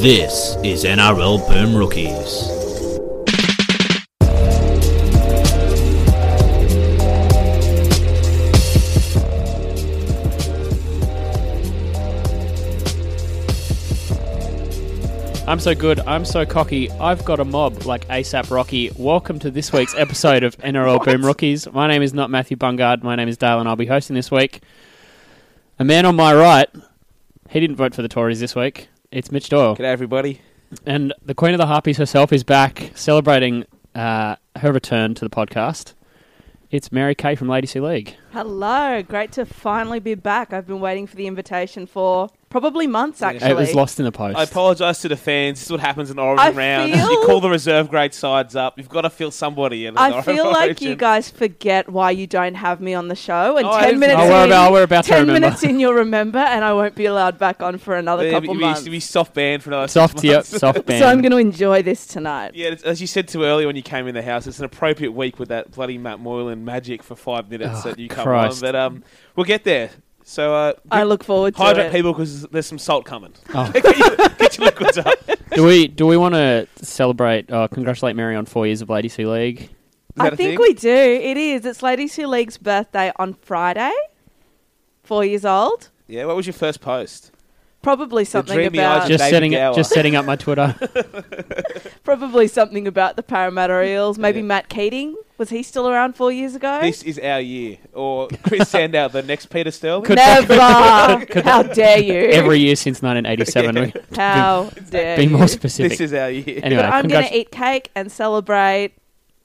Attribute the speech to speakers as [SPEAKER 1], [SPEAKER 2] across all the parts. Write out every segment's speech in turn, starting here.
[SPEAKER 1] This is NRL Boom Rookies.
[SPEAKER 2] I'm so good. I'm so cocky. I've got a mob like ASAP Rocky. Welcome to this week's episode of NRL Boom Rookies. My name is not Matthew Bungard. My name is Dale, and I'll be hosting this week. A man on my right, he didn't vote for the Tories this week. It's Mitch Doyle.
[SPEAKER 3] G'day, everybody.
[SPEAKER 2] And the Queen of the Harpies herself is back celebrating uh, her return to the podcast. It's Mary Kay from Lady C League.
[SPEAKER 4] Hello, great to finally be back. I've been waiting for the invitation for probably months actually.
[SPEAKER 2] It was lost in the post.
[SPEAKER 3] I apologise to the fans. This is what happens in Origin
[SPEAKER 4] I
[SPEAKER 3] round.
[SPEAKER 4] feel-
[SPEAKER 3] You call the reserve grade sides up. You've got to feel somebody in. an
[SPEAKER 4] I feel like
[SPEAKER 3] Origin.
[SPEAKER 4] you guys forget why you don't have me on the show, and
[SPEAKER 3] Oh, I
[SPEAKER 4] ten
[SPEAKER 3] didn't-
[SPEAKER 4] minutes
[SPEAKER 2] Oh, we're
[SPEAKER 4] in,
[SPEAKER 2] about- we're about to
[SPEAKER 4] ten
[SPEAKER 2] remember.
[SPEAKER 4] minutes in, you'll remember, and I won't be allowed back on for another
[SPEAKER 3] Yeah, but
[SPEAKER 4] couple
[SPEAKER 3] you-
[SPEAKER 4] months.
[SPEAKER 3] You be soft banned for another six
[SPEAKER 2] soft, yep,
[SPEAKER 3] months.
[SPEAKER 2] soft band.
[SPEAKER 4] so I'm going to enjoy this tonight.
[SPEAKER 3] Yeah, it's- as you said to earlier when you came in the house, it's an appropriate week with that bloody Matt Moylan magic for five minutes
[SPEAKER 2] Oh,
[SPEAKER 3] that you come
[SPEAKER 2] Christ.
[SPEAKER 3] on. But um, we'll get there. So uh,
[SPEAKER 4] I look forward to
[SPEAKER 3] hydrate
[SPEAKER 4] it.
[SPEAKER 3] people because there's some salt coming.
[SPEAKER 2] Oh.
[SPEAKER 3] get, your, get your liquids up. Is
[SPEAKER 2] do we do we want to celebrate? Uh, congratulate Mary on four years of Lady C League.
[SPEAKER 4] I
[SPEAKER 3] that a
[SPEAKER 4] think
[SPEAKER 3] thing?
[SPEAKER 4] we do. It is. It's Lady Sue League's birthday on Friday. Four years old.
[SPEAKER 3] Yeah. What was your first post?
[SPEAKER 4] Probably something
[SPEAKER 3] dreamy eyes
[SPEAKER 4] about
[SPEAKER 3] of
[SPEAKER 2] just
[SPEAKER 3] David
[SPEAKER 2] setting
[SPEAKER 3] Gower.
[SPEAKER 2] just setting up my Twitter.
[SPEAKER 4] probably something about the Parramatta Eels. Maybe
[SPEAKER 3] Yeah.
[SPEAKER 4] Matt Keating was he still around four years ago?
[SPEAKER 3] This is our year. Or Chris Sandow, the next Peter Sterling.
[SPEAKER 2] Could-
[SPEAKER 4] Never. How dare you?
[SPEAKER 2] Every year since 1987, we've
[SPEAKER 4] How dare
[SPEAKER 2] been
[SPEAKER 4] you?
[SPEAKER 2] more
[SPEAKER 3] this
[SPEAKER 2] specific.
[SPEAKER 3] is our year.
[SPEAKER 2] anyway,
[SPEAKER 4] But I'm going
[SPEAKER 2] congrats-
[SPEAKER 4] to eat cake and celebrate.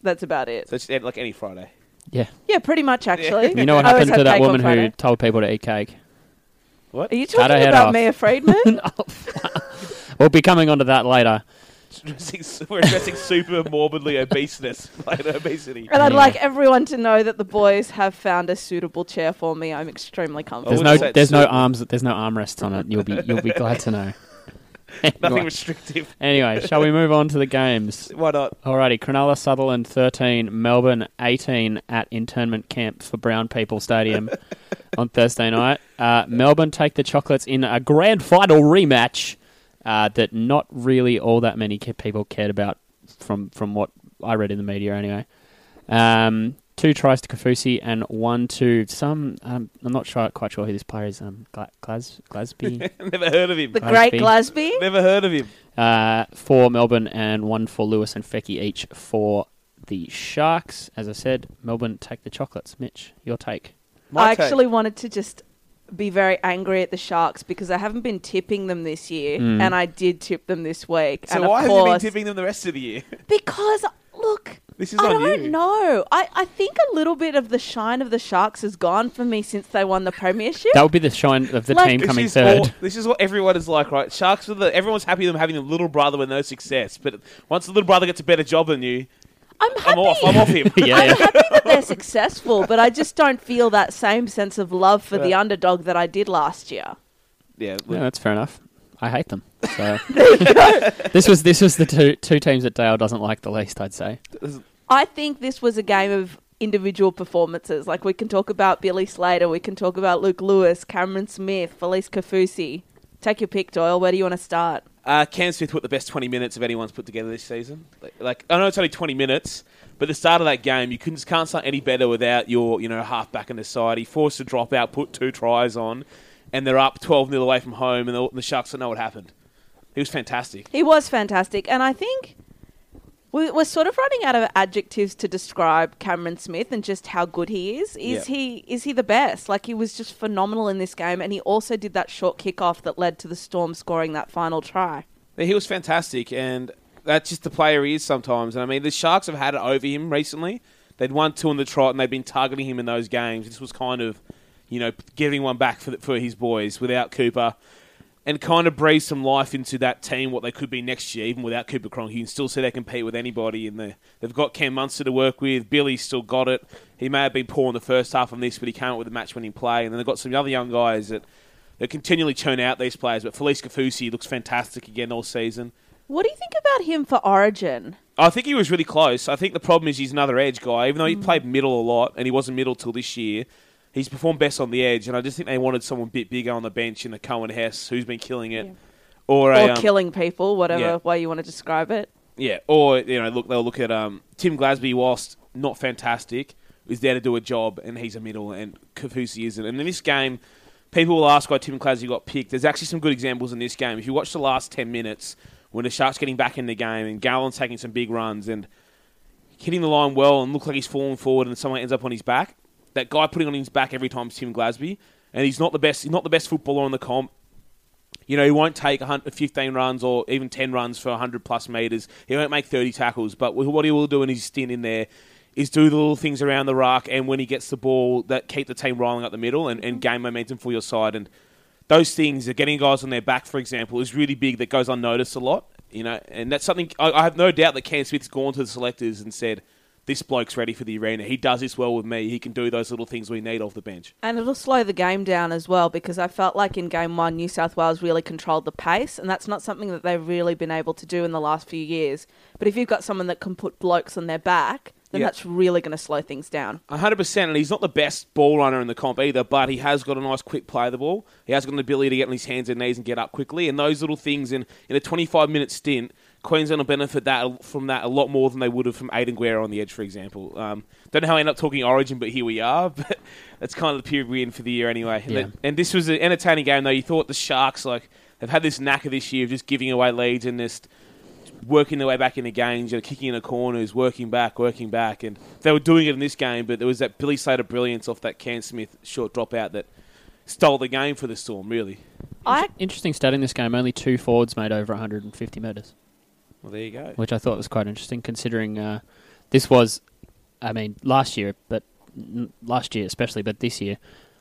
[SPEAKER 4] That's about it.
[SPEAKER 3] So it's eh, like any Friday.
[SPEAKER 2] yeah,
[SPEAKER 4] Yeah, pretty much actually.
[SPEAKER 2] you know what
[SPEAKER 4] I always
[SPEAKER 2] happened to that
[SPEAKER 4] have cake on
[SPEAKER 2] woman who
[SPEAKER 4] Friday.
[SPEAKER 2] told people to eat cake.
[SPEAKER 3] What?
[SPEAKER 4] Are you
[SPEAKER 2] Cut her
[SPEAKER 4] talking
[SPEAKER 2] head
[SPEAKER 4] about
[SPEAKER 2] off.
[SPEAKER 4] Mia Friedman?
[SPEAKER 2] We'll be coming onto that later.
[SPEAKER 3] Addressing- We're addressing super morbidly obeseness, like obesity.
[SPEAKER 4] and I'd
[SPEAKER 2] Yeah.
[SPEAKER 4] like everyone to know that the boys have found a suitable chair for me. I'm extremely
[SPEAKER 2] There's
[SPEAKER 4] comfortable.
[SPEAKER 3] wouldn't
[SPEAKER 2] no,
[SPEAKER 3] say it's
[SPEAKER 2] there's no
[SPEAKER 3] super.
[SPEAKER 2] arms, there's no armrests on it. You'll be, you'll be glad to know.
[SPEAKER 3] Nothing
[SPEAKER 2] anyway,
[SPEAKER 3] restrictive.
[SPEAKER 2] anyway, shall we move on to the games?
[SPEAKER 3] Why not?
[SPEAKER 2] Alrighty, Cronulla Sutherland 13, Melbourne 18 at internment camp for Brown People Stadium on Thursday night. Uh, Melbourne take the chocolates in a grand final rematch uh, that not really all that many ca- people cared about from, from what I read in the media anyway. Um, two tries to Kafusi and one to some, um, I'm not sure, quite sure who this player is, um, Gla- Glas- Glasby?
[SPEAKER 3] Never heard of him.
[SPEAKER 4] the great Glasby.
[SPEAKER 3] Never heard of him.
[SPEAKER 2] uh, for Melbourne and one for Lewis and Fecky each for the Sharks. As I said, Melbourne take the chocolates. Mitch, your take.
[SPEAKER 3] My
[SPEAKER 4] I
[SPEAKER 3] take.
[SPEAKER 4] actually wanted to just be very angry at the Sharks because I haven't been tipping them this year,
[SPEAKER 3] Mm.
[SPEAKER 4] and I did tip them this week.
[SPEAKER 3] So
[SPEAKER 4] and of
[SPEAKER 3] why have you been
[SPEAKER 4] course,
[SPEAKER 3] tipping them the rest of the year?
[SPEAKER 4] Because look,
[SPEAKER 3] This is
[SPEAKER 4] I
[SPEAKER 3] on
[SPEAKER 4] don't
[SPEAKER 3] you.
[SPEAKER 4] know. I, I think a little bit of the shine of the Sharks is gone for me since they won the premiership.
[SPEAKER 2] That would be the shine of the
[SPEAKER 4] Like-
[SPEAKER 2] team coming
[SPEAKER 3] is all-
[SPEAKER 2] third.
[SPEAKER 3] this is what everyone is like, right? Sharks are the everyone's happy with them having a little brother with no success, but once the little brother gets a better job than you,
[SPEAKER 4] I'm happy.
[SPEAKER 3] I'm off. I'm off him.
[SPEAKER 2] yeah,
[SPEAKER 4] I'm
[SPEAKER 2] yeah.
[SPEAKER 4] happy that they're successful, but I just don't feel that same sense of love for the
[SPEAKER 3] Yeah.
[SPEAKER 4] underdog that I did last year.
[SPEAKER 3] yeah,
[SPEAKER 2] Yeah,
[SPEAKER 3] look,
[SPEAKER 2] that's fair enough. I hate them. So this was this was the two two teams that Dale doesn't like the least. I'd say.
[SPEAKER 4] I think this was a game of individual performances. Like we can talk about Billy Slater, we can talk about Luke Lewis, Cameron Smith, Felice Kafusi. Take your pick, Doyle. Where do you want to start?
[SPEAKER 3] Uh, Cam Smith put the best 20 minutes of anyone's put together this season. Like, like I know it's only 20 minutes, but the start of that game, you couldn't can't start any better without your you know half back in the side. He forced a drop out, put two tries on, and they're up 12 0 away from home, and the, the Sharks don't know what happened. He was fantastic.
[SPEAKER 4] He was fantastic, and I think we, we're sort of running out of adjectives to describe Cameron Smith and just how good he is. Is
[SPEAKER 3] Yeah.
[SPEAKER 4] he is he the best? Like he was just phenomenal in this game, and he also did that short kickoff that led to the Storm scoring that final try.
[SPEAKER 3] He was fantastic, and that's just the player he is sometimes. And I mean, the Sharks have had it over him recently. They'd won two in the trot, and they've been targeting him in those games. This was kind of, you know, giving one back for, the, for his boys without Cooper, and kind of breathe some life into that team what they could be next year, even without Cooper Cronk. You can still see they compete with anybody, and they- they've got Cam Munster to work with. Billy's still got it. He may have been poor in the first half on this, but he came up with a match-winning play, and then they've got some other young guys that. They continually churn out these players, but Felice Kafusi looks fantastic again all season.
[SPEAKER 4] What do you think about him for Origin?
[SPEAKER 3] I think he was really close. I think the problem is he's another edge guy. Even though he played middle a lot and he wasn't middle till this year, he's performed best on the edge. And I just think they wanted someone a bit bigger on the bench in the Cohen Hess, who's been killing it. or, a
[SPEAKER 4] or
[SPEAKER 3] um,
[SPEAKER 4] killing people, whatever
[SPEAKER 3] yeah.
[SPEAKER 4] way you want to describe it.
[SPEAKER 3] Yeah, or you know, look, they'll look at um, Tim Glasby, whilst not fantastic, is there to do a job, and he's a middle, and Kafusi isn't. And in this game, people will ask why Tim Glasby got picked. There's actually some good examples in this game. If you watch the last ten minutes, when the Sharks getting back in the game, and Gallon's taking some big runs, and hitting the line well and look like he's falling forward and someone ends up on his back. That guy putting on his back every time is Tim Glasby, and he's not the best. He's not the best footballer on the comp. You know, he won't take a hun- 15 runs or even 10 runs for 100 plus meters. He won't make 30 tackles, but wh- what he will do in his stint in there is do the little things around the ruck and when he gets the ball that keep the team rolling up the middle and, and gain momentum for your side. And those things, getting guys on their back, for example, is really big that goes unnoticed a lot. You know, and that's something I, I have no doubt that Cam Smith's gone to the selectors and said, "This bloke's ready for the arena. He does this well with me. He can do those little things we need off the bench."
[SPEAKER 4] And it'll slow the game down as well because I felt like in game one, New South Wales really controlled the pace, and that's not something that they've really been able to do in the last few years. But if you've got someone that can put blokes on their back, then
[SPEAKER 3] Yeah.
[SPEAKER 4] that's really going to slow things down.
[SPEAKER 3] A hundred percent, and he's not the best ball runner in the comp either, but he has got a nice quick play of the ball. He has got an ability to get on his hands and knees and get up quickly, and those little things in in a twenty five minute stint, Queensland will benefit that from that a lot more than they would have from Aiden Guerra on the edge, for example. Um, don't know how I end up talking Origin, but here we are. But that's kind of the period we're in for the year anyway. And,
[SPEAKER 2] Yeah.
[SPEAKER 3] that- and this was an entertaining game though. You thought the Sharks like they've had this knack of this year of just giving away leads and just working their way back in the games, you know, kicking in the corners, working back, working back, and they were doing it in this game. But there was that Billy Slater brilliance off that Cam Smith short dropout that stole the game for the Storm. Really,
[SPEAKER 4] I
[SPEAKER 2] Interesting stat in this game. Only two forwards made over 150 metres,
[SPEAKER 3] well, there you go.
[SPEAKER 2] which I thought was quite interesting considering uh, this was, I mean, last year, but n- last year especially, but this year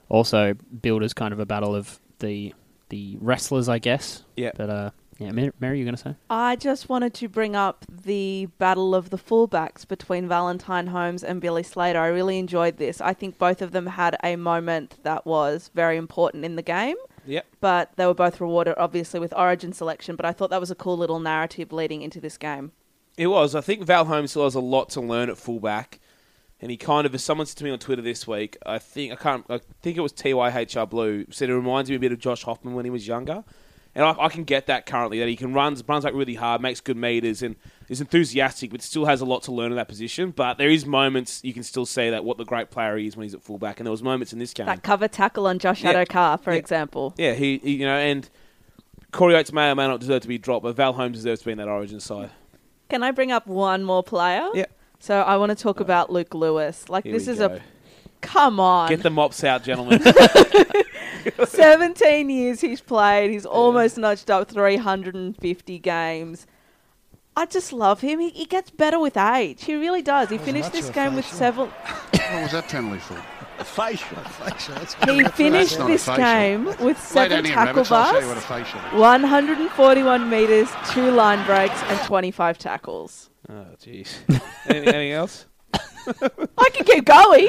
[SPEAKER 2] also billed as kind of a battle of the the wrestlers, I guess.
[SPEAKER 3] Yeah.
[SPEAKER 2] But uh, yeah, Mary, Mary you're gonna say?
[SPEAKER 4] I just wanted to bring up the battle of the fullbacks between Valentine Holmes and Billy Slater. I really enjoyed this. I think both of them had a moment that was very important in the game,
[SPEAKER 3] Yep.
[SPEAKER 4] but they were both rewarded obviously with origin selection, but I thought that was a cool little narrative leading into this game.
[SPEAKER 3] It was. I think Val Holmes still has a lot to learn at fullback, and he kind of, as someone said to me on Twitter this week, I think I can't. I think it was Tyhr Blue said it reminds me a bit of Josh Hoffman when he was younger, and I, I can get that currently that he can runs runs like really hard, makes good meters, and is enthusiastic, but still has a lot to learn in that position. But there is moments you can still say that what the great player he is when he's at fullback, and there was moments in this game.
[SPEAKER 4] That cover tackle on Josh
[SPEAKER 3] Yeah.
[SPEAKER 4] Adokar, for
[SPEAKER 3] Yeah.
[SPEAKER 4] example.
[SPEAKER 3] yeah, he, he you know, and Corey Oates may or may not deserve to be dropped, but Val Holmes deserves to be in that Origin side.
[SPEAKER 4] Can I bring up one more player?
[SPEAKER 3] Yeah.
[SPEAKER 4] So I want to talk about Luke Lewis. Like
[SPEAKER 3] Here
[SPEAKER 4] this
[SPEAKER 3] we
[SPEAKER 4] is
[SPEAKER 3] go.
[SPEAKER 4] a come on.
[SPEAKER 3] get the mops out, gentlemen.
[SPEAKER 4] 17 years he's played. He's almost nudged up 350 games. I just love him. He, he gets better with age. He really does. He
[SPEAKER 5] was
[SPEAKER 4] finished
[SPEAKER 5] about
[SPEAKER 4] this
[SPEAKER 5] to
[SPEAKER 4] game with
[SPEAKER 5] say,
[SPEAKER 4] seven.
[SPEAKER 5] What was that penalty for?
[SPEAKER 6] A facial.
[SPEAKER 5] Facial. That's
[SPEAKER 4] He finished
[SPEAKER 5] not a
[SPEAKER 4] this
[SPEAKER 5] facial.
[SPEAKER 4] game with
[SPEAKER 5] Lay
[SPEAKER 4] seven
[SPEAKER 5] down here,
[SPEAKER 4] tackle
[SPEAKER 5] rabbits. I'll show you what a
[SPEAKER 4] bars,
[SPEAKER 5] facial is.
[SPEAKER 4] 141 meters, two line breaks, and 25 tackles.
[SPEAKER 3] Oh, jeez. anything, anything else?
[SPEAKER 4] I can keep going.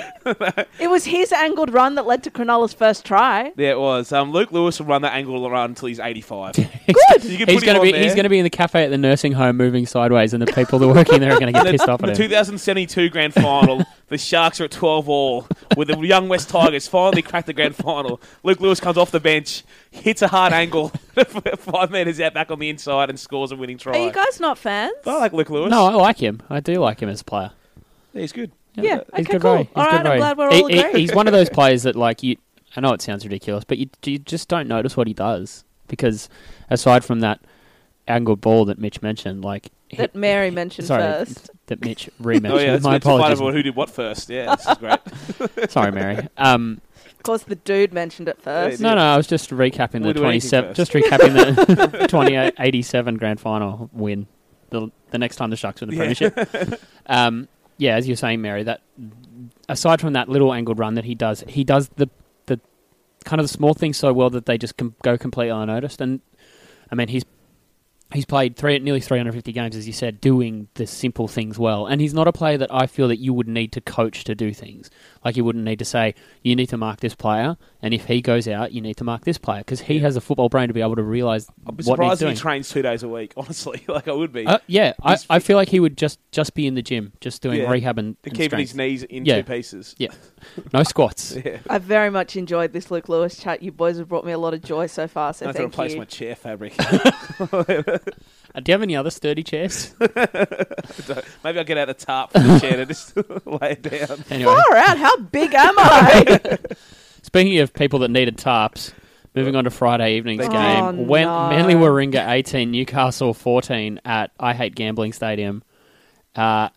[SPEAKER 4] it was his angled run that led to Cronulla's first try.
[SPEAKER 3] There it was. Um, Luke Lewis will run that angle around until he's 85.
[SPEAKER 2] Good.
[SPEAKER 3] You can
[SPEAKER 2] he's
[SPEAKER 3] put him
[SPEAKER 2] gonna
[SPEAKER 3] on
[SPEAKER 2] be
[SPEAKER 3] there.
[SPEAKER 2] he's gonna be in the cafe at the nursing home, moving sideways, and the people that are working there are gonna get pissed off
[SPEAKER 3] the
[SPEAKER 2] at him.
[SPEAKER 3] 2072 grand final, the Sharks are at 12 all, with the young West Tigers finally cracked the grand final. Luke Lewis comes off the bench, hits a hard angle, five metres out back on the inside, and scores a winning try.
[SPEAKER 4] Are you guys not fans?
[SPEAKER 3] I like Luke Lewis.
[SPEAKER 2] No, I like him. I do like him as a player.
[SPEAKER 3] Yeah, he's good.
[SPEAKER 4] Yeah.
[SPEAKER 2] He's
[SPEAKER 4] okay,
[SPEAKER 2] good
[SPEAKER 4] cool.
[SPEAKER 2] value. He's
[SPEAKER 4] all
[SPEAKER 2] good
[SPEAKER 4] right. I'm
[SPEAKER 2] value.
[SPEAKER 4] glad we're
[SPEAKER 2] He-
[SPEAKER 4] all
[SPEAKER 2] he-
[SPEAKER 4] agreed.
[SPEAKER 2] he's one of those players that, like, you. I know it sounds ridiculous, but you you just don't notice what he does because aside from that angled ball that Mitch mentioned, like he-
[SPEAKER 4] that Mary mentioned
[SPEAKER 2] sorry,
[SPEAKER 4] first.
[SPEAKER 2] that Mitch re-mentioned.
[SPEAKER 3] Oh, yeah, that's
[SPEAKER 2] My
[SPEAKER 3] meant to fight
[SPEAKER 2] apologies.
[SPEAKER 3] everyone who did what first. Yeah, this is great.
[SPEAKER 2] sorry, Mary. Um,
[SPEAKER 4] Of course, the dude mentioned it first.
[SPEAKER 2] no, no, I was just recapping the
[SPEAKER 3] We'll do
[SPEAKER 2] twenty-seven.
[SPEAKER 3] anything first.
[SPEAKER 2] Just recapping the twenty-eighty-seven grand final win. The the next time the Sharks win the
[SPEAKER 3] Yeah.
[SPEAKER 2] premiership. um, yeah, as you're saying, Mary. That aside from that little angled run that he does, he does the the kind of the small things so well that they just com- go completely unnoticed. And I mean, he's He's played three, nearly 350 games, as you said, doing the simple things well. And he's not a player that I feel that you would need to coach to do things. Like you wouldn't need to say, you need to mark this player, and if he goes out, you need to mark this player. Because he has a football brain to be able to realise
[SPEAKER 3] I'd
[SPEAKER 2] what
[SPEAKER 3] be
[SPEAKER 2] he's
[SPEAKER 3] surprised if
[SPEAKER 2] doing.
[SPEAKER 3] he trains two days a week, honestly. like, I would be.
[SPEAKER 2] Uh, yeah, I,
[SPEAKER 3] He's
[SPEAKER 2] I feel like he would just, just be in the gym, just doing
[SPEAKER 3] Yeah.
[SPEAKER 2] rehab and,
[SPEAKER 3] and
[SPEAKER 2] and
[SPEAKER 3] keeping
[SPEAKER 2] strength.
[SPEAKER 3] his knees in
[SPEAKER 2] Yeah.
[SPEAKER 3] two pieces.
[SPEAKER 2] Yeah, no squats.
[SPEAKER 4] I very much enjoyed this Luke Lewis chat. You boys have brought me a lot of joy so far, so
[SPEAKER 3] I have to
[SPEAKER 4] thank
[SPEAKER 3] replace
[SPEAKER 4] you.
[SPEAKER 3] my chair fabric.
[SPEAKER 2] Uh, do you have any other sturdy chairs?
[SPEAKER 3] Maybe I'll get out the tarp from the chair to just lay it down.
[SPEAKER 2] anyway,
[SPEAKER 4] Far out, how big am I?
[SPEAKER 2] speaking of people that needed tarps, moving on to Friday evening's
[SPEAKER 3] Thank
[SPEAKER 2] game.
[SPEAKER 4] you. Oh,
[SPEAKER 2] when
[SPEAKER 4] no.
[SPEAKER 2] Manly Warringah 18, Newcastle 14 at I Hate Gambling Stadium. Uh,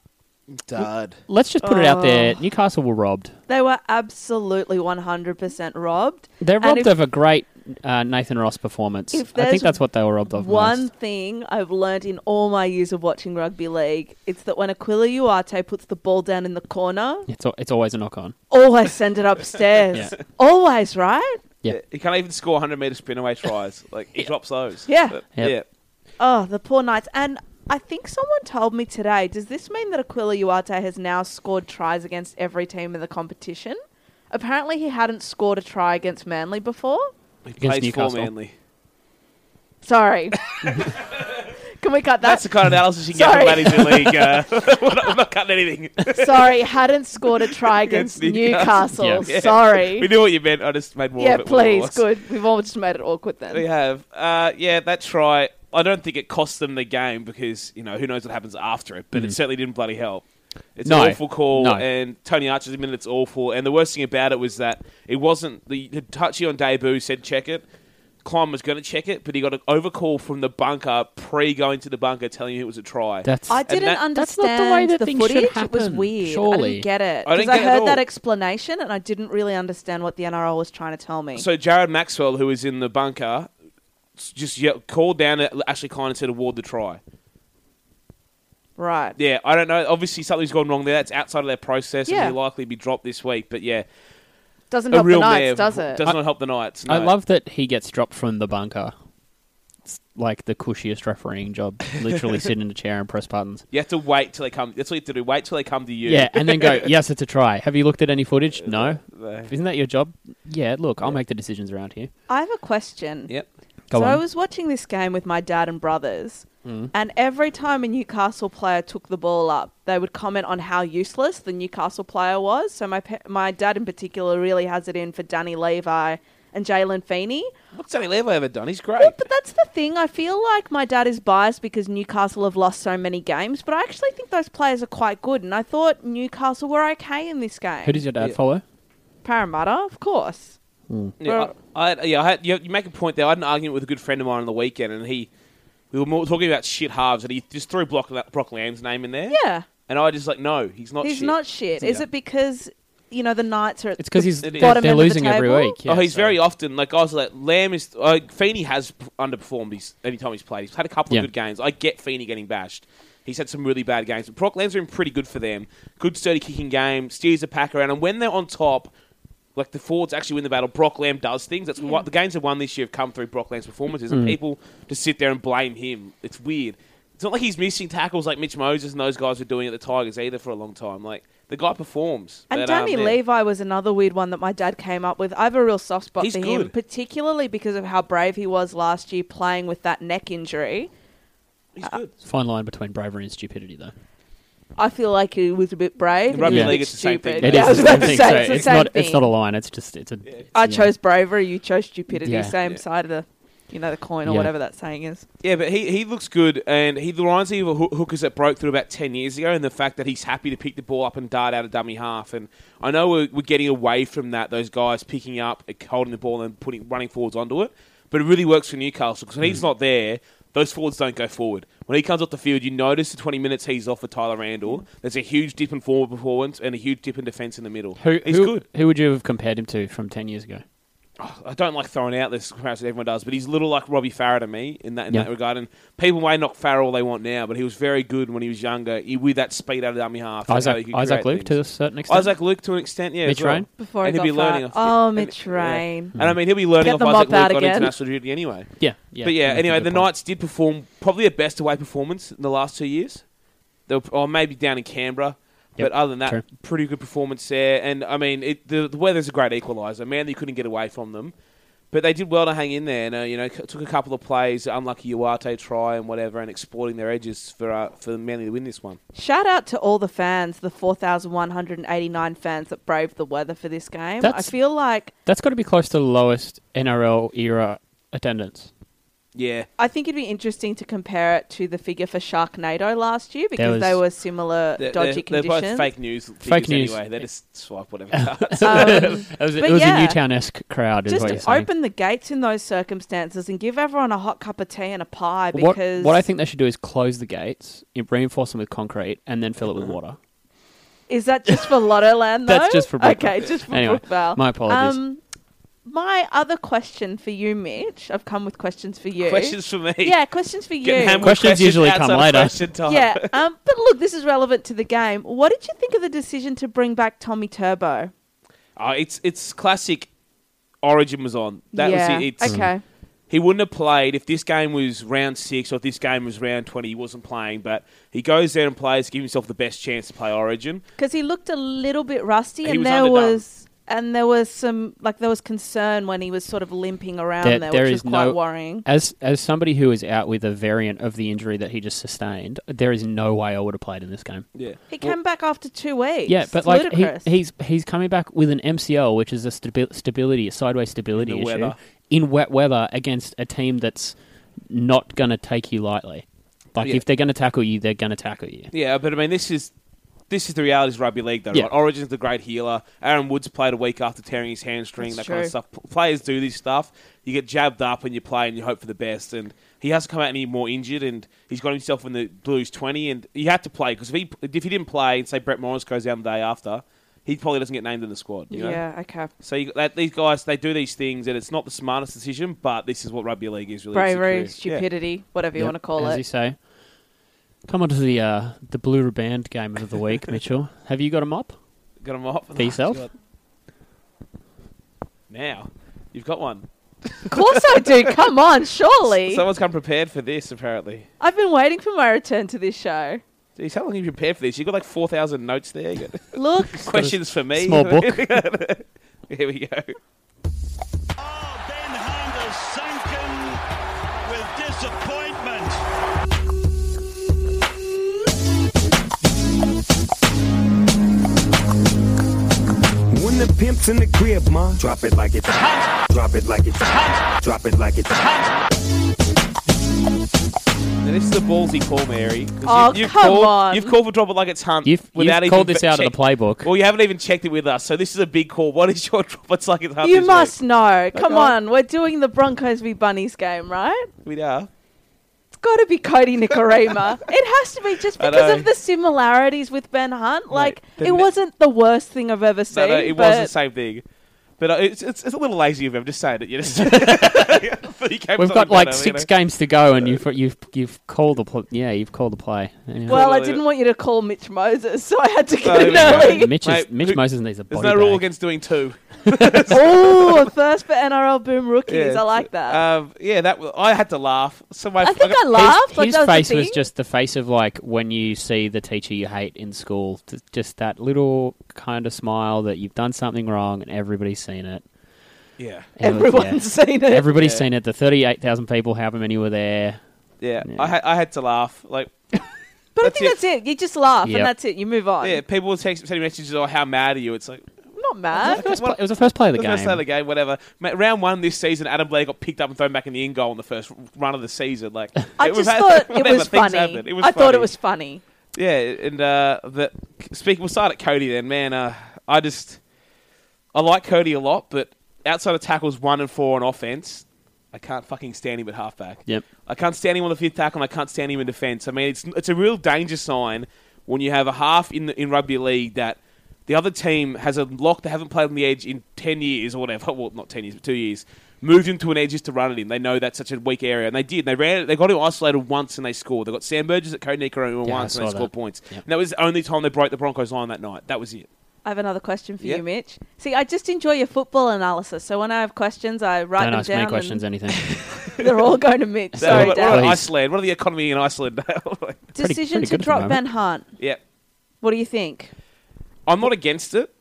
[SPEAKER 3] Dud.
[SPEAKER 2] let's just put it out there.
[SPEAKER 4] Oh.
[SPEAKER 2] Newcastle were robbed.
[SPEAKER 4] they were absolutely 100% robbed.
[SPEAKER 2] They're
[SPEAKER 4] And
[SPEAKER 2] robbed
[SPEAKER 4] if-
[SPEAKER 2] of a great uh, Nathan Ross performance.
[SPEAKER 4] if
[SPEAKER 2] I think
[SPEAKER 4] there's
[SPEAKER 2] that's what they were robbed of
[SPEAKER 4] One
[SPEAKER 2] most.
[SPEAKER 4] thing I've learned in all my years of watching rugby league, it's that when Aquila Uarte puts the ball down in the corner,
[SPEAKER 2] It's, al- it's always a knock on.
[SPEAKER 4] always send it upstairs.
[SPEAKER 2] Yeah.
[SPEAKER 4] Always, right?
[SPEAKER 2] Yeah.
[SPEAKER 3] He can't even score 100 meter spin away tries. Like, he drops those.
[SPEAKER 4] Yeah.
[SPEAKER 3] But,
[SPEAKER 2] Yep.
[SPEAKER 4] Oh, the poor Knights. And I think someone told me today, does this mean that Aquila Uarte has now scored tries against every team in the competition? Apparently he hadn't scored a try against Manly before.
[SPEAKER 3] Yeah. He
[SPEAKER 2] Against
[SPEAKER 3] plays for
[SPEAKER 2] Newcastle.
[SPEAKER 3] Manly.
[SPEAKER 4] Sorry. Can we cut
[SPEAKER 3] That's
[SPEAKER 4] that?
[SPEAKER 3] the kind of analysis you get from
[SPEAKER 4] Sorry.
[SPEAKER 3] Manny's in league. Uh, we're, not, we're not cutting anything.
[SPEAKER 4] Sorry, hadn't scored a try against,
[SPEAKER 3] Against Newcastle.
[SPEAKER 4] Newcastle.
[SPEAKER 2] Yeah.
[SPEAKER 3] Yeah.
[SPEAKER 4] Sorry.
[SPEAKER 3] We knew what you meant. I just made more
[SPEAKER 4] yeah,
[SPEAKER 3] of it. than what it
[SPEAKER 4] please.
[SPEAKER 3] was.
[SPEAKER 4] Good. We've all just made it awkward then.
[SPEAKER 3] We have. Uh, yeah, that try. I don't think it cost them the game because, you know, who knows what happens after it, but it certainly didn't bloody help. It's
[SPEAKER 2] Mm. No.
[SPEAKER 3] an awful call,
[SPEAKER 2] No.
[SPEAKER 3] and Tony Archer's minute's awful. And the worst thing about it was that it wasn't the, the touchy on debut said check it. Klein was going to check it, but he got an overcall from the bunker pre going to the bunker telling him it was a try.
[SPEAKER 2] That's
[SPEAKER 4] I
[SPEAKER 2] I,
[SPEAKER 4] didn't
[SPEAKER 3] that-
[SPEAKER 2] That's not the way
[SPEAKER 4] understand
[SPEAKER 2] that
[SPEAKER 4] the,
[SPEAKER 2] things should
[SPEAKER 4] footage. It was
[SPEAKER 2] happen,
[SPEAKER 4] weird. I
[SPEAKER 2] surely.
[SPEAKER 4] didn't get it
[SPEAKER 3] I didn't
[SPEAKER 4] because I,
[SPEAKER 3] get it at
[SPEAKER 4] heard that
[SPEAKER 3] all.
[SPEAKER 4] explanation and I didn't really understand what the NRL was trying to tell me.
[SPEAKER 3] So Jared Maxwell, who was in the bunker, s- just yelled, called down at Ashley Klein and said, award the try.
[SPEAKER 4] right.
[SPEAKER 3] Yeah, I don't know. Obviously, something's gone wrong there. That's outside of their process, and
[SPEAKER 4] Yeah.
[SPEAKER 3] he'll likely be dropped this week. But yeah,
[SPEAKER 4] Doesn't
[SPEAKER 3] a
[SPEAKER 4] help the
[SPEAKER 3] real
[SPEAKER 4] Knights,
[SPEAKER 3] mayor
[SPEAKER 4] does it?
[SPEAKER 3] Does not help the Knights. No.
[SPEAKER 2] love that he gets dropped from the bunker. It's like the cushiest refereeing job. Literally sit in a chair and press buttons.
[SPEAKER 3] You have to wait till they come. That's what you have to do. Wait till they come to you.
[SPEAKER 2] Yeah, and then go, yes, it's a try. Have you looked at any footage? No.
[SPEAKER 3] They-
[SPEAKER 2] Isn't that your job? Yeah, look, I'll make the decisions around here.
[SPEAKER 4] I have a question.
[SPEAKER 3] Yep.
[SPEAKER 2] Go
[SPEAKER 4] so
[SPEAKER 2] on. Mm.
[SPEAKER 4] I was watching this game with my dad and brothers, and every time a Newcastle player took the ball up, they would comment on how useless the Newcastle player was. So my pa- my dad in particular really has it in for Danny Levi and Jalen Feeney.
[SPEAKER 3] What's Danny Levi ever done? He's great.
[SPEAKER 4] But that's the thing. I feel like my dad is biased because Newcastle have lost so many games, but I actually think those players are quite good. And I thought Newcastle were okay in this game.
[SPEAKER 2] Who does your dad
[SPEAKER 3] Yeah.
[SPEAKER 2] follow?
[SPEAKER 4] Parramatta, of course.
[SPEAKER 3] Yeah, I, I, yeah I had, you, you make a point there. I had an argument with a good friend of mine on the weekend, and he we were more talking about shit halves, and he just threw Brock, Brock Lamb's name in there.
[SPEAKER 4] Yeah,
[SPEAKER 3] And I just like, no, he's not.
[SPEAKER 4] he's
[SPEAKER 3] shit.
[SPEAKER 4] not shit. Is
[SPEAKER 3] Yeah.
[SPEAKER 4] it because you know the Knights are? At
[SPEAKER 2] It's because
[SPEAKER 4] the
[SPEAKER 2] he's
[SPEAKER 3] It is.
[SPEAKER 2] they're,
[SPEAKER 4] bottom
[SPEAKER 2] they're
[SPEAKER 4] end of the
[SPEAKER 2] losing every
[SPEAKER 4] table?
[SPEAKER 2] week. Yeah,
[SPEAKER 3] oh, he's
[SPEAKER 2] so-
[SPEAKER 3] very often like guys like Lamb is. Uh, Feeney has p- underperformed. He's any time he's played, he's had a couple
[SPEAKER 2] Yeah.
[SPEAKER 3] of good games. I get Feeney getting bashed. He's had some really bad games, but Brock Lamb's been pretty good for them. Good sturdy kicking game, steers the pack around, and when they're on top, like the forwards actually win the battle. Brock Lamb does things. That's what the games that won this year have come through Brock Lamb's performances,
[SPEAKER 2] Mm.
[SPEAKER 3] and people just sit there and blame him. It's weird. It's not like he's missing tackles like Mitch Moses and those guys were doing at the Tigers either for a long time. Like the guy performs.
[SPEAKER 4] And
[SPEAKER 3] But, um,
[SPEAKER 4] Danny
[SPEAKER 3] yeah.
[SPEAKER 4] Levi was another weird one that my dad came up with. I have a real soft spot
[SPEAKER 3] He's
[SPEAKER 4] for him,
[SPEAKER 3] good.
[SPEAKER 4] particularly because of how brave he was last year playing with that neck injury.
[SPEAKER 3] he's good.
[SPEAKER 2] fine line between bravery and stupidity, though.
[SPEAKER 4] I feel like he was a bit brave.
[SPEAKER 3] In
[SPEAKER 4] and
[SPEAKER 3] rugby
[SPEAKER 4] he was a
[SPEAKER 3] league,
[SPEAKER 4] bit
[SPEAKER 3] it's the same thing,
[SPEAKER 4] stupid.
[SPEAKER 3] though. It
[SPEAKER 4] Yeah, I
[SPEAKER 3] is
[SPEAKER 4] was
[SPEAKER 3] the
[SPEAKER 4] about
[SPEAKER 3] same
[SPEAKER 4] to
[SPEAKER 3] thing,
[SPEAKER 4] say,
[SPEAKER 2] so
[SPEAKER 4] it's the
[SPEAKER 2] it's
[SPEAKER 4] same
[SPEAKER 2] not.
[SPEAKER 4] thing.
[SPEAKER 2] It's not a line. It's just. It's a. it's-
[SPEAKER 4] I
[SPEAKER 2] yeah.
[SPEAKER 4] chose bravery. You chose stupidity.
[SPEAKER 2] Yeah.
[SPEAKER 4] Same
[SPEAKER 3] Yeah.
[SPEAKER 4] side of the, you know, the coin or
[SPEAKER 2] Yeah.
[SPEAKER 4] whatever that saying is.
[SPEAKER 3] Yeah, but he, he looks good, and he reminds me of a hoo- hookers that broke through about 10 years ago, and the fact that he's happy to pick the ball up and dart out a dummy half. And I know we're, we're getting away from that, those guys picking up, holding the ball, and putting running forwards onto it, but it really works for Newcastle because when
[SPEAKER 2] Mm.
[SPEAKER 3] he's not there, those forwards don't go forward. When he comes off the field, you notice the 20 minutes he's off for Tyler
[SPEAKER 2] Mm.
[SPEAKER 3] Randall. There's a huge dip in forward performance and a huge dip in defence in the middle.
[SPEAKER 2] Who,
[SPEAKER 3] he's
[SPEAKER 2] who,
[SPEAKER 3] good.
[SPEAKER 2] Who would you have compared him to from ten years ago?
[SPEAKER 3] I don't like throwing out this comparison everyone does, but he's a little like Robbie Farah to me in that in
[SPEAKER 2] Yeah.
[SPEAKER 3] that regard. And people may knock Farah all they want now, but he was very good when he was younger he, with that speed out of the army half. and how he
[SPEAKER 2] Isaac,
[SPEAKER 3] could
[SPEAKER 2] Isaac
[SPEAKER 3] create
[SPEAKER 2] Luke to a
[SPEAKER 3] things.
[SPEAKER 2] certain extent.
[SPEAKER 3] Isaac Luke to an extent, yeah. as
[SPEAKER 2] Mitch
[SPEAKER 3] well.
[SPEAKER 2] Rain?
[SPEAKER 4] Before
[SPEAKER 3] and
[SPEAKER 4] he
[SPEAKER 3] he'll be
[SPEAKER 4] got
[SPEAKER 3] learning.
[SPEAKER 4] fired.
[SPEAKER 3] off-
[SPEAKER 4] Oh,
[SPEAKER 3] and-
[SPEAKER 4] Mitch
[SPEAKER 3] yeah.
[SPEAKER 4] Rain.
[SPEAKER 3] And I mean, he'll be learning
[SPEAKER 4] Get
[SPEAKER 3] off
[SPEAKER 4] the
[SPEAKER 3] Isaac
[SPEAKER 4] mop out
[SPEAKER 3] Luke on
[SPEAKER 4] again.
[SPEAKER 3] international duty anyway.
[SPEAKER 2] Yeah, yeah.
[SPEAKER 3] but yeah,
[SPEAKER 2] that's a
[SPEAKER 3] anyway,
[SPEAKER 2] good
[SPEAKER 3] the
[SPEAKER 2] point.
[SPEAKER 3] Knights did perform probably a best away performance in the last two years. They were, or maybe down in Canberra.
[SPEAKER 2] Yep,
[SPEAKER 3] But other than that,
[SPEAKER 2] true.
[SPEAKER 3] pretty good performance there. And I mean, it, the, the weather's a great equaliser. Man, you couldn't get away from them. But they did well to hang in there. And, uh, you know, c- took a couple of plays, unlucky Uarte try and whatever, and exploiting their edges for uh, for Manly to win this one.
[SPEAKER 4] Shout out to all the fans, the 4,189 fans that braved the weather for this game.
[SPEAKER 2] That's-
[SPEAKER 4] I feel like
[SPEAKER 2] That's got to be close to the lowest NRL era attendance.
[SPEAKER 3] Yeah,
[SPEAKER 4] I think it'd be interesting to compare it to the figure for Sharknado last year because
[SPEAKER 2] was-
[SPEAKER 4] they were similar
[SPEAKER 3] they're, they're,
[SPEAKER 4] dodgy conditions.
[SPEAKER 3] they're both fake news.
[SPEAKER 2] Fake
[SPEAKER 3] figures
[SPEAKER 2] news.
[SPEAKER 3] Anyway, they just swipe whatever. cards.
[SPEAKER 4] Um,
[SPEAKER 2] It was,
[SPEAKER 4] But
[SPEAKER 2] it was
[SPEAKER 4] yeah.
[SPEAKER 2] a Newtown esque crowd, is
[SPEAKER 4] just
[SPEAKER 2] what you're
[SPEAKER 4] to
[SPEAKER 2] saying.
[SPEAKER 4] open the gates in those circumstances and give everyone a hot cup of tea and a pie
[SPEAKER 2] what,
[SPEAKER 4] because
[SPEAKER 2] what I think they should do is close the gates, you reinforce them with concrete, and then fill it with
[SPEAKER 4] Uh-huh.
[SPEAKER 2] water.
[SPEAKER 4] Is that just for Lotto Land though?
[SPEAKER 2] That's just for Brookvale.
[SPEAKER 4] Okay, just for
[SPEAKER 2] Anyway,
[SPEAKER 4] Brookvale.
[SPEAKER 2] my apologies.
[SPEAKER 4] my other question for you, Mitch. I've come with questions for you.
[SPEAKER 3] Questions for me.
[SPEAKER 4] Yeah, questions for you.
[SPEAKER 3] Getting hammered
[SPEAKER 2] Questions usually
[SPEAKER 3] outside
[SPEAKER 2] come
[SPEAKER 3] of
[SPEAKER 2] later.
[SPEAKER 3] question time.
[SPEAKER 4] yeah, um, but look, this is relevant to the game. What did you think of the decision to bring back Tommy Turbo?
[SPEAKER 3] Oh, it's it's classic. Origin was on. That
[SPEAKER 4] yeah.
[SPEAKER 3] was it. It's,
[SPEAKER 4] okay.
[SPEAKER 3] He wouldn't have played if this game was round six or if this game was round twenty. He wasn't playing, but he goes there and plays, give himself the best chance to play Origin.
[SPEAKER 4] Because he looked a little bit rusty,
[SPEAKER 3] He
[SPEAKER 4] and
[SPEAKER 3] was
[SPEAKER 4] there
[SPEAKER 3] underdone.
[SPEAKER 4] was and there was some like there was concern when he was sort of limping around
[SPEAKER 2] There-
[SPEAKER 4] there,
[SPEAKER 2] there
[SPEAKER 4] Um, which
[SPEAKER 2] is
[SPEAKER 4] was quite
[SPEAKER 2] no-
[SPEAKER 4] worrying.
[SPEAKER 2] As as somebody who is out with a variant of the injury that he just sustained, there is no way I would have played in this game.
[SPEAKER 3] Yeah,
[SPEAKER 4] He came back after two weeks.
[SPEAKER 2] Yeah, but
[SPEAKER 4] It's
[SPEAKER 2] like he,
[SPEAKER 4] ludicrous.
[SPEAKER 2] he's he's coming back with an MCL, which is a stabi- stability, a sideways stability
[SPEAKER 3] In the
[SPEAKER 2] issue
[SPEAKER 3] weather.
[SPEAKER 2] in wet weather against a team that's not going to take you lightly. Like
[SPEAKER 3] Yeah.
[SPEAKER 2] if they're going to tackle you, they're going to tackle you.
[SPEAKER 3] yeah, but I mean, this is this is the realities of rugby league, though.
[SPEAKER 2] Yeah.
[SPEAKER 3] Right? Origin's the great healer. Aaron Woods played a week after tearing his hamstring, that
[SPEAKER 4] That's
[SPEAKER 3] kind of
[SPEAKER 4] true.
[SPEAKER 3] stuff. P- Players do this stuff. You get jabbed up and you play and you hope for the best. And he hasn't come out any more injured, and he's got himself in the Blues twenty. And he had to play because if he if he didn't play, and say Brett Morris goes down the day after, he probably doesn't get named in the squad. You know?
[SPEAKER 4] yeah, okay.
[SPEAKER 3] So you, that, these guys, they do these things, and it's not the smartest decision, but this is what rugby league is really. It's a
[SPEAKER 4] Bravery,
[SPEAKER 3] career.
[SPEAKER 4] stupidity, whatever you
[SPEAKER 2] Yep,
[SPEAKER 4] want to call
[SPEAKER 2] as
[SPEAKER 4] it.
[SPEAKER 2] you say. Come on to the uh, the blue band game of the week, Mitchell. Have you got a mop?
[SPEAKER 3] Yeah. Got 'em off.
[SPEAKER 2] For yourself?
[SPEAKER 3] Now, you've got one.
[SPEAKER 4] Of course I do. Come on, surely.
[SPEAKER 3] Someone's come prepared for this, apparently.
[SPEAKER 4] I've been waiting for my return to this show.
[SPEAKER 3] Jeez, how long have you prepared for this? You've got like 4,000 notes there. You got
[SPEAKER 4] Look,
[SPEAKER 3] questions for me.
[SPEAKER 2] small book.
[SPEAKER 3] Here we go.
[SPEAKER 6] Oh, Ben Hunter's sunken with disappointment.
[SPEAKER 7] When the pimp's in the crib, ma, drop it like it's hot. Drop it like it's hot. Drop it like it's hot.
[SPEAKER 3] Now, this is a ballsy call, Mary. 'cause
[SPEAKER 4] Oh,
[SPEAKER 3] you've
[SPEAKER 4] come
[SPEAKER 3] called,
[SPEAKER 4] on.
[SPEAKER 3] You've called for Drop It Like It's Hunt.
[SPEAKER 2] You've, you've
[SPEAKER 3] without even
[SPEAKER 2] called this
[SPEAKER 3] ve-
[SPEAKER 2] out of the
[SPEAKER 3] check-
[SPEAKER 2] playbook.
[SPEAKER 3] Well, you haven't even checked it with us, so this is a big call. What is your Drop It's Like It's Hunt?
[SPEAKER 4] you
[SPEAKER 3] this
[SPEAKER 4] must know. Come
[SPEAKER 3] Okay.
[SPEAKER 4] on, we're doing the Broncos v Bunnies game, right?
[SPEAKER 3] week? We are.
[SPEAKER 4] It's got to be Cody Nicarima. it has to be just
[SPEAKER 3] I
[SPEAKER 4] because
[SPEAKER 3] know.
[SPEAKER 4] of the similarities with Ben Hunt. Like
[SPEAKER 3] the
[SPEAKER 4] it
[SPEAKER 3] ne-
[SPEAKER 4] wasn't the worst thing I've ever
[SPEAKER 3] No,
[SPEAKER 4] seen.
[SPEAKER 3] no, it was
[SPEAKER 4] but
[SPEAKER 3] the same thing. But uh, it's, it's, it's a little lazy of him. Just saying it. You just
[SPEAKER 2] We've got like six games to go, and you've you've you've called the pl- yeah you've called the play. Anyway.
[SPEAKER 4] Well, I
[SPEAKER 3] Well,
[SPEAKER 4] didn't
[SPEAKER 3] it-
[SPEAKER 4] want you to call Mitch Moses, so I had to
[SPEAKER 3] No,
[SPEAKER 4] get it
[SPEAKER 3] no.
[SPEAKER 4] early.
[SPEAKER 2] Mitch, is,
[SPEAKER 3] Mate,
[SPEAKER 2] Mitch
[SPEAKER 3] who-
[SPEAKER 2] Moses needs a
[SPEAKER 3] There's
[SPEAKER 2] body
[SPEAKER 3] no rule
[SPEAKER 2] bag.
[SPEAKER 3] against doing two.
[SPEAKER 4] oh, first for NRL boom rookies.
[SPEAKER 3] Yeah.
[SPEAKER 4] I like that.
[SPEAKER 3] Um, yeah, that was, I had to laugh. So my
[SPEAKER 4] I think I,
[SPEAKER 3] got-
[SPEAKER 4] laughed. like,
[SPEAKER 2] His
[SPEAKER 4] that was a
[SPEAKER 2] face was
[SPEAKER 4] thing.
[SPEAKER 2] just the face of like when you see the teacher you hate in school, th- just that little kind of smile that you've done something wrong and everybody's seen it.
[SPEAKER 3] yeah,
[SPEAKER 2] And it was-
[SPEAKER 4] Everyone's seen it.
[SPEAKER 2] yeah. everybody's
[SPEAKER 3] Yeah.
[SPEAKER 2] seen it. The thirty-eight thousand people, however many were there.
[SPEAKER 3] yeah.
[SPEAKER 2] Yeah.
[SPEAKER 3] I had I had to laugh. Like,
[SPEAKER 4] but I
[SPEAKER 3] that's
[SPEAKER 4] think
[SPEAKER 3] it.
[SPEAKER 4] that's it. You just laugh
[SPEAKER 2] Yep.
[SPEAKER 4] and that's it. You move on.
[SPEAKER 3] yeah, people were text, sending messages, "Oh, how mad are you?" It's like
[SPEAKER 4] I'm not
[SPEAKER 2] It
[SPEAKER 4] mad.
[SPEAKER 2] was, pl- it was the first play of the
[SPEAKER 3] doesn't
[SPEAKER 2] game.
[SPEAKER 3] matter the game, whatever. Mate, round one this season, Adam Blair got picked up and thrown back in the in goal in the first run of the season. Like,
[SPEAKER 4] I
[SPEAKER 3] it
[SPEAKER 4] just
[SPEAKER 3] had-
[SPEAKER 4] thought it
[SPEAKER 3] whatever,
[SPEAKER 4] was
[SPEAKER 3] things
[SPEAKER 4] funny.
[SPEAKER 3] happened. It was
[SPEAKER 4] I thought
[SPEAKER 3] funny.
[SPEAKER 4] it was funny.
[SPEAKER 3] Yeah, and uh, the speaking. We'll start at Cody then, man. Uh, I just I like Cody a lot, but outside of tackles one and four on offense, I can't fucking stand him at halfback.
[SPEAKER 2] Yep.
[SPEAKER 3] I can't stand him on the fifth tackle, and I can't stand him in defence. I mean, it's it's a real danger sign when you have a half in the, in rugby league that the other team has a lock they haven't played on the edge in 10 years or whatever. Well, not 10 years, but two years. Moved him to an edge just to run it in. They know that's such a weak area. And they did. They ran it. They got him isolated once and they scored. They got Sam Burgess at Code Nicaragua
[SPEAKER 2] Yeah, I
[SPEAKER 3] once and
[SPEAKER 2] saw
[SPEAKER 3] they scored
[SPEAKER 2] that.
[SPEAKER 3] points.
[SPEAKER 2] Yep.
[SPEAKER 3] And that was the only time they broke the Broncos line that night. That was it.
[SPEAKER 4] I have another question for
[SPEAKER 3] Yep.
[SPEAKER 4] you, Mitch. See, I just enjoy your football analysis. So when I have questions, I write
[SPEAKER 2] Don't
[SPEAKER 4] them
[SPEAKER 2] ask
[SPEAKER 4] down.
[SPEAKER 2] me questions,
[SPEAKER 4] and
[SPEAKER 2] anything.
[SPEAKER 4] they're all going to Mitch.
[SPEAKER 3] So
[SPEAKER 4] Sorry,
[SPEAKER 3] what,
[SPEAKER 4] Dad.
[SPEAKER 3] what about
[SPEAKER 2] Please.
[SPEAKER 3] Iceland? What are the economy in Iceland?
[SPEAKER 2] pretty-
[SPEAKER 4] Decision
[SPEAKER 2] pretty
[SPEAKER 4] to
[SPEAKER 2] good at the
[SPEAKER 4] drop Ben
[SPEAKER 2] moment.
[SPEAKER 4] Hunt.
[SPEAKER 3] yeah.
[SPEAKER 4] What do you think?
[SPEAKER 3] I'm not against it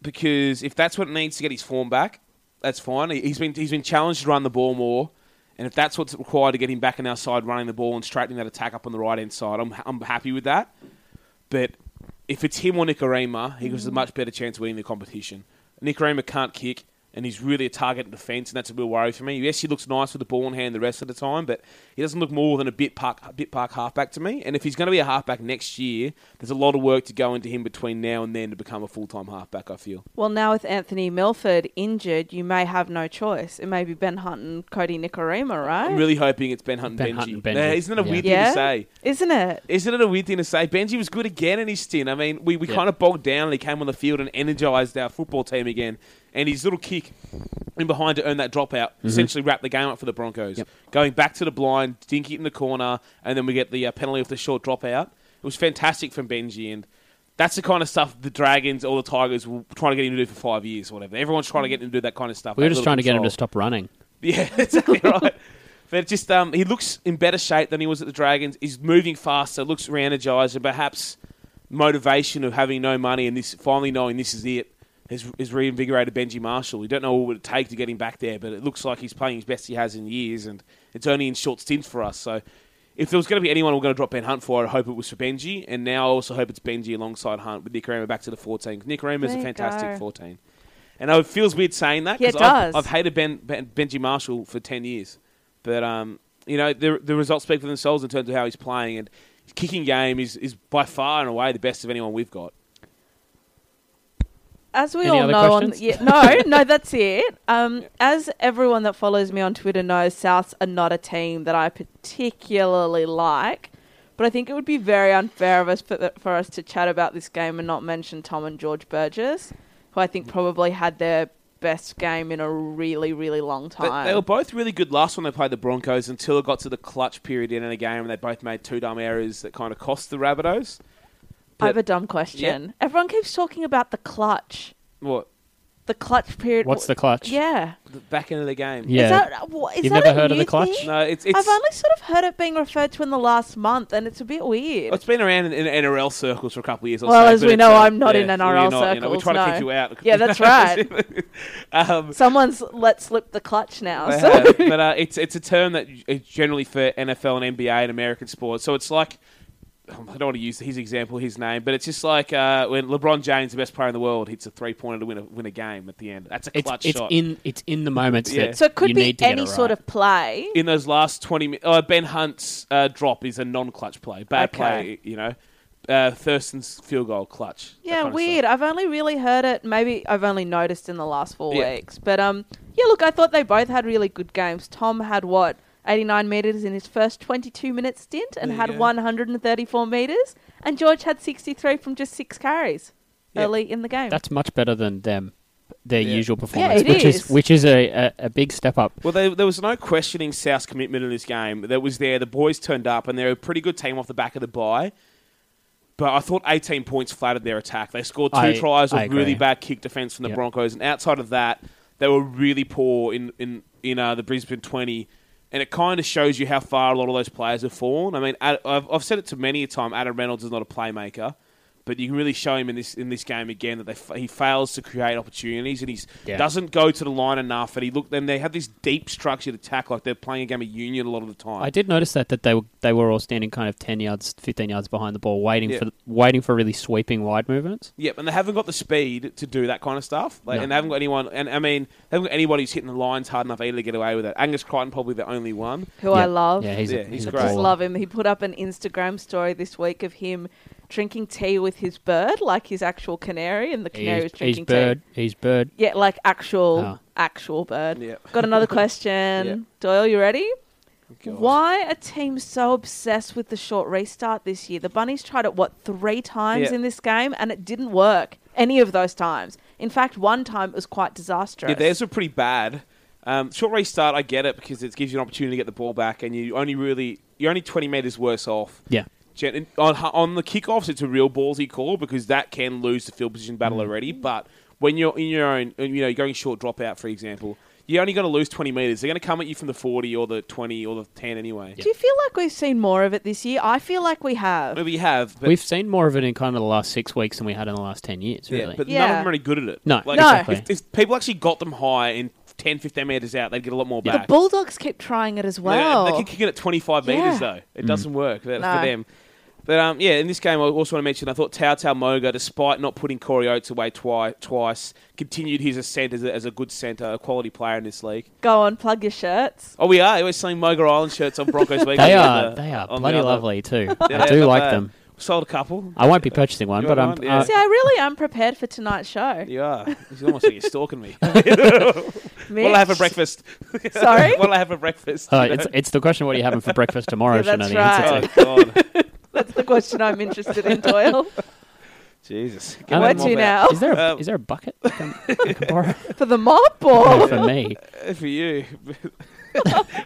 [SPEAKER 3] because if that's what it needs to get his form back, that's fine. He- He's been he's been challenged to run the ball more, and if that's what's required to get him back on our side, running the ball and straightening that attack up on the right hand side, I'm I'm happy with that. But if it's him or Nicarima, he gives us a much better chance of winning the competition. Nicarima can't kick, and he's really a target in defence, and that's a real worry for me. Yes, he looks nice with the ball in hand the rest of the time, but he doesn't look more than a bit park, a bit park halfback to me. And if he's going to be a halfback next year, there's a lot of work to go into him between now and then to become a full time halfback. I feel.
[SPEAKER 4] Well, now with Anthony Milford injured, you may have no choice. It may be Ben Hunt and Cody Nicarima, right?
[SPEAKER 3] I'm really hoping it's Ben Hunt and
[SPEAKER 2] Ben
[SPEAKER 3] Benji.
[SPEAKER 2] Hunt and Benji.
[SPEAKER 3] Nah, isn't that a
[SPEAKER 2] Yeah.
[SPEAKER 3] weird
[SPEAKER 4] yeah,
[SPEAKER 3] thing to say?
[SPEAKER 4] isn't it?
[SPEAKER 3] Isn't it a weird thing to say? Benji was good again in his stint. I mean, we, we
[SPEAKER 2] Yeah.
[SPEAKER 3] kind of bogged down and he came on the field and energised our football team again. And his little kick in behind to earn that dropout
[SPEAKER 2] Mm-hmm.
[SPEAKER 3] essentially wrapped the game up for the Broncos. Going back to the blind, dink it in the corner, and then we get the uh, penalty of the short dropout. It was fantastic from Benji. And that's the kind of stuff the Dragons or the Tigers were trying to get him to do for five years or whatever. Everyone's trying to get him to do that kind of stuff.
[SPEAKER 2] we
[SPEAKER 3] that
[SPEAKER 2] were just
[SPEAKER 3] little
[SPEAKER 2] trying to get him
[SPEAKER 3] control.
[SPEAKER 2] to stop running.
[SPEAKER 3] Yeah, exactly right. But just um, he looks in better shape than he was at the Dragons. He's moving faster, looks re-energized, and perhaps motivation of having no money and this finally knowing this is it has, has reinvigorated Benji Marshall. We don't know what it would take to get him back there, but it looks like he's playing his best he has in years, and it's only in short stints for us. So if there was going to be anyone we are going to drop Ben Hunt for, I hope it was for Benji, and now I also hope it's Benji alongside Hunt with Nick Rama back to the 14. Nick Rama is a
[SPEAKER 4] There you
[SPEAKER 3] fantastic
[SPEAKER 4] go.
[SPEAKER 3] 14. And I- it feels weird saying that
[SPEAKER 4] Yeah, it
[SPEAKER 3] because I've,
[SPEAKER 4] does.
[SPEAKER 3] I've hated ben, ben, Benji Marshall for ten years, but um, you know the the results speak for themselves in terms of how he's playing and his kicking game is is by far and away the best of anyone we've got.
[SPEAKER 4] As we
[SPEAKER 2] Any
[SPEAKER 4] all
[SPEAKER 2] other
[SPEAKER 4] know, on
[SPEAKER 2] questions?
[SPEAKER 4] yeah, no, no, that's it. Um, As everyone that follows me on Twitter knows, Souths are not a team that I particularly like. But I think it would be very unfair of us for, the, for us to chat about this game and not mention Tom and George Burgess, who I think probably had their best game in a really, really long
[SPEAKER 3] They,
[SPEAKER 4] time.
[SPEAKER 3] they were both really good last when they played the Broncos until it got to the clutch period in the game and they both made two dumb errors that kind of cost the Rabbitohs.
[SPEAKER 4] I have a dumb question. Everyone keeps talking about the clutch,
[SPEAKER 3] What
[SPEAKER 4] the clutch period.
[SPEAKER 2] What's the clutch?
[SPEAKER 4] Yeah.
[SPEAKER 3] the back end of the game?
[SPEAKER 2] Yeah.
[SPEAKER 4] Is that, what, is
[SPEAKER 2] You've
[SPEAKER 4] that
[SPEAKER 2] never
[SPEAKER 4] a
[SPEAKER 2] heard of the
[SPEAKER 4] new
[SPEAKER 2] clutch?
[SPEAKER 4] thing?
[SPEAKER 3] No, it's it's
[SPEAKER 4] I've only sort of heard it being referred to in the last month, and it's a bit weird.
[SPEAKER 3] it's been around in, in NRL circles for a couple of years. Or
[SPEAKER 4] Well,
[SPEAKER 3] so,
[SPEAKER 4] as
[SPEAKER 3] but
[SPEAKER 4] we
[SPEAKER 3] it's,
[SPEAKER 4] know,
[SPEAKER 3] uh,
[SPEAKER 4] I'm not
[SPEAKER 3] yeah,
[SPEAKER 4] in
[SPEAKER 3] you're
[SPEAKER 4] NRL
[SPEAKER 3] not, you know, we're
[SPEAKER 4] circles,
[SPEAKER 3] trying to
[SPEAKER 4] no.
[SPEAKER 3] kick you out.
[SPEAKER 4] Yeah, that's right.
[SPEAKER 3] um,
[SPEAKER 4] Someone's let slip the clutch now.
[SPEAKER 3] They
[SPEAKER 4] so.
[SPEAKER 3] have, but uh, it's it's a term that is generally for NFL and NBA and American sports. So it's like um, I don't want to use his example, his name, but it's just like uh, when LeBron James, the best player in the world, hits a three pointer to win a win a game at the end. That's a
[SPEAKER 2] It's,
[SPEAKER 3] clutch
[SPEAKER 2] it's
[SPEAKER 3] shot.
[SPEAKER 2] in it's in the moments
[SPEAKER 3] Yeah.
[SPEAKER 2] that
[SPEAKER 4] So it could
[SPEAKER 2] you
[SPEAKER 4] be
[SPEAKER 2] need to get
[SPEAKER 4] any
[SPEAKER 2] it
[SPEAKER 4] sort
[SPEAKER 2] right.
[SPEAKER 4] of play.
[SPEAKER 3] in those last twenty minutes, uh, Ben Hunt's uh, drop is a non-clutch play, bad
[SPEAKER 4] Okay.
[SPEAKER 3] play. You know, uh, Thurston's field goal clutch. that
[SPEAKER 4] yeah,
[SPEAKER 3] kind of
[SPEAKER 4] weird.
[SPEAKER 3] stuff.
[SPEAKER 4] I've only really heard it. Maybe I've only noticed in the last four
[SPEAKER 3] Yeah.
[SPEAKER 4] weeks. But um, yeah. Look, I thought they both had really good games. Tom had what 89 meters in his first 22 minute stint, and
[SPEAKER 3] There you
[SPEAKER 4] had
[SPEAKER 3] go.
[SPEAKER 4] 134 meters. And George had 63 from just six carries
[SPEAKER 3] Yeah.
[SPEAKER 4] early in the game.
[SPEAKER 2] That's much better than them, their
[SPEAKER 3] Yeah.
[SPEAKER 2] usual performance,
[SPEAKER 4] it
[SPEAKER 2] which
[SPEAKER 4] is.
[SPEAKER 2] which is a, a, a big step up.
[SPEAKER 3] Well, there, there was no questioning South's commitment in this game. That was there. The boys turned up, and they're a pretty good team off the back of the bye. But I thought 18 points flattered their attack. They scored two
[SPEAKER 2] I-
[SPEAKER 3] tries
[SPEAKER 2] I
[SPEAKER 3] of
[SPEAKER 2] agree.
[SPEAKER 3] really bad kick defense from the
[SPEAKER 2] Yeah.
[SPEAKER 3] Broncos, and outside of that, they were really poor in in in uh, the Brisbane 20. And it kind of shows you how far a lot of those players have fallen. I mean, Ad- I've, I've said it to many a time. Adam Reynolds is not a playmaker, but you can really show him in this in this game again that they, f- he fails to create opportunities and he
[SPEAKER 2] Yeah.
[SPEAKER 3] doesn't go to the line enough. And he looked, and they have this deep structured attack like they're playing a game of union a lot of the time.
[SPEAKER 2] I did notice that that they were they were all standing kind of ten yards, fifteen yards behind the ball, waiting
[SPEAKER 3] Yeah.
[SPEAKER 2] for waiting for really sweeping wide movements.
[SPEAKER 3] Yep, and they haven't got the speed to do that kind of stuff. Like,
[SPEAKER 2] No.
[SPEAKER 3] And they haven't got anyone. And I mean, they haven't got anybody who's hitting the lines hard enough either to get away with it. Angus Crichton probably the only one.
[SPEAKER 4] who
[SPEAKER 2] yeah.
[SPEAKER 4] I love.
[SPEAKER 2] Yeah, he's
[SPEAKER 3] Yeah,
[SPEAKER 2] a,
[SPEAKER 3] he's
[SPEAKER 2] he's a
[SPEAKER 3] great.
[SPEAKER 4] just
[SPEAKER 2] baller.
[SPEAKER 4] love him. He put up an Instagram story this week of him drinking tea with his bird, like his actual canary, and the canary
[SPEAKER 2] He's,
[SPEAKER 4] was
[SPEAKER 2] he's
[SPEAKER 4] drinking
[SPEAKER 2] bird.
[SPEAKER 4] tea.
[SPEAKER 2] He's bird.
[SPEAKER 4] Yeah, like actual
[SPEAKER 2] Ah.
[SPEAKER 4] actual bird.
[SPEAKER 3] Yeah.
[SPEAKER 4] Got another question.
[SPEAKER 3] Yeah.
[SPEAKER 4] Doyle, you ready?
[SPEAKER 3] God.
[SPEAKER 4] Why are teams so obsessed with the short restart this year? The Bunnies tried it what three times
[SPEAKER 3] Yeah.
[SPEAKER 4] in this game and it didn't work. any of those times. In fact, one time it was quite disastrous.
[SPEAKER 3] Yeah, theirs were pretty bad. Um, short race start, I get it because it gives you an opportunity to get the ball back, and you only really you're only 20 meters worse off.
[SPEAKER 2] Yeah.
[SPEAKER 3] Gen- on on the kickoffs, it's a real ballsy call because that can lose the field position
[SPEAKER 2] Mm.
[SPEAKER 3] battle already. But when you're in your own, you know, you're going short dropout, for example, you're only going to lose 20 meters. They're going to come at you from the 40 or the 20 or the 10 anyway.
[SPEAKER 4] Do you feel like we've seen more of it this year? I feel like we have.
[SPEAKER 3] Maybe you have, but
[SPEAKER 2] We've seen more of it in kind of the last six weeks than we had in the last ten years,
[SPEAKER 3] Yeah,
[SPEAKER 2] really.
[SPEAKER 3] but none of
[SPEAKER 4] Yeah.
[SPEAKER 3] them are any good at it.
[SPEAKER 2] No,
[SPEAKER 3] like,
[SPEAKER 4] No.
[SPEAKER 2] exactly.
[SPEAKER 3] If, if people actually got them high in 10, 15 metres out, they'd get a lot more
[SPEAKER 2] Yeah. The
[SPEAKER 3] back.
[SPEAKER 4] Bulldogs keep trying it as
[SPEAKER 3] They-
[SPEAKER 4] well.
[SPEAKER 3] um, They, can kick it at 25 metres,
[SPEAKER 4] Yeah.
[SPEAKER 3] though. It doesn't work that-
[SPEAKER 4] No.
[SPEAKER 3] for them. But um, yeah, in this game, I also want to mention I thought Tau Tau Moga, despite not putting Corey Oates away twi- twice, continued his ascent as a, as a good centre, a quality player in this league.
[SPEAKER 4] Go on, plug your shirts.
[SPEAKER 3] Oh, we are. We're selling Moga Island shirts on Broncos Weekly.
[SPEAKER 2] they
[SPEAKER 3] on
[SPEAKER 2] are
[SPEAKER 3] the-
[SPEAKER 2] they are
[SPEAKER 3] on the
[SPEAKER 2] bloody
[SPEAKER 3] other-
[SPEAKER 2] lovely too.
[SPEAKER 3] Yeah,
[SPEAKER 2] I do
[SPEAKER 3] not
[SPEAKER 2] like
[SPEAKER 3] bad.
[SPEAKER 2] them. Uh,
[SPEAKER 3] Sold a couple.
[SPEAKER 2] I won't be purchasing one,
[SPEAKER 3] You
[SPEAKER 2] but I'm.
[SPEAKER 3] want one?
[SPEAKER 2] uh,
[SPEAKER 4] See, I really am prepared for tonight's show.
[SPEAKER 3] You are. It's almost like you're stalking me.
[SPEAKER 4] Mitch,
[SPEAKER 3] What'll I have for breakfast?
[SPEAKER 4] Sorry?
[SPEAKER 3] What'll I have for breakfast?
[SPEAKER 2] uh,
[SPEAKER 3] You know?
[SPEAKER 2] it's, it's the question: What are you having for breakfast tomorrow?
[SPEAKER 4] Yeah,
[SPEAKER 2] should know
[SPEAKER 4] that's
[SPEAKER 2] the answer
[SPEAKER 4] right.
[SPEAKER 2] to.
[SPEAKER 3] oh, God.
[SPEAKER 4] That's the question I'm interested in, Doyle.
[SPEAKER 3] Jesus. Get
[SPEAKER 2] Um,
[SPEAKER 3] that
[SPEAKER 4] Where
[SPEAKER 3] mob
[SPEAKER 4] to
[SPEAKER 3] out.
[SPEAKER 4] now?
[SPEAKER 2] Is there a,
[SPEAKER 3] Um,
[SPEAKER 2] is there a bucket I can, I can borrow
[SPEAKER 4] For the mob or?
[SPEAKER 2] No, for me?
[SPEAKER 3] Uh, For you.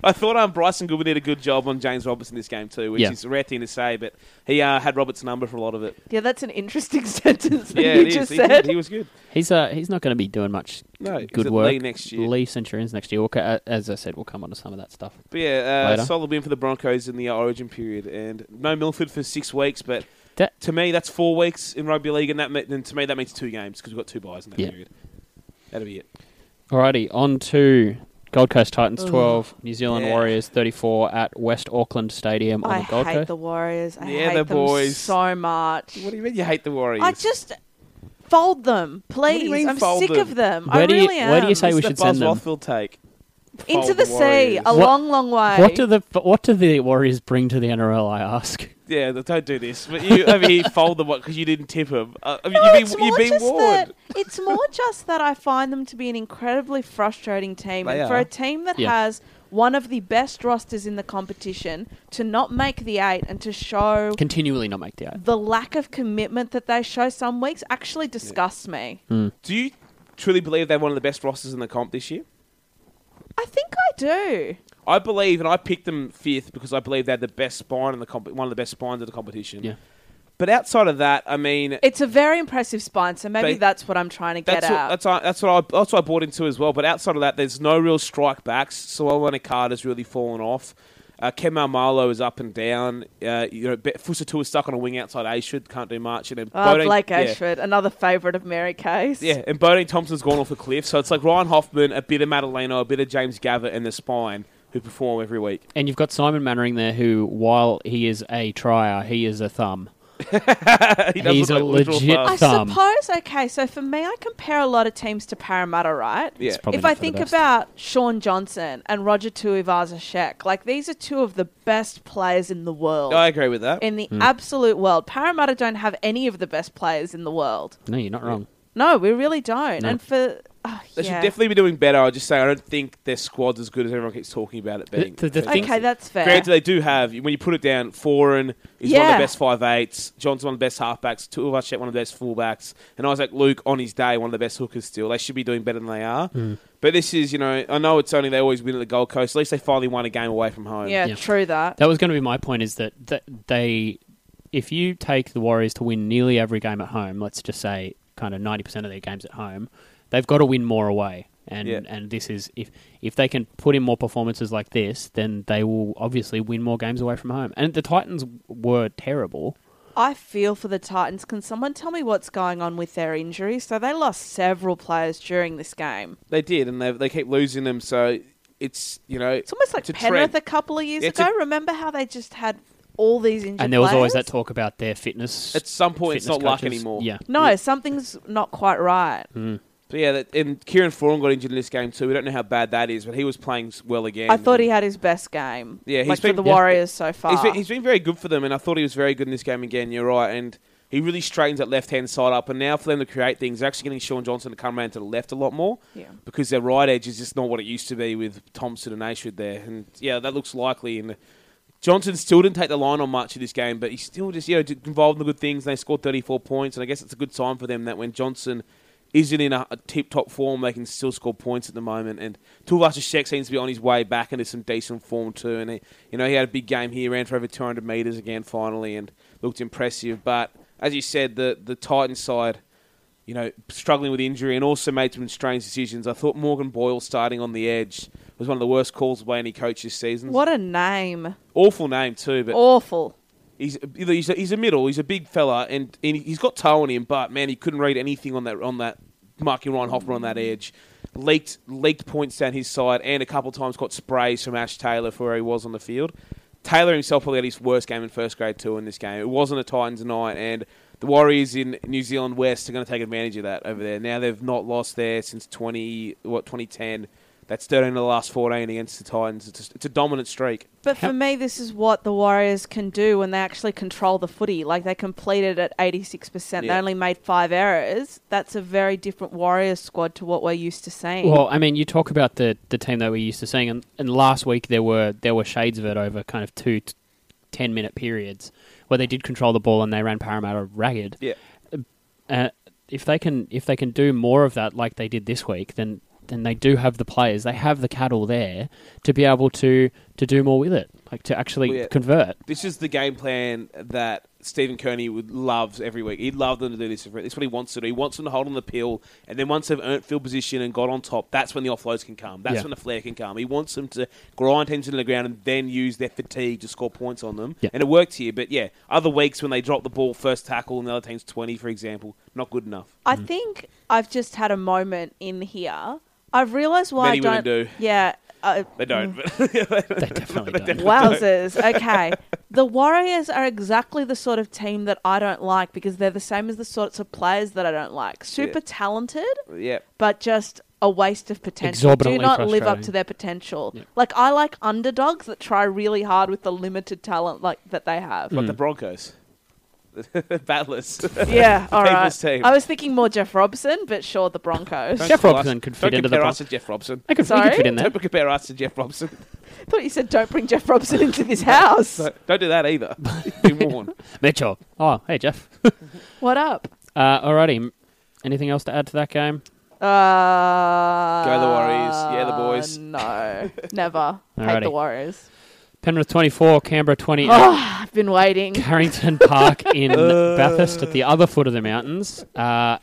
[SPEAKER 3] I thought um, Bryson Goodwin did a good job on James Robertson this game too, which
[SPEAKER 2] Yeah.
[SPEAKER 3] is a rare thing to say, but he uh, had Roberts' number for a lot of it.
[SPEAKER 4] Yeah, that's an interesting sentence that
[SPEAKER 3] Yeah,
[SPEAKER 4] you
[SPEAKER 3] it is.
[SPEAKER 4] just
[SPEAKER 3] He,
[SPEAKER 4] said.
[SPEAKER 3] did. he was good.
[SPEAKER 2] He's uh, he's not going to be doing much
[SPEAKER 3] No, he's
[SPEAKER 2] good
[SPEAKER 3] at
[SPEAKER 2] work
[SPEAKER 3] Lee next year.
[SPEAKER 2] Lee Centurions next year. We'll, co- uh, as I said, we'll come on to some of that stuff.
[SPEAKER 3] But yeah, uh,
[SPEAKER 2] Later.
[SPEAKER 3] solid win for the Broncos in the Origin period, and no Milford for six weeks, but
[SPEAKER 2] That-
[SPEAKER 3] to me that's four weeks in rugby league, and that me- and to me that means two games because we've got two buys in that
[SPEAKER 2] Yeah.
[SPEAKER 3] period. That'll be it.
[SPEAKER 2] Alrighty, on to Gold Coast Titans
[SPEAKER 4] Ugh.
[SPEAKER 2] 12, New Zealand
[SPEAKER 3] Yeah.
[SPEAKER 2] Warriors 34 at West Auckland Stadium
[SPEAKER 3] Oh
[SPEAKER 2] on
[SPEAKER 4] I
[SPEAKER 2] the Gold
[SPEAKER 4] hate
[SPEAKER 2] Coast.
[SPEAKER 4] the Warriors. I
[SPEAKER 3] Yeah,
[SPEAKER 4] hate
[SPEAKER 3] the
[SPEAKER 4] them
[SPEAKER 3] boys.
[SPEAKER 4] so much.
[SPEAKER 3] What do you mean you hate the Warriors?
[SPEAKER 4] I just fold them, please.
[SPEAKER 3] do you mean
[SPEAKER 4] I'm
[SPEAKER 3] fold
[SPEAKER 4] sick
[SPEAKER 3] them?
[SPEAKER 4] of them. I
[SPEAKER 2] Where do you-
[SPEAKER 4] really am.
[SPEAKER 2] where do you say
[SPEAKER 3] It's
[SPEAKER 2] we
[SPEAKER 3] the
[SPEAKER 2] should send
[SPEAKER 3] Buzz
[SPEAKER 2] them.
[SPEAKER 3] Rothfield take.
[SPEAKER 4] into
[SPEAKER 3] fold
[SPEAKER 4] the
[SPEAKER 3] the Warriors?
[SPEAKER 4] sea, a
[SPEAKER 2] What-
[SPEAKER 4] long, long way.
[SPEAKER 2] What do the what do the Warriors bring to the NRL? I ask.
[SPEAKER 3] Yeah, th- don't do this. But you, I mean, he fold them because you didn't tip him. Uh, I mean,
[SPEAKER 4] No,
[SPEAKER 3] you've
[SPEAKER 4] it's
[SPEAKER 3] been,
[SPEAKER 4] more
[SPEAKER 3] you've been
[SPEAKER 4] just
[SPEAKER 3] warned.
[SPEAKER 4] That, it's more just that I find them to be an incredibly frustrating team.
[SPEAKER 3] They
[SPEAKER 4] and for
[SPEAKER 3] are.
[SPEAKER 4] a team that
[SPEAKER 2] Yeah.
[SPEAKER 4] has one of the best rosters in the competition to not make the eight and to show
[SPEAKER 2] Continually not make the eight.
[SPEAKER 4] the lack of commitment that they show some weeks actually disgusts me.
[SPEAKER 3] Do you truly believe they're one of the best rosters in the comp this year?
[SPEAKER 4] I think I do.
[SPEAKER 3] I believe, and I picked them fifth because I believe they had the best spine in the comp- one of the best spines of the competition.
[SPEAKER 2] Yeah.
[SPEAKER 3] But outside of that, I mean,
[SPEAKER 4] It's a very impressive spine, so maybe
[SPEAKER 3] They-
[SPEAKER 4] that's what I'm trying to get
[SPEAKER 3] that's what,
[SPEAKER 4] out.
[SPEAKER 3] that's, what- that's what I that's what I bought into as well. But outside of that, there's no real strike backs. So Owen Carter's really fallen off. Uh, Kemal Marlowe is up and down. Uh, you know, Be- Fusatu is stuck on a wing outside Ashford, can't do much. And then
[SPEAKER 4] Oh,
[SPEAKER 3] Bodine-
[SPEAKER 4] Blake
[SPEAKER 3] yeah.
[SPEAKER 4] Ashford, another favourite of Mary Kay's.
[SPEAKER 3] Yeah, and Bodine Thompson's gone off a cliff. So it's like Ryan Hoffman, a bit of Madaleno, a bit of James Gavitt, and the spine who perform every week.
[SPEAKER 2] And you've got Simon Mannering there, who while he is a trier, he is a thumb.
[SPEAKER 3] He does
[SPEAKER 2] He's
[SPEAKER 3] look
[SPEAKER 2] a
[SPEAKER 3] literal
[SPEAKER 2] legit-
[SPEAKER 3] thug.
[SPEAKER 4] I
[SPEAKER 2] Thumb.
[SPEAKER 4] suppose, okay, so for me, I compare a lot of teams to Parramatta, right?
[SPEAKER 3] Yeah.
[SPEAKER 2] Probably
[SPEAKER 4] if
[SPEAKER 2] not
[SPEAKER 4] I
[SPEAKER 2] for the
[SPEAKER 4] think
[SPEAKER 2] best.
[SPEAKER 4] about Sean Johnson and Roger Tuivasa-Sheck, like these are two of the best players in the world.
[SPEAKER 3] I agree with that.
[SPEAKER 4] in the
[SPEAKER 2] Hmm.
[SPEAKER 4] absolute world. Parramatta don't have any of the best players in the world.
[SPEAKER 2] No, you're not wrong.
[SPEAKER 4] No, we really don't.
[SPEAKER 2] No.
[SPEAKER 4] And for oh,
[SPEAKER 3] They
[SPEAKER 4] yeah.
[SPEAKER 3] should definitely be doing better. I just say I don't think their squad's as good as everyone keeps talking about it. Being
[SPEAKER 2] the- the thing-
[SPEAKER 4] Okay, that's fair.
[SPEAKER 3] Granted, they do have when you put it down. Foreign is one of
[SPEAKER 4] Yeah.
[SPEAKER 3] the best five eights. John's one of the best halfbacks. Two of us one of the best fullbacks, and Isaac Luke on his day one of the best hookers. Still, they should be doing better than they are.
[SPEAKER 2] Hmm.
[SPEAKER 3] But this is, you know, I know it's only they always win at the Gold Coast. At least they finally won a game away from home.
[SPEAKER 4] yeah,
[SPEAKER 2] Yeah.
[SPEAKER 4] true that.
[SPEAKER 2] That was going to be my point. Is that that they, if you take the Warriors to win nearly every game at home, let's just say kind of ninety percent of their games at home, they've got to win more away. And
[SPEAKER 3] Yeah.
[SPEAKER 2] and this is if if they can put in more performances like this, then they will obviously win more games away from home. And the Titans were terrible.
[SPEAKER 4] I feel for the Titans. Can someone tell me what's going on with their injuries? So they lost several players during this game.
[SPEAKER 3] they did, and they they keep losing them. So it's you know,
[SPEAKER 4] It's almost like
[SPEAKER 3] a
[SPEAKER 4] Penrith
[SPEAKER 3] trend.
[SPEAKER 4] a couple of years
[SPEAKER 3] It's
[SPEAKER 4] ago.
[SPEAKER 3] a-
[SPEAKER 4] Remember how they just had all these injured
[SPEAKER 2] and there was always that
[SPEAKER 4] players?
[SPEAKER 2] talk about their fitness.
[SPEAKER 3] At some point, it's
[SPEAKER 2] fitness
[SPEAKER 3] not luck
[SPEAKER 2] coaches.
[SPEAKER 3] anymore.
[SPEAKER 2] Yeah.
[SPEAKER 4] No, something's not quite right.
[SPEAKER 3] Mm. But yeah, that, and Kieran Foran got injured in this game too. We don't know how bad that is, but he was playing s- well again.
[SPEAKER 4] I thought he
[SPEAKER 3] And
[SPEAKER 4] had his best game.
[SPEAKER 3] Yeah, he's
[SPEAKER 4] like
[SPEAKER 3] been-
[SPEAKER 4] for the
[SPEAKER 2] yeah.
[SPEAKER 4] Warriors so far.
[SPEAKER 3] He's been, he's been very good for them, and I thought he was very good in this game again. You're right, and he really straightens that left hand side up. And now for them to create things, they're actually getting Sean Johnson to come around to the left a lot more.
[SPEAKER 4] Yeah.
[SPEAKER 3] because their right edge is just not what it used to be with Thompson and Ashford there. And yeah, that looks likely. And Johnson still didn't take the line on much in this game, but he still just you know did- involved in the good things. And they scored 34 points, and I guess it's a good sign for them that when Johnson isn't in a, a tip-top form, they can still score points at the moment. And Tuivasa-Sheck seems to be on his way back into some decent form too. And he, you know he had a big game here, ran for over 200 meters again finally, and looked impressive. But as you said, the the Titans side you know, struggling with injury and also made some strange decisions. I thought Morgan Boyle starting on the edge was one of the worst calls by any coach this season.
[SPEAKER 4] What a name.
[SPEAKER 3] Awful name too, but
[SPEAKER 4] Awful.
[SPEAKER 3] he's he's a, he's a middle, he's a big fella, and, and he's got toe on him. But man, he couldn't read anything on that on that marking Ryan Hoffman on that edge. Leaked leaked points down his side, and a couple of times got sprays from Ash Taylor for where he was on the field. Taylor himself probably had his worst game in first grade too in this game. It wasn't a Titans night, and the Warriors in New Zealand West are going to take advantage of that over there. Now they've not lost there since twenty what twenty ten. That's thirteen of the last fourteen against the Titans. It's a, it's a dominant streak.
[SPEAKER 4] But for me, this is what the Warriors can do when they actually control the footy. Like they completed at 86%. They
[SPEAKER 3] Yeah.
[SPEAKER 4] only made five errors. That's a very different Warriors squad to what we're used to seeing.
[SPEAKER 2] Well, I mean, you talk about the, the team that we're used to seeing, and, and last week there were there were shades of it over kind of two t- 10 minute periods where they did control the ball and they ran Parramatta ragged.
[SPEAKER 3] Yeah.
[SPEAKER 2] Uh, if they can if they can do more of that like they did this week, then then they do have the players, they have the cattle there to be able to to do more with it, like to actually
[SPEAKER 3] Well, yeah.
[SPEAKER 2] convert.
[SPEAKER 3] This is the game plan that Stephen Kearney would loves every week. He'd love them to do this. every- This is what he wants to do. He wants them to hold on the pill, and then once they've earned field position and got on top, that's when the offloads can come. That's
[SPEAKER 2] Yeah.
[SPEAKER 3] when the flare can come. He wants them to grind teams into the ground and then use their fatigue to score points on them.
[SPEAKER 2] Yeah.
[SPEAKER 3] And it worked here, but yeah, other weeks when they drop the ball first tackle and the other team's twenty, for example, not good enough.
[SPEAKER 4] I think I've just had a moment in here. I've realised why
[SPEAKER 3] Many
[SPEAKER 4] I
[SPEAKER 3] women
[SPEAKER 4] don't.
[SPEAKER 3] do.
[SPEAKER 4] Yeah. Uh,
[SPEAKER 3] They don't.
[SPEAKER 2] They definitely don't.
[SPEAKER 4] Wowzers. Okay. The Warriors are exactly the sort of team that I don't like because they're the same as the sorts of players that I don't like. Super talented,
[SPEAKER 3] But yeah.
[SPEAKER 4] but just a waste of potential. Do
[SPEAKER 2] Exorbitantly
[SPEAKER 4] not live up
[SPEAKER 2] frustrating.
[SPEAKER 4] to their potential. Like I like underdogs that try really hard with the limited talent like that they have.
[SPEAKER 2] Mm.
[SPEAKER 3] But the Broncos, battlers.
[SPEAKER 4] Yeah, all right.
[SPEAKER 3] People's team.
[SPEAKER 4] I was thinking more Jeff Robson, but sure the Broncos. I
[SPEAKER 2] Jeff Robson could fit
[SPEAKER 3] Don't
[SPEAKER 2] into the
[SPEAKER 3] compare
[SPEAKER 2] box.
[SPEAKER 3] us to Jeff Robson.
[SPEAKER 2] They could, they
[SPEAKER 4] Sorry?
[SPEAKER 2] could fit in there.
[SPEAKER 3] Don't compare us to Jeff Robson.
[SPEAKER 4] thought you said don't bring Jeff Robson into this house.
[SPEAKER 3] So don't do that either. Be warned.
[SPEAKER 2] Mitchell. Oh, hey, Jeff.
[SPEAKER 4] What up?
[SPEAKER 2] Uh, alrighty. Anything else to add to that game?
[SPEAKER 4] Uh,
[SPEAKER 3] Go the Warriors. Yeah, the boys.
[SPEAKER 4] No, never. Hate the
[SPEAKER 2] Alrighty.
[SPEAKER 4] Warriors.
[SPEAKER 2] Penrith 24, Canberra 20,
[SPEAKER 4] I've been waiting.
[SPEAKER 2] Carrington Park in Bathurst at the other foot of the mountains. Uh,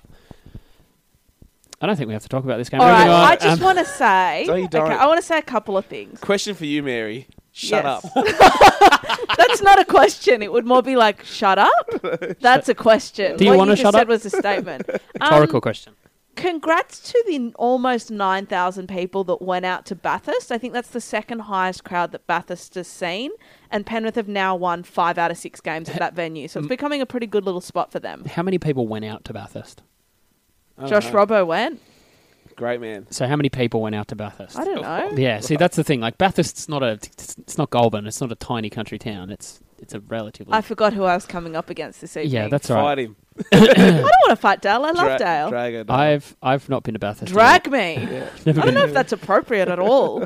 [SPEAKER 2] I don't think we have to talk about this game.
[SPEAKER 4] All right,
[SPEAKER 2] Moving on.
[SPEAKER 4] I
[SPEAKER 2] Um,
[SPEAKER 4] just want to say.
[SPEAKER 3] No, you don't.
[SPEAKER 4] Okay, I want to say a couple of things.
[SPEAKER 3] Question for you, Mary. Shut
[SPEAKER 4] Yes.
[SPEAKER 3] up.
[SPEAKER 4] That's not a question. It would more be like, shut up. That's a question.
[SPEAKER 2] Do you
[SPEAKER 4] What
[SPEAKER 2] wanna
[SPEAKER 4] just
[SPEAKER 2] shut
[SPEAKER 4] said
[SPEAKER 2] up?
[SPEAKER 4] was a statement.
[SPEAKER 2] rhetorical
[SPEAKER 4] Um,
[SPEAKER 2] question.
[SPEAKER 4] congrats to the n- almost 9,000 people that went out to Bathurst. I think that's the second highest crowd that Bathurst has seen. And Penrith have now won five out of six games at that venue. So it's becoming a pretty good little spot for them.
[SPEAKER 2] How many people went out to Bathurst? Oh,
[SPEAKER 4] Josh Robbo went.
[SPEAKER 3] Uh-huh. Great man.
[SPEAKER 2] So how many people went out to Bathurst?
[SPEAKER 4] I don't know.
[SPEAKER 2] Yeah, see that's the thing. Like Bathurst's not a, it's it's not Goulburn. It's not a tiny country town. It's it's a relatively.
[SPEAKER 4] I forgot who I was coming up against this evening.
[SPEAKER 2] yeah, that's all
[SPEAKER 3] Fight
[SPEAKER 2] right.
[SPEAKER 3] him.
[SPEAKER 4] I don't want to fight Dale. I love
[SPEAKER 3] Dra-
[SPEAKER 4] Dale.
[SPEAKER 3] Drag her down.
[SPEAKER 2] I've I've not been to Bathurst.
[SPEAKER 4] Drag me.
[SPEAKER 2] Never
[SPEAKER 4] I don't
[SPEAKER 2] been.
[SPEAKER 4] know if that's appropriate at all.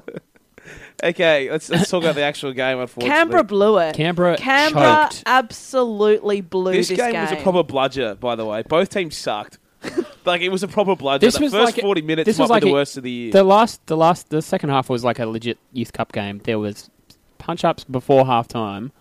[SPEAKER 3] Okay, let's, let's talk about the actual game, unfortunately.
[SPEAKER 4] Canberra blew it.
[SPEAKER 2] Canberra
[SPEAKER 4] Canberra
[SPEAKER 2] choked.
[SPEAKER 4] absolutely blew
[SPEAKER 3] this,
[SPEAKER 4] this,
[SPEAKER 3] game, was a proper bludger, by the way. Both teams sucked. like, it was a proper bludger.
[SPEAKER 2] This
[SPEAKER 3] the
[SPEAKER 2] was
[SPEAKER 3] first
[SPEAKER 2] like a-
[SPEAKER 3] 40 minutes
[SPEAKER 2] this
[SPEAKER 3] might
[SPEAKER 2] was
[SPEAKER 3] be
[SPEAKER 2] like
[SPEAKER 3] the
[SPEAKER 2] a-
[SPEAKER 3] worst of the year.
[SPEAKER 2] The last, the last, the second half was like a legit youth cup game. There was punch ups before half time,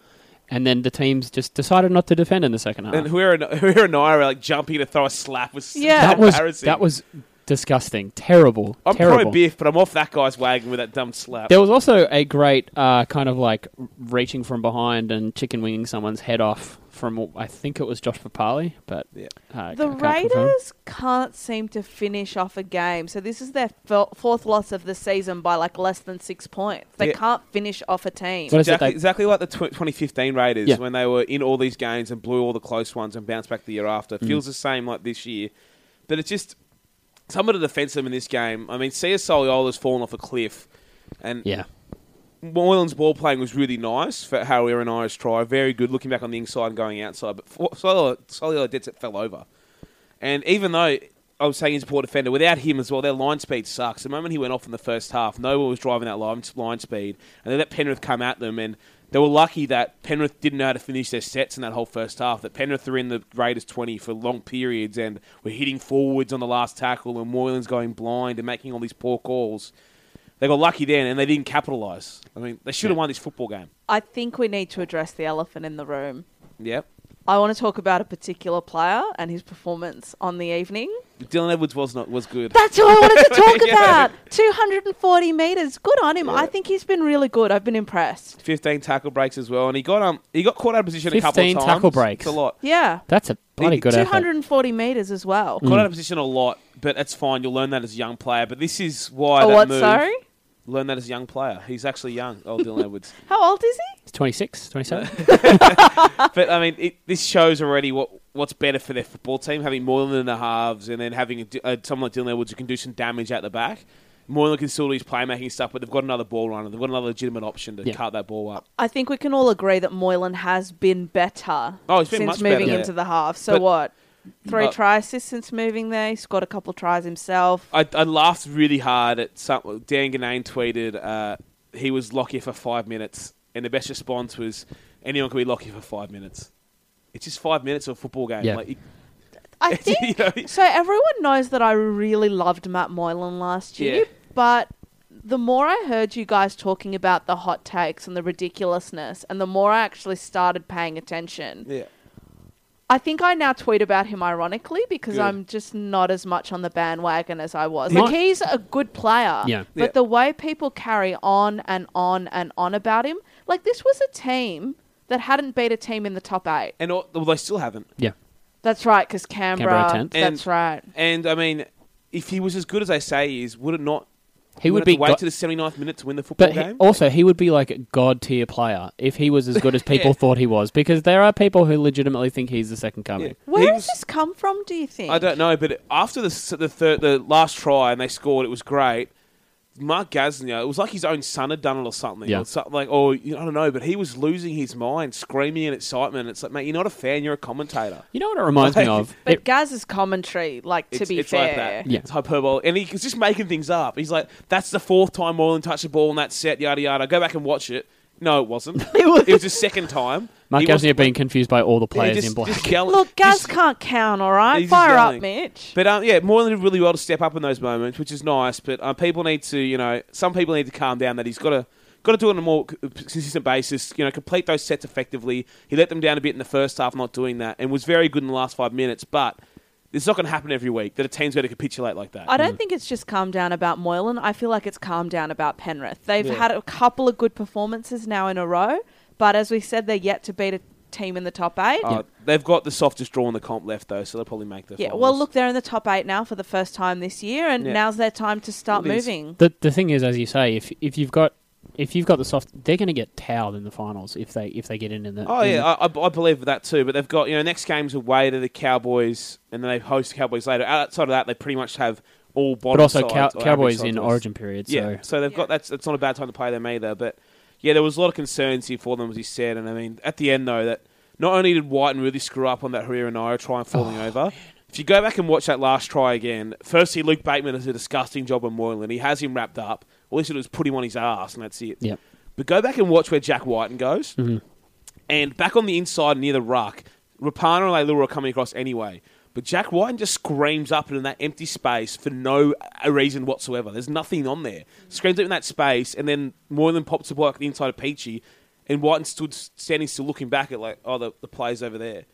[SPEAKER 2] and then the teams just decided not to defend in the second half.
[SPEAKER 3] and whoever and Naira, like, jumping to throw a slap was
[SPEAKER 4] Yeah.
[SPEAKER 2] that was
[SPEAKER 3] embarrassing.
[SPEAKER 2] that was disgusting, terrible,
[SPEAKER 3] I'm pro
[SPEAKER 2] terrible.
[SPEAKER 3] Biff, but I'm off that guy's wagon with that dumb slap.
[SPEAKER 2] there was also a great uh, kind of like reaching from behind and chicken winging someone's head off from I think it was Josh Papali, but
[SPEAKER 3] Yeah.
[SPEAKER 2] uh, can't
[SPEAKER 4] The
[SPEAKER 2] confirm.
[SPEAKER 4] Raiders can't seem to finish off a game. So this is their fo- fourth loss of the season by like less than six points. They
[SPEAKER 3] Yeah.
[SPEAKER 4] can't finish off a team.
[SPEAKER 2] What is
[SPEAKER 3] Exactly,
[SPEAKER 2] it? They,
[SPEAKER 3] exactly like the tw- 2015 Raiders
[SPEAKER 2] Yeah.
[SPEAKER 3] when they were in all these games and blew all the close ones and bounced back the year after.
[SPEAKER 2] Mm.
[SPEAKER 3] Feels the same like this year. But it's just some of the defensive in this game. I mean, CS Soliola's fallen off a cliff. And
[SPEAKER 2] yeah,
[SPEAKER 3] Moylan's ball playing was really nice for Harry and Irish try. Very good looking back on the inside and going outside. But for- Soliola, Soliola did it fell over. And even though I was saying he's a poor defender, without him as well, their line speed sucks. The moment he went off in the first half, no one was driving that line, line speed. And they let Penrith come at them. And They were lucky that Penrith didn't know how to finish their sets in that whole first half. That Penrith are in the Raiders 20 for long periods and were hitting forwards on the last tackle and Moylan's going blind and making all these poor calls. They got lucky then and they didn't capitalise. I mean, they should have won this football game.
[SPEAKER 4] I think we need to address the elephant in the room.
[SPEAKER 3] Yep.
[SPEAKER 4] I want to talk about a particular player and his performance on the evening.
[SPEAKER 3] Dylan Edwards was not was good.
[SPEAKER 4] That's all I wanted to talk
[SPEAKER 3] Yeah.
[SPEAKER 4] about. 240 metres. Good on him. I think he's been really good. I've been impressed.
[SPEAKER 3] 15 tackle breaks as well, and he got um he got caught out of position a couple of
[SPEAKER 2] 15
[SPEAKER 3] times.
[SPEAKER 2] tackle breaks.
[SPEAKER 3] It's a lot.
[SPEAKER 4] Yeah.
[SPEAKER 2] That's a bloody good effort.
[SPEAKER 4] 240 metres as well.
[SPEAKER 3] Caught
[SPEAKER 2] Mm.
[SPEAKER 3] out of position a lot, but that's fine. You'll learn that as a young player. But this is why
[SPEAKER 4] Oh,
[SPEAKER 3] that
[SPEAKER 4] what?
[SPEAKER 3] move.
[SPEAKER 4] Sorry?
[SPEAKER 3] Learn that as a young player. He's actually young, old Dylan Edwards.
[SPEAKER 4] How old is he?
[SPEAKER 2] It's 26, 27.
[SPEAKER 3] But I mean, it, this shows already what what's better for their football team having Moylan in the halves and then having a, D- uh someone like Dylan Edwards who can do some damage at the back. Moylan can still do his playmaking stuff, but they've got another ball runner. They've got another legitimate option to
[SPEAKER 2] Yeah.
[SPEAKER 3] cut that ball up.
[SPEAKER 4] I think we can all agree that Moylan has been better
[SPEAKER 3] Oh, he's been
[SPEAKER 4] since
[SPEAKER 3] much better,
[SPEAKER 4] moving
[SPEAKER 3] yeah.
[SPEAKER 4] into the half. So
[SPEAKER 3] But-
[SPEAKER 4] what? Three
[SPEAKER 3] But-
[SPEAKER 4] try assists since moving there. He scored a couple tries himself.
[SPEAKER 3] I, I laughed really hard at some. Dan Ganane tweeted uh, he was lucky for five minutes, and the best response was anyone can be lucky for five minutes. It's just five minutes of a football game.
[SPEAKER 2] Yeah.
[SPEAKER 3] Like, it-
[SPEAKER 4] I
[SPEAKER 3] you
[SPEAKER 4] think
[SPEAKER 3] know,
[SPEAKER 4] so. Everyone knows that I really loved Matt Moylan last year,
[SPEAKER 3] Yeah.
[SPEAKER 4] but the more I heard you guys talking about the hot takes and the ridiculousness, and the more I actually started paying attention,
[SPEAKER 3] yeah.
[SPEAKER 4] I think I now tweet about him ironically because
[SPEAKER 3] Good.
[SPEAKER 4] I'm just not as much on the bandwagon as I was.
[SPEAKER 2] My-
[SPEAKER 4] like he's a good player,
[SPEAKER 2] Yeah.
[SPEAKER 4] but
[SPEAKER 3] Yeah.
[SPEAKER 4] the way people carry on and on and on about him, like this was a team that hadn't beat a team in the top eight.
[SPEAKER 3] And all, well, they still haven't.
[SPEAKER 2] yeah.
[SPEAKER 4] That's right, because Canberra.
[SPEAKER 2] Canberra tenth.
[SPEAKER 4] That's
[SPEAKER 3] And-
[SPEAKER 4] right.
[SPEAKER 3] And I mean, if he was as good as they say he is, would it not?
[SPEAKER 2] He would
[SPEAKER 3] have to
[SPEAKER 2] be
[SPEAKER 3] wait
[SPEAKER 2] go-
[SPEAKER 3] to the 79th minute to win the football
[SPEAKER 2] But he-
[SPEAKER 3] game.
[SPEAKER 2] also, he would be like a god tier player if he was as good as people thought he was, because there are people who legitimately think he's the second coming.
[SPEAKER 3] Yeah.
[SPEAKER 4] Where
[SPEAKER 3] He
[SPEAKER 4] has
[SPEAKER 3] was-
[SPEAKER 4] this come from? Do you think?
[SPEAKER 3] I don't know, but after the s- the third, the last try and they scored, it was great. Mark Gasnier, it was like his own son had done it or something.
[SPEAKER 2] Yeah.
[SPEAKER 3] Or something like, or you know, I don't know, but he was losing his mind, screaming in excitement. It's like, mate, you're not a fan, you're a commentator.
[SPEAKER 2] You know what it reminds me of?
[SPEAKER 4] But
[SPEAKER 2] It-
[SPEAKER 4] Gaz's commentary, like to
[SPEAKER 3] It's,
[SPEAKER 4] be
[SPEAKER 3] it's
[SPEAKER 4] fair,
[SPEAKER 3] like that.
[SPEAKER 2] Yeah.
[SPEAKER 3] It's hyperbole. And he's just making things up. He's like, that's the fourth time Moreland touched the ball in that set, yada, yada. Go back and watch it. No, it wasn't. it was the second time.
[SPEAKER 2] Mark
[SPEAKER 3] He was-
[SPEAKER 2] Gasnier being confused by all the
[SPEAKER 3] he
[SPEAKER 2] players
[SPEAKER 3] just-
[SPEAKER 2] in black.
[SPEAKER 3] just yell-
[SPEAKER 4] look, Gaz
[SPEAKER 3] just-
[SPEAKER 4] can't count. All right,
[SPEAKER 3] He's just
[SPEAKER 4] fire up,
[SPEAKER 3] yelling.
[SPEAKER 4] Mitch.
[SPEAKER 3] But um, yeah, Moylan did really well to step up in those moments, which is nice. But um, people need to, you know, some people need to calm down. That he's got to got to do it on a more c- consistent basis. You know, complete those sets effectively. He let them down a bit in the first half, not doing that, and was very good in the last five minutes. But it's not going to happen every week that a team's going to capitulate like that.
[SPEAKER 4] I don't think it's just calmed down about Moylan. I feel like it's calmed down about Penrith. They've
[SPEAKER 3] Yeah.
[SPEAKER 4] had a couple of good performances now in a row, but as we said, they're yet to beat a team in the top eight.
[SPEAKER 3] Uh, They've got the softest draw in the comp left though, so they'll probably make the.
[SPEAKER 4] yeah,
[SPEAKER 3] finals.
[SPEAKER 4] well, look, they're in the top eight now for the first time this year, and
[SPEAKER 3] Yeah.
[SPEAKER 4] now's their time to start
[SPEAKER 3] It is.
[SPEAKER 4] moving.
[SPEAKER 2] The the thing is, as you say, if if you've got if you've got the soft, they're going to get towed in the finals if they if they get in in the.
[SPEAKER 3] Oh
[SPEAKER 2] in
[SPEAKER 3] yeah,
[SPEAKER 2] the-
[SPEAKER 3] I, I I believe that too. But they've got you know next game's away to the Cowboys, and then they host the Cowboys later. Outside of that, they pretty much have all bottom.
[SPEAKER 2] but also
[SPEAKER 3] sides
[SPEAKER 2] cow,
[SPEAKER 3] or average
[SPEAKER 2] Cowboys
[SPEAKER 3] sides
[SPEAKER 2] in
[SPEAKER 3] or-
[SPEAKER 2] Origin period.
[SPEAKER 3] Yeah,
[SPEAKER 2] So
[SPEAKER 3] so they've got that's it's not a bad time to play them either. But yeah, there was a lot of concerns here for them as you said, and I mean at the end though that not only did Whiten really screw up on that Herrera and Io try and falling
[SPEAKER 2] Oh,
[SPEAKER 3] over. If you go back and watch that last try again, firstly Luke Bateman does a disgusting job on Moylan. He has him wrapped up. All he should do is put him on his ass, and that's it.
[SPEAKER 2] Yep. Mm-hmm.
[SPEAKER 3] But go back and watch where Jack Whiten goes. And back on the inside near the ruck, Rapana and Leilua are coming across anyway. But Jack Whiten just screams up in that empty space for no uh, reason whatsoever. There's nothing on there. Screams up in that space, and then Moylan pops the block inside of Peachy, and Whiten stood standing still looking back at like, oh, the, the play's over there.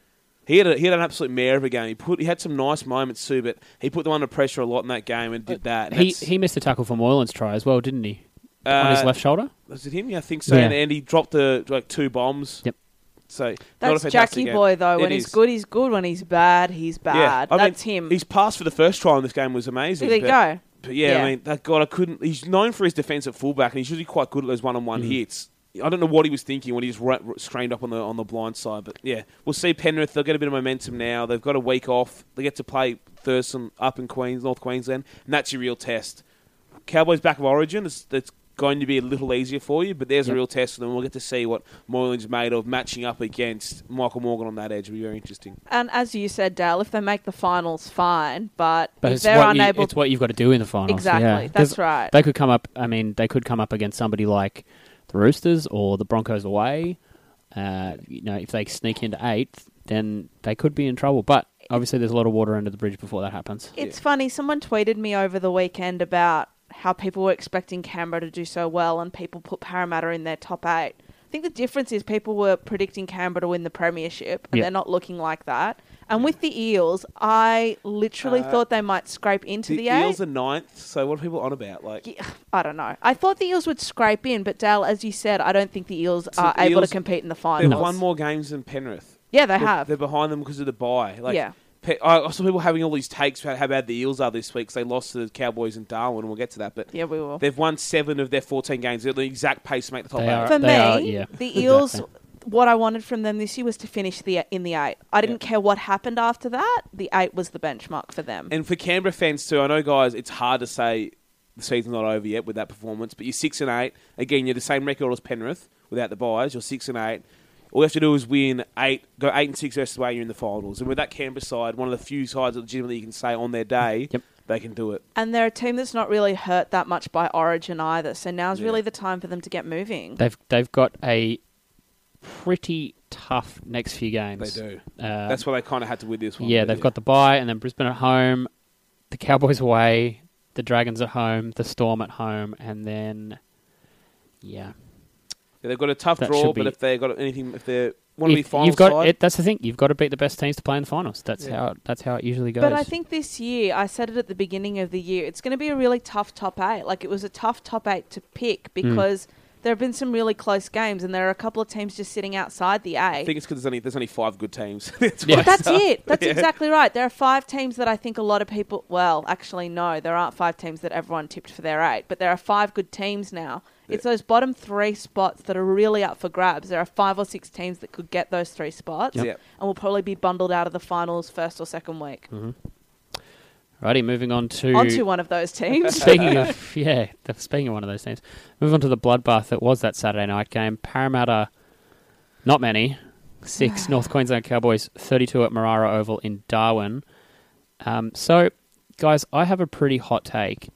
[SPEAKER 3] He had, a, he had an absolute mare of a game. He put he had some nice moments too, but he put them under pressure a lot in that game and did that. And
[SPEAKER 2] Uh, he
[SPEAKER 3] that's-
[SPEAKER 2] he missed a tackle from Moylan's try as well, didn't he? On his
[SPEAKER 3] Uh,
[SPEAKER 2] left shoulder.
[SPEAKER 3] was it him? Yeah, I think so.
[SPEAKER 2] Yeah.
[SPEAKER 3] And, and he dropped the like two bombs.
[SPEAKER 2] Yep.
[SPEAKER 3] So not a
[SPEAKER 4] That's
[SPEAKER 3] fantastic
[SPEAKER 4] Jackie
[SPEAKER 3] game.
[SPEAKER 4] Boy, though.
[SPEAKER 3] It
[SPEAKER 4] When he's
[SPEAKER 3] is.
[SPEAKER 4] good, he's good. When he's bad, he's bad.
[SPEAKER 3] I mean,
[SPEAKER 4] That's him.
[SPEAKER 3] His pass for the first try in this game was amazing.
[SPEAKER 4] there you
[SPEAKER 3] but,
[SPEAKER 4] go.
[SPEAKER 3] But yeah,
[SPEAKER 4] Yeah.
[SPEAKER 3] I mean, that God, I couldn't. He's known for his defense at fullback, and he's usually quite good at those one-on-one
[SPEAKER 4] Mm.
[SPEAKER 3] hits. I don't know what he was thinking when he just ra- ra- strained up on the on the blind side, but yeah, we'll see Penrith. They'll get a bit of momentum now. They've got a week off. They get to play Thurston up in Queens, North Queensland, and that's your real test. Cowboys back of origin. It's, it's going to be a little easier for you, but there's a
[SPEAKER 2] Yep.
[SPEAKER 3] real test for them. We'll get to see what Moylan's made of matching up against Michael Morgan on that edge. It'll be very interesting.
[SPEAKER 4] And as you said, Dale, if they make the finals, fine. But,
[SPEAKER 2] But
[SPEAKER 4] if
[SPEAKER 2] it's
[SPEAKER 4] they're
[SPEAKER 2] what, you,
[SPEAKER 4] unable,
[SPEAKER 2] it's what you've got to do in the finals.
[SPEAKER 4] Exactly,
[SPEAKER 2] yeah.
[SPEAKER 4] that's
[SPEAKER 2] 'Cause
[SPEAKER 4] right.
[SPEAKER 2] They could come up. I mean, they could come up against somebody like the Roosters or the Broncos away, uh, you know, if they sneak into eighth, then they could be in trouble. But obviously, there's a lot of water under the bridge before that happens.
[SPEAKER 4] It's funny. Someone tweeted me over the weekend about how people were expecting Canberra to do so well, and people put Parramatta in their top eight. I think the difference is people were predicting Canberra to win the premiership, and
[SPEAKER 2] Yeah.
[SPEAKER 4] they're not looking like that. And with the Eels, I literally thought they might scrape into
[SPEAKER 3] Uh, The,
[SPEAKER 4] the, eight.
[SPEAKER 3] Eels are ninth, so what are people on about? Like,
[SPEAKER 4] Yeah, I don't know. I thought the Eels would scrape in, but Dale, as you said, I don't think the Eels
[SPEAKER 3] So
[SPEAKER 4] are
[SPEAKER 3] the
[SPEAKER 4] able
[SPEAKER 3] Eels-
[SPEAKER 4] to compete in the
[SPEAKER 3] they've
[SPEAKER 4] finals.
[SPEAKER 3] won more games than Penrith.
[SPEAKER 4] Yeah, they
[SPEAKER 3] They're-
[SPEAKER 4] have.
[SPEAKER 3] They're behind them because of the bye. Like,
[SPEAKER 4] Yeah.
[SPEAKER 3] Pe- I I saw people having all these takes about how bad the Eels are this week 'cause they lost to the Cowboys in Darwin. We'll get to that, but
[SPEAKER 4] Yeah, we will.
[SPEAKER 3] they've won seven of their fourteen games. They're at the exact pace to make the top
[SPEAKER 2] They
[SPEAKER 3] eight.
[SPEAKER 2] are-
[SPEAKER 4] For
[SPEAKER 2] Uh,
[SPEAKER 4] me,
[SPEAKER 2] They are, yeah,
[SPEAKER 4] the Eels.
[SPEAKER 2] exactly.
[SPEAKER 4] What I wanted from them this year was to finish the in the eight. I didn't care what happened after that. The eight was the benchmark for them.
[SPEAKER 3] And for Canberra fans too, I know guys, it's hard to say the season's not over yet with that performance. But you're six and eight. Again, you're the same record as Penrith without the buys. You're six and eight. All you have to do is win eight, go eight and six versus away. You're in the finals. And with that Canberra side, one of the few sides that legitimately you can say on their day
[SPEAKER 2] Yep.
[SPEAKER 3] they can do it.
[SPEAKER 4] And they're a team that's not really hurt that much by Origin either. So now's
[SPEAKER 3] Yeah.
[SPEAKER 4] really the time for them to get moving.
[SPEAKER 2] They've they've got a pretty tough next few games.
[SPEAKER 3] They do.
[SPEAKER 2] Uh,
[SPEAKER 3] That's why they kind of had to win this one.
[SPEAKER 2] yeah, they've got the bye and then Brisbane at home, the Cowboys away, the Dragons at home, the Storm at home, and then yeah,
[SPEAKER 3] Yeah, they've got a tough
[SPEAKER 2] That
[SPEAKER 3] draw.
[SPEAKER 2] should
[SPEAKER 3] But
[SPEAKER 2] be-
[SPEAKER 3] if they got anything, if they want to be
[SPEAKER 2] If
[SPEAKER 3] finals
[SPEAKER 2] you've got
[SPEAKER 3] side,
[SPEAKER 2] it. That's the thing. You've got to beat the best teams to play in the finals. That's how it, that's how it usually goes.
[SPEAKER 4] But I think this year, I said it at the beginning of the year, it's going to be a really tough top eight. Like it was a tough top eight to
[SPEAKER 2] Hmm.
[SPEAKER 4] pick because there have been some really close games, and there are a couple of teams just sitting outside the
[SPEAKER 3] I
[SPEAKER 4] eight.
[SPEAKER 3] think it's because there's only there's only five good teams. That's
[SPEAKER 2] Yeah.
[SPEAKER 3] why.
[SPEAKER 4] But that's it. That's exactly right. There are five teams that I think a lot of people. Well, actually, no, there aren't five teams that everyone tipped for their eight, but there are five good teams now. It's those bottom three spots that are really up for grabs. There are five or six teams that could get those three spots,
[SPEAKER 3] Yep. Yep.
[SPEAKER 4] and will probably be bundled out of the finals first or second week.
[SPEAKER 2] Mm-hmm. Righty, moving on to
[SPEAKER 4] Onto one of those teams.
[SPEAKER 2] speaking of yeah, the- speaking of one of those teams, move on to the bloodbath that was that Saturday night game. Parramatta, not many, six North Queensland Cowboys, thirty-two at Marara Oval in Darwin. Um, so, guys, I have a pretty hot take.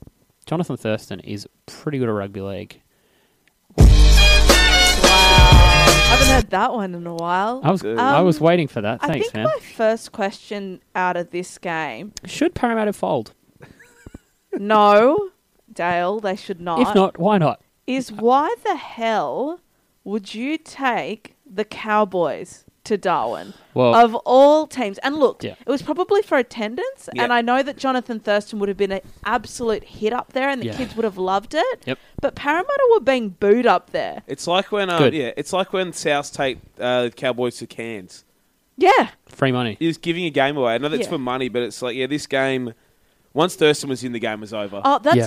[SPEAKER 2] Jonathan Thurston is pretty good at rugby league.
[SPEAKER 4] I haven't heard that one in a while.
[SPEAKER 2] I was I was waiting for that.
[SPEAKER 4] Um, I
[SPEAKER 2] Thanks,
[SPEAKER 4] think
[SPEAKER 2] man.
[SPEAKER 4] my first question out of this game.
[SPEAKER 2] Should Parramatta fold?
[SPEAKER 4] No, Dale, they should not.
[SPEAKER 2] If not, why not?
[SPEAKER 4] is why the hell would you take the Cowboys to Darwin?
[SPEAKER 2] Well-
[SPEAKER 4] of all teams. And look,
[SPEAKER 2] Yeah.
[SPEAKER 4] it was probably for attendance.
[SPEAKER 3] Yeah.
[SPEAKER 4] And I know that Jonathan Thurston would have been an absolute hit up there and the
[SPEAKER 2] Yeah.
[SPEAKER 4] kids would have loved it.
[SPEAKER 2] Yep.
[SPEAKER 4] But Parramatta were being booed up there.
[SPEAKER 3] It's like when um,
[SPEAKER 2] Good.
[SPEAKER 3] yeah, it's like when South take uh, Cowboys to Cairns.
[SPEAKER 4] Yeah.
[SPEAKER 2] Free money.
[SPEAKER 3] He was giving a game away. I know that's
[SPEAKER 4] Yeah.
[SPEAKER 3] for money, but it's like yeah, this game. Once Thurston was in, the game was over.
[SPEAKER 4] Oh, that's
[SPEAKER 2] Yeah.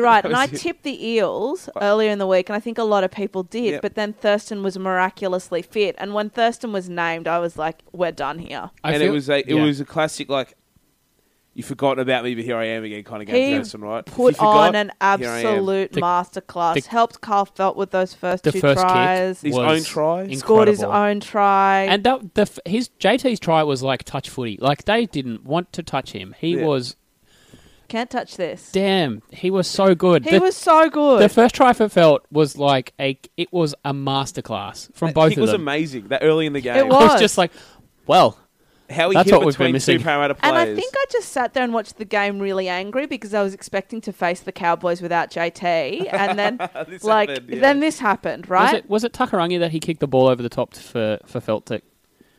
[SPEAKER 4] right. And I
[SPEAKER 3] Was it-
[SPEAKER 4] tipped the Eels earlier in the week, and I think a lot of people did.
[SPEAKER 3] Yep.
[SPEAKER 4] But then Thurston was miraculously fit. And when Thurston was named, I was like, we're done here.
[SPEAKER 2] I
[SPEAKER 3] and it
[SPEAKER 2] feel-
[SPEAKER 3] was a it
[SPEAKER 2] yeah.
[SPEAKER 3] was a classic like you forgotten about me, but here I am again kind of game.
[SPEAKER 4] He
[SPEAKER 3] Thurston, right? If
[SPEAKER 4] put
[SPEAKER 3] you forgot,
[SPEAKER 4] on an
[SPEAKER 3] here I am.
[SPEAKER 4] absolute
[SPEAKER 2] The-
[SPEAKER 4] masterclass.
[SPEAKER 2] the-
[SPEAKER 4] helped Carl Felt with those first
[SPEAKER 2] the
[SPEAKER 4] two
[SPEAKER 2] first
[SPEAKER 4] tries.
[SPEAKER 2] kick
[SPEAKER 3] His
[SPEAKER 2] was
[SPEAKER 3] own try?
[SPEAKER 4] Scored his
[SPEAKER 2] incredible.
[SPEAKER 4] own try.
[SPEAKER 2] And that the f- his JT's try was like touch footy. Like they didn't want to touch him. He
[SPEAKER 3] Yeah.
[SPEAKER 2] was
[SPEAKER 4] Can't touch this.
[SPEAKER 2] damn. He was so good.
[SPEAKER 4] He
[SPEAKER 2] the,
[SPEAKER 4] was so good.
[SPEAKER 2] the first try for Felt was like a. It was a masterclass from
[SPEAKER 3] That
[SPEAKER 2] both
[SPEAKER 3] kick
[SPEAKER 2] of
[SPEAKER 3] was
[SPEAKER 2] them.
[SPEAKER 3] amazing. That early in the game,
[SPEAKER 4] It
[SPEAKER 2] It was
[SPEAKER 4] was.
[SPEAKER 2] just like, well,
[SPEAKER 3] how he
[SPEAKER 2] That's
[SPEAKER 3] hit
[SPEAKER 2] what we've been
[SPEAKER 3] between two
[SPEAKER 2] missing.
[SPEAKER 3] Parramatta players.
[SPEAKER 4] and I think I just sat there and watched the game really angry because I was expecting to face the Cowboys without JT, and then
[SPEAKER 3] This
[SPEAKER 4] like
[SPEAKER 3] happened, yeah.
[SPEAKER 4] then this happened,
[SPEAKER 2] was
[SPEAKER 4] right?
[SPEAKER 2] it was it Takarangi that he kicked the ball over the top for for Felt to.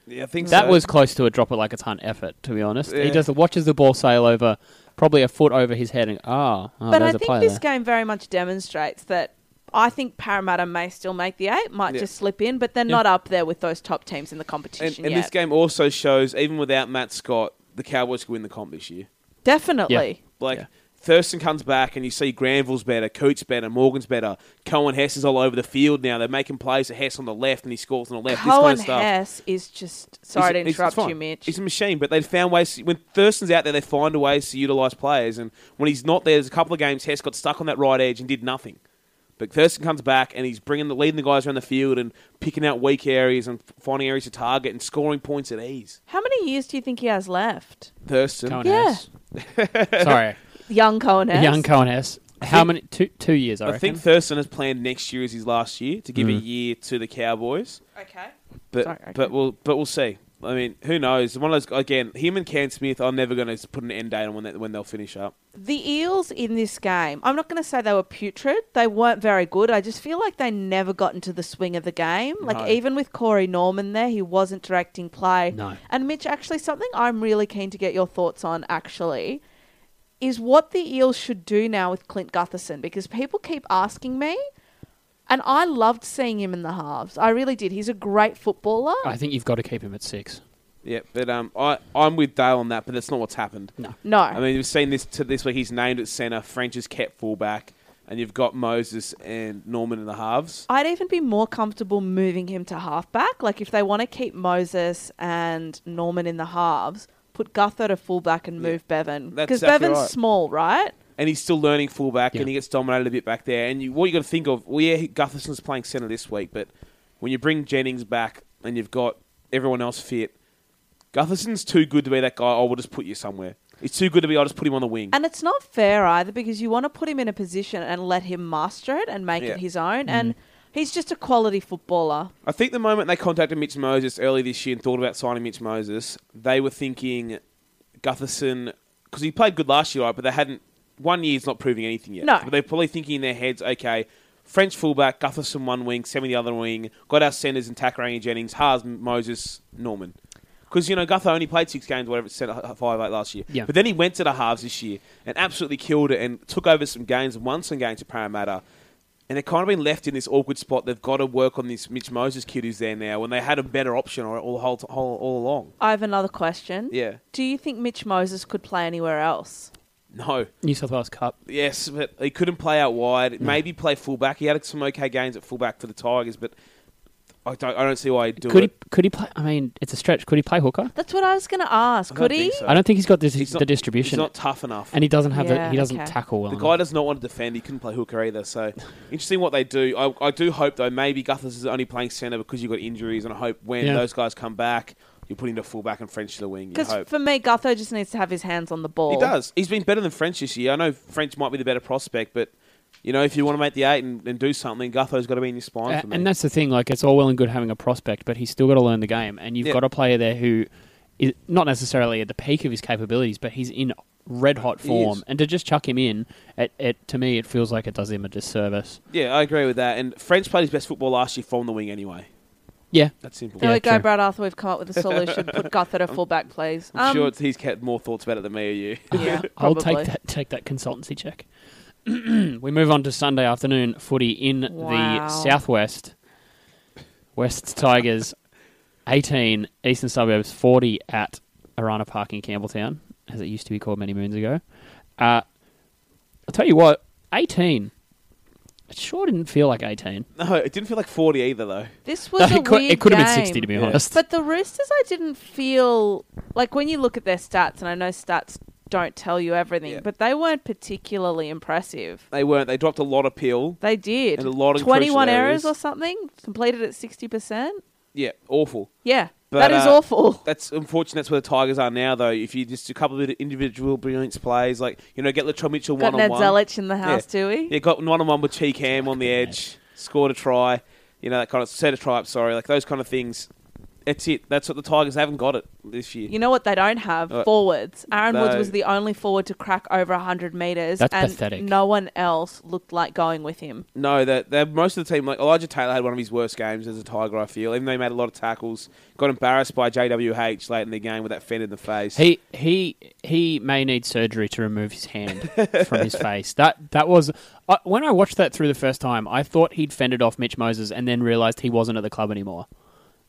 [SPEAKER 3] yeah, I think
[SPEAKER 2] That
[SPEAKER 3] so.
[SPEAKER 2] was close to a drop it like it's hunt effort, to be honest. He
[SPEAKER 3] Yeah.
[SPEAKER 2] just watches the ball sail over, probably a foot over his head, and ah, oh,
[SPEAKER 4] but
[SPEAKER 2] there's
[SPEAKER 4] I
[SPEAKER 2] a
[SPEAKER 4] think
[SPEAKER 2] play
[SPEAKER 4] this
[SPEAKER 2] there.
[SPEAKER 4] game very much demonstrates that. I think Parramatta may still make the eight, might
[SPEAKER 3] Yeah.
[SPEAKER 4] just slip in, but they're
[SPEAKER 2] Yeah.
[SPEAKER 4] not up there with those top teams in the
[SPEAKER 3] and,
[SPEAKER 4] competition
[SPEAKER 3] and
[SPEAKER 4] yet.
[SPEAKER 3] this game also shows even without Matt Scott, the Cowboys could win the comp this year.
[SPEAKER 4] Definitely.
[SPEAKER 3] Like
[SPEAKER 2] Yeah.
[SPEAKER 3] Thurston comes back and you see Granville's better, Coots better, Morgan's better. Cohen Hess is all over the field now. They're making plays to Hess on the left and he scores on the left. this kind
[SPEAKER 4] Cohen
[SPEAKER 3] of stuff.
[SPEAKER 4] Hess is just sorry
[SPEAKER 3] It's-
[SPEAKER 4] to
[SPEAKER 3] it's- it's
[SPEAKER 4] interrupt you,
[SPEAKER 3] fine.
[SPEAKER 4] Mitch.
[SPEAKER 3] He's a machine, but they found ways. When Thurston's out there, they find ways to utilise players. And when he's not there, there's a couple of games Hess got stuck on that right edge and did nothing. But Thurston comes back and he's bringing the leading the guys around the field and picking out weak areas and finding areas to target and scoring points at ease.
[SPEAKER 4] How many years do you think he has left?
[SPEAKER 3] Thurston,
[SPEAKER 2] Cohen
[SPEAKER 4] Yeah.
[SPEAKER 2] Hess. Sorry,
[SPEAKER 4] Young Cohen Hess.
[SPEAKER 2] young Cohen Hess. How many? Two two years, I,
[SPEAKER 3] I
[SPEAKER 2] reckon.
[SPEAKER 3] think Thurston has planned next year as his last year to give a
[SPEAKER 4] Hmm.
[SPEAKER 2] Mm.
[SPEAKER 3] year to the Cowboys.
[SPEAKER 4] Okay.
[SPEAKER 3] But
[SPEAKER 4] Sorry, okay.
[SPEAKER 3] but we'll but we'll see. I mean, who knows? One of those again. Him and Cam Smith. I'm never going to put an end date on when they, when they'll finish up.
[SPEAKER 4] The Eels in this game, I'm not going to say they were putrid. They weren't very good. I just feel like they never got into the swing of the game.
[SPEAKER 3] No.
[SPEAKER 4] Like, even with Corey Norman there, he wasn't directing play.
[SPEAKER 2] No.
[SPEAKER 4] And, Mitch, actually, something I'm really keen to get your thoughts on, actually, is what the Eels should do now with Clint Gutherson because people keep asking me. And I loved seeing him in the halves. I really did. He's a great footballer.
[SPEAKER 2] I think you've got to keep him at six.
[SPEAKER 3] Yeah, but um, I I'm with Dale on that, but that's not what's happened.
[SPEAKER 2] No.
[SPEAKER 4] no.
[SPEAKER 3] I mean, we've seen this to this week. He's named at centre. French is kept fullback, and you've got Moses and Norman in the halves.
[SPEAKER 4] I'd even be more comfortable moving him to halfback. Like if they want to keep Moses and Norman in the halves, put Gutho to fullback and move Bevan
[SPEAKER 3] That's
[SPEAKER 4] because
[SPEAKER 3] exactly
[SPEAKER 4] Bevan's
[SPEAKER 3] right.
[SPEAKER 4] small, right?
[SPEAKER 3] and he's still learning fullback,
[SPEAKER 2] Yeah.
[SPEAKER 3] and he gets dominated a bit back there. And you, what you got to think of? Well, yeah, Gutherson's playing centre this week, but when you bring Jennings back and you've got everyone else fit, Gutherson's too good to be that guy. Oh, we'll just put you somewhere. It's too good to be. I'll just put him on the wing.
[SPEAKER 4] And it's not fair either because you want to put him in a position and let him master it and make
[SPEAKER 3] Yeah. Mm-hmm.
[SPEAKER 4] it his own. And he's just a quality footballer.
[SPEAKER 3] I think the moment they contacted Mitch Moses early this year and thought about signing Mitch Moses, they were thinking Gutherson because he played good last year, right? But they hadn't. One year's not proving anything yet.
[SPEAKER 4] No.
[SPEAKER 3] But they're probably thinking in their heads, okay, French fullback, Gutherson one wing, Semi the other wing, got our centres in Takarangi Jennings, Haas, Moses, Norman. Because, you know, Gutho only played six games, whatever, it's centre five eight last year.
[SPEAKER 2] Yeah.
[SPEAKER 3] But then he went to the halves this year and absolutely killed it and took over some games and won some games at Parramatta. And they're kind of been left in this awkward spot. They've got to work on this Mitch Moses kid who's there now when they had a better option all, all, all, all, all along.
[SPEAKER 4] I have another question.
[SPEAKER 3] Yeah.
[SPEAKER 4] Do you think Mitch Moses could play anywhere else?
[SPEAKER 3] No.
[SPEAKER 2] New South Wales Cup.
[SPEAKER 3] Yes, but he couldn't play out
[SPEAKER 2] Mm.
[SPEAKER 3] wide. Maybe play fullback. He had some okay games at fullback for the Tigers, but I don't, I don't see why he'd do
[SPEAKER 2] could
[SPEAKER 3] it.
[SPEAKER 2] he? Could he play? I mean, it's a stretch. Could he play hooker?
[SPEAKER 4] That's what I was going to ask.
[SPEAKER 3] I don't
[SPEAKER 4] could
[SPEAKER 3] think
[SPEAKER 4] he?
[SPEAKER 3] so.
[SPEAKER 2] I don't think he's got this,
[SPEAKER 3] He's
[SPEAKER 2] the
[SPEAKER 3] not-
[SPEAKER 2] distribution,
[SPEAKER 3] He's not tough enough.
[SPEAKER 2] and he doesn't have the.
[SPEAKER 4] Yeah,
[SPEAKER 2] He doesn't
[SPEAKER 4] okay.
[SPEAKER 2] tackle well
[SPEAKER 3] The guy
[SPEAKER 2] enough.
[SPEAKER 3] does not want to defend. He couldn't play hooker either. So interesting what they do. I, I do hope though. Maybe Guthers is only playing centre because you got injuries, and I hope when
[SPEAKER 2] Yeah.
[SPEAKER 3] those guys come back, you put him to fullback and French to the wing. You
[SPEAKER 4] Because
[SPEAKER 3] hope
[SPEAKER 4] for me, Gutho just needs to have his hands on the ball.
[SPEAKER 3] he does. He's been better than French this year. I know French might be the better prospect, but you know if you want to make the eight and, and do something, Gutho's got to be in your spine
[SPEAKER 2] A-
[SPEAKER 3] for me.
[SPEAKER 2] and that's the thing. Like, it's all well and good having a prospect, but he's still got to learn the game, and you've
[SPEAKER 3] Yeah.
[SPEAKER 2] got a player there who is not necessarily at the peak of his capabilities, but he's in red hot
[SPEAKER 3] He
[SPEAKER 2] form,
[SPEAKER 3] is.
[SPEAKER 2] and to just chuck him in, it, it to me it feels like it does him a disservice.
[SPEAKER 3] yeah, I agree with that. And French played his best football last year from the wing anyway.
[SPEAKER 2] Yeah,
[SPEAKER 3] That's simple.
[SPEAKER 4] There
[SPEAKER 2] Yeah,
[SPEAKER 4] we go,
[SPEAKER 2] true.
[SPEAKER 4] Brad Arthur. We've come up with a solution. Put Gutho to fullback, please. Um,
[SPEAKER 3] I'm sure it's, he's had more thoughts about it than me or you.
[SPEAKER 4] yeah,
[SPEAKER 2] I'll
[SPEAKER 4] probably.
[SPEAKER 2] take that take that consultancy check. we move on to Sunday afternoon footy in
[SPEAKER 4] Wow.
[SPEAKER 2] the southwest. West Tigers eighteen, Eastern Suburbs forty at Arana Park in Campbelltown, as it used to be called many moons ago. Uh, I'll tell you what, eighteen. It sure didn't feel like eighteen.
[SPEAKER 3] no, it didn't feel like forty either though.
[SPEAKER 4] This was a
[SPEAKER 2] it could,
[SPEAKER 4] weird
[SPEAKER 2] it could have been
[SPEAKER 4] game.
[SPEAKER 2] sixty to be
[SPEAKER 3] Yeah.
[SPEAKER 2] honest.
[SPEAKER 4] But the Roosters, I didn't feel like when you look at their stats, and I know stats don't tell you everything,
[SPEAKER 3] Yeah.
[SPEAKER 4] but they weren't particularly impressive.
[SPEAKER 3] They weren't. They dropped a lot of peel.
[SPEAKER 4] They did
[SPEAKER 3] And a lot of
[SPEAKER 4] twenty-one
[SPEAKER 3] crucial
[SPEAKER 4] errors
[SPEAKER 3] areas.
[SPEAKER 4] or something completed at sixty percent.
[SPEAKER 3] Yeah, awful.
[SPEAKER 4] Yeah,
[SPEAKER 3] But,
[SPEAKER 4] that is
[SPEAKER 3] uh,
[SPEAKER 4] awful.
[SPEAKER 3] That's unfortunate. That's where the Tigers are now, though. If you just do a couple of individual brilliance plays, like you know, get Latrell Mitchell
[SPEAKER 4] Got
[SPEAKER 3] one on
[SPEAKER 4] Ned
[SPEAKER 3] one.
[SPEAKER 4] Zelich in the house, eh? do we?
[SPEAKER 3] Yeah, got one on one with Cheek Ham on the edge, scored a try. You know that kind of set a try up. Sorry, like those kind of things. That's it. That's what the Tigers haven't got it this year.
[SPEAKER 4] You know what they don't have?
[SPEAKER 3] What?
[SPEAKER 4] Forwards. Aaron Woods
[SPEAKER 3] No.
[SPEAKER 4] was the only forward to crack over 100 metres.
[SPEAKER 2] That's
[SPEAKER 4] and
[SPEAKER 2] pathetic.
[SPEAKER 4] No one else looked like going with him.
[SPEAKER 3] No, that that most of the team, like Elijah Taylor, had one of his worst games as a Tiger. I feel, even though he made a lot of tackles, got embarrassed by JWH late in the game with that fend in the face.
[SPEAKER 2] He he he may need surgery to remove his hand from his face. That that was uh, when I watched that through the first time. I thought he'd fended off Mitch Moses and then realized he wasn't at the club anymore.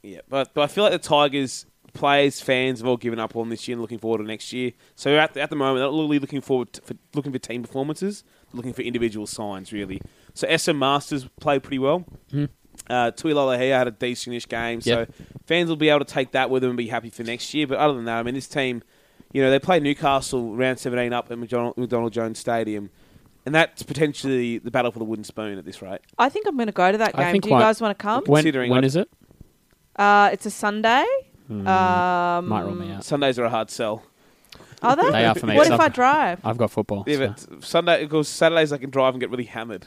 [SPEAKER 3] Yeah, but but I feel like the Tigers players, fans have all given up on this year and looking forward to next year. So at the, at the moment, they're not really looking forward to, for looking for team performances, looking for individual signs really. So SM Masters played pretty well. Uh, Tui Lalahea had a decentish game,
[SPEAKER 2] Yep.
[SPEAKER 3] so fans will be able to take that with them and be happy for next year. But other than that, I mean, this team, you know, they play Newcastle round 17 up at McDonald, McDonald Jones Stadium, and that's potentially the battle for the wooden spoon at this rate.
[SPEAKER 4] I think I'm going to go to that
[SPEAKER 2] I
[SPEAKER 4] game.
[SPEAKER 2] think
[SPEAKER 4] Do you
[SPEAKER 2] why-
[SPEAKER 4] guys want to come?
[SPEAKER 2] When
[SPEAKER 3] Considering
[SPEAKER 2] when
[SPEAKER 3] I-
[SPEAKER 2] is it?
[SPEAKER 4] Uh, it's a Sunday. Um,
[SPEAKER 3] Hmm.
[SPEAKER 2] Might rule me out.
[SPEAKER 3] Sundays are a hard sell.
[SPEAKER 4] Are they?
[SPEAKER 2] They are for me.
[SPEAKER 4] What if
[SPEAKER 2] Some-
[SPEAKER 4] I drive?
[SPEAKER 2] I've got football.
[SPEAKER 3] Yeah,
[SPEAKER 2] so.
[SPEAKER 3] but Sunday, because Saturdays I can drive and get really hammered.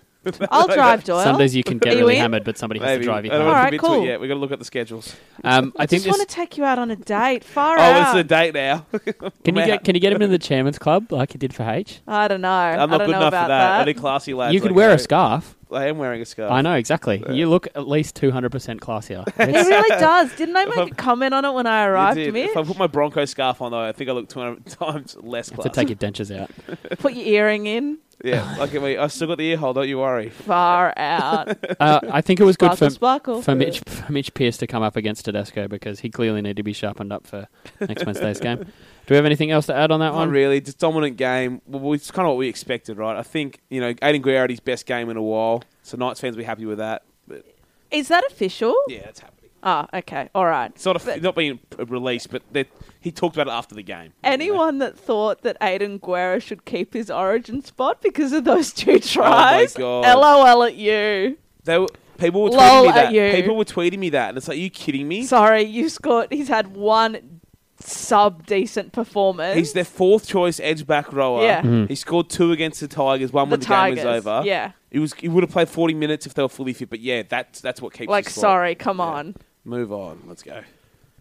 [SPEAKER 4] I'll drive, Doyle.
[SPEAKER 2] Sundays you can get
[SPEAKER 4] Are you
[SPEAKER 2] really
[SPEAKER 4] in?
[SPEAKER 2] hammered, but somebody has
[SPEAKER 3] Maybe.
[SPEAKER 2] to drive you
[SPEAKER 3] I don't
[SPEAKER 2] home.
[SPEAKER 4] All
[SPEAKER 3] want
[SPEAKER 4] right,
[SPEAKER 3] to commit to
[SPEAKER 4] cool.
[SPEAKER 3] it yet. We've got to look at the schedules.
[SPEAKER 2] Um, I
[SPEAKER 4] I
[SPEAKER 2] think
[SPEAKER 4] just
[SPEAKER 2] this.
[SPEAKER 4] want to take you out on a date. Far
[SPEAKER 3] Oh, it's
[SPEAKER 4] out.
[SPEAKER 3] a date now.
[SPEAKER 2] Can you
[SPEAKER 3] I'm
[SPEAKER 2] get
[SPEAKER 3] out.
[SPEAKER 2] can you get him into the chairman's club like you did for H?
[SPEAKER 4] I don't know.
[SPEAKER 3] I'm
[SPEAKER 4] I
[SPEAKER 3] not
[SPEAKER 4] don't
[SPEAKER 3] good
[SPEAKER 4] know
[SPEAKER 3] enough for
[SPEAKER 4] about
[SPEAKER 3] that.
[SPEAKER 4] that.
[SPEAKER 3] Only classy lads.
[SPEAKER 2] you could
[SPEAKER 3] like
[SPEAKER 2] wear a
[SPEAKER 3] that.
[SPEAKER 2] scarf.
[SPEAKER 3] I am wearing a scarf.
[SPEAKER 4] Oh.
[SPEAKER 2] I know exactly. You look at least two hundred percent classier.
[SPEAKER 4] He
[SPEAKER 2] It's-
[SPEAKER 4] really does. Didn't I make
[SPEAKER 3] I'm-
[SPEAKER 4] a comment on it when I
[SPEAKER 3] You
[SPEAKER 4] arrived,
[SPEAKER 3] did.
[SPEAKER 4] Mitch?
[SPEAKER 3] If I put my Bronco scarf on, though, I think I look 200 times less
[SPEAKER 2] to
[SPEAKER 3] classy.
[SPEAKER 2] take your dentures out.
[SPEAKER 4] Put your earring in.
[SPEAKER 3] yeah, like I have still got the ear hole. Don't you worry.
[SPEAKER 4] Far out.
[SPEAKER 2] Uh, I think it was good
[SPEAKER 4] Sparkle,
[SPEAKER 2] for
[SPEAKER 4] sparkle.
[SPEAKER 2] for Mitch for Mitch Pearce to come up against Tedesco because he clearly needed to be sharpened up for next Wednesday's game. Do we have anything else to add on that
[SPEAKER 3] Not
[SPEAKER 2] one?
[SPEAKER 3] really. Just dominant game. Well, it's kind of what we expected, right? I think you know Aiden Guerra had his best game in a while, so Knights fans will be happy with that. But
[SPEAKER 4] Is that official?
[SPEAKER 3] yeah, that's happening.
[SPEAKER 4] Oh, okay. All right.
[SPEAKER 3] It's not a, not being released, but they- he talked about it after the game.
[SPEAKER 4] Anyone that thought that Aiden Guerra should keep his origin spot because of those two
[SPEAKER 3] Oh my
[SPEAKER 4] tries,
[SPEAKER 3] God.
[SPEAKER 4] LOL at you.
[SPEAKER 3] They were, people were tweeting
[SPEAKER 4] Lol
[SPEAKER 3] me
[SPEAKER 4] at
[SPEAKER 3] that.
[SPEAKER 4] you.
[SPEAKER 3] People were tweeting me that, and it's like, are you kidding me?
[SPEAKER 4] Sorry, you scored. He's had one sub decent performance.
[SPEAKER 3] He's their fourth choice edge back rower.
[SPEAKER 4] Yeah.
[SPEAKER 2] Mhm.
[SPEAKER 3] He scored two against the Tigers, one
[SPEAKER 4] the
[SPEAKER 3] when the
[SPEAKER 4] Tigers.
[SPEAKER 3] game was over.
[SPEAKER 4] Yeah.
[SPEAKER 3] He was he would have played forty minutes if they were fully fit, but yeah, that's that's what keeps
[SPEAKER 4] Like,
[SPEAKER 3] the score.
[SPEAKER 4] sorry, come on.
[SPEAKER 3] Move on. Let's go.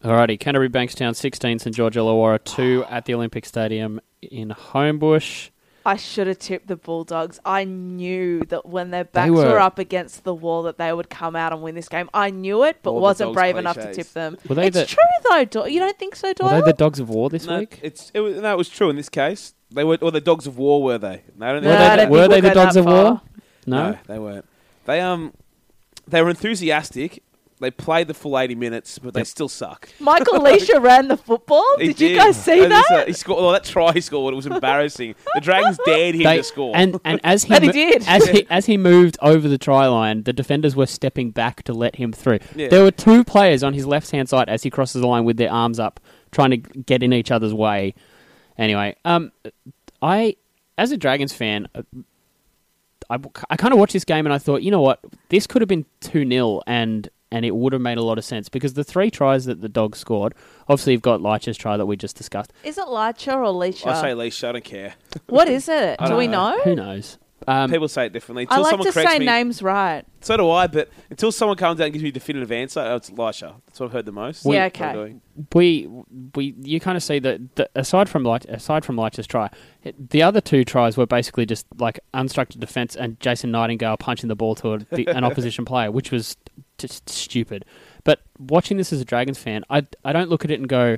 [SPEAKER 2] Alrighty, Canterbury Bankstown sixteen, St George Illawarra two at the Olympic Stadium in Homebush.
[SPEAKER 4] I should have tipped the Bulldogs. I knew that when their backs
[SPEAKER 2] were-
[SPEAKER 4] were, up against the wall that they would come out and win this game. I knew it, but
[SPEAKER 3] All the
[SPEAKER 4] wasn't
[SPEAKER 3] dogs
[SPEAKER 4] brave enough to
[SPEAKER 3] cliches.
[SPEAKER 4] tip them.
[SPEAKER 2] Were they
[SPEAKER 4] it's
[SPEAKER 2] the-
[SPEAKER 4] true though. Do- you don't think so,
[SPEAKER 2] Were
[SPEAKER 4] Doyle?
[SPEAKER 2] they the Dogs of War this
[SPEAKER 3] No,
[SPEAKER 2] week?
[SPEAKER 3] it's it was, no, it was true in this case. They were or the dogs of war were they? No, I don't
[SPEAKER 4] No,
[SPEAKER 3] think-
[SPEAKER 4] I
[SPEAKER 2] were they,
[SPEAKER 4] don't
[SPEAKER 2] the, were
[SPEAKER 4] think
[SPEAKER 2] they the
[SPEAKER 4] we'll go that
[SPEAKER 2] Dogs of
[SPEAKER 4] far.
[SPEAKER 2] War? No.
[SPEAKER 3] they weren't. They um they were enthusiastic. They played the full eighty minutes, but they
[SPEAKER 2] Yep.
[SPEAKER 3] still suck.
[SPEAKER 4] Michael Leisha ran the football.
[SPEAKER 3] He
[SPEAKER 4] Did, you guys see
[SPEAKER 3] And he's, uh,
[SPEAKER 4] that?
[SPEAKER 3] He scored oh, that try he scored. It was embarrassing. the Dragons dared him
[SPEAKER 2] They-
[SPEAKER 3] to score.
[SPEAKER 2] And and as he,
[SPEAKER 4] And he
[SPEAKER 2] mo-
[SPEAKER 4] did.
[SPEAKER 2] as he as he moved over the try line, the defenders were stepping back to let him through.
[SPEAKER 3] Yeah.
[SPEAKER 2] There were two players on his left hand side as he crosses the line with their arms up, trying to get in each other's way. Anyway, um, I as a Dragons fan, uh, I, I kind of watched this game and I thought, you know what, this could have been two 0 and and it would have made a lot of sense because the three tries that the dogs scored, obviously you've got Leitch's try that we just discussed.
[SPEAKER 4] Is it Lacha or
[SPEAKER 3] I say
[SPEAKER 4] Leisha?
[SPEAKER 3] Leisha, I don't care.
[SPEAKER 4] What is it? Do we know?
[SPEAKER 2] Uh, Who knows? Um,
[SPEAKER 3] People say it differently.
[SPEAKER 4] I
[SPEAKER 3] Until
[SPEAKER 4] like
[SPEAKER 3] someone
[SPEAKER 4] to
[SPEAKER 3] corrects
[SPEAKER 4] say
[SPEAKER 3] me,
[SPEAKER 4] names right.
[SPEAKER 3] So do I, but until someone comes out and gives me a definitive answer, oh, it's Elisha. That's what I've heard the most.
[SPEAKER 4] Yeah,
[SPEAKER 3] That's what I'm
[SPEAKER 4] okay.
[SPEAKER 3] doing.
[SPEAKER 2] we we you kind of see that the, aside from Light, aside from Leitch's try, it- the other two tries were basically just like unstructured defense and Jason Nightingale punching the ball to a, the, an opposition player, which was just stupid. But watching this as a Dragons fan, I I don't look at it and go,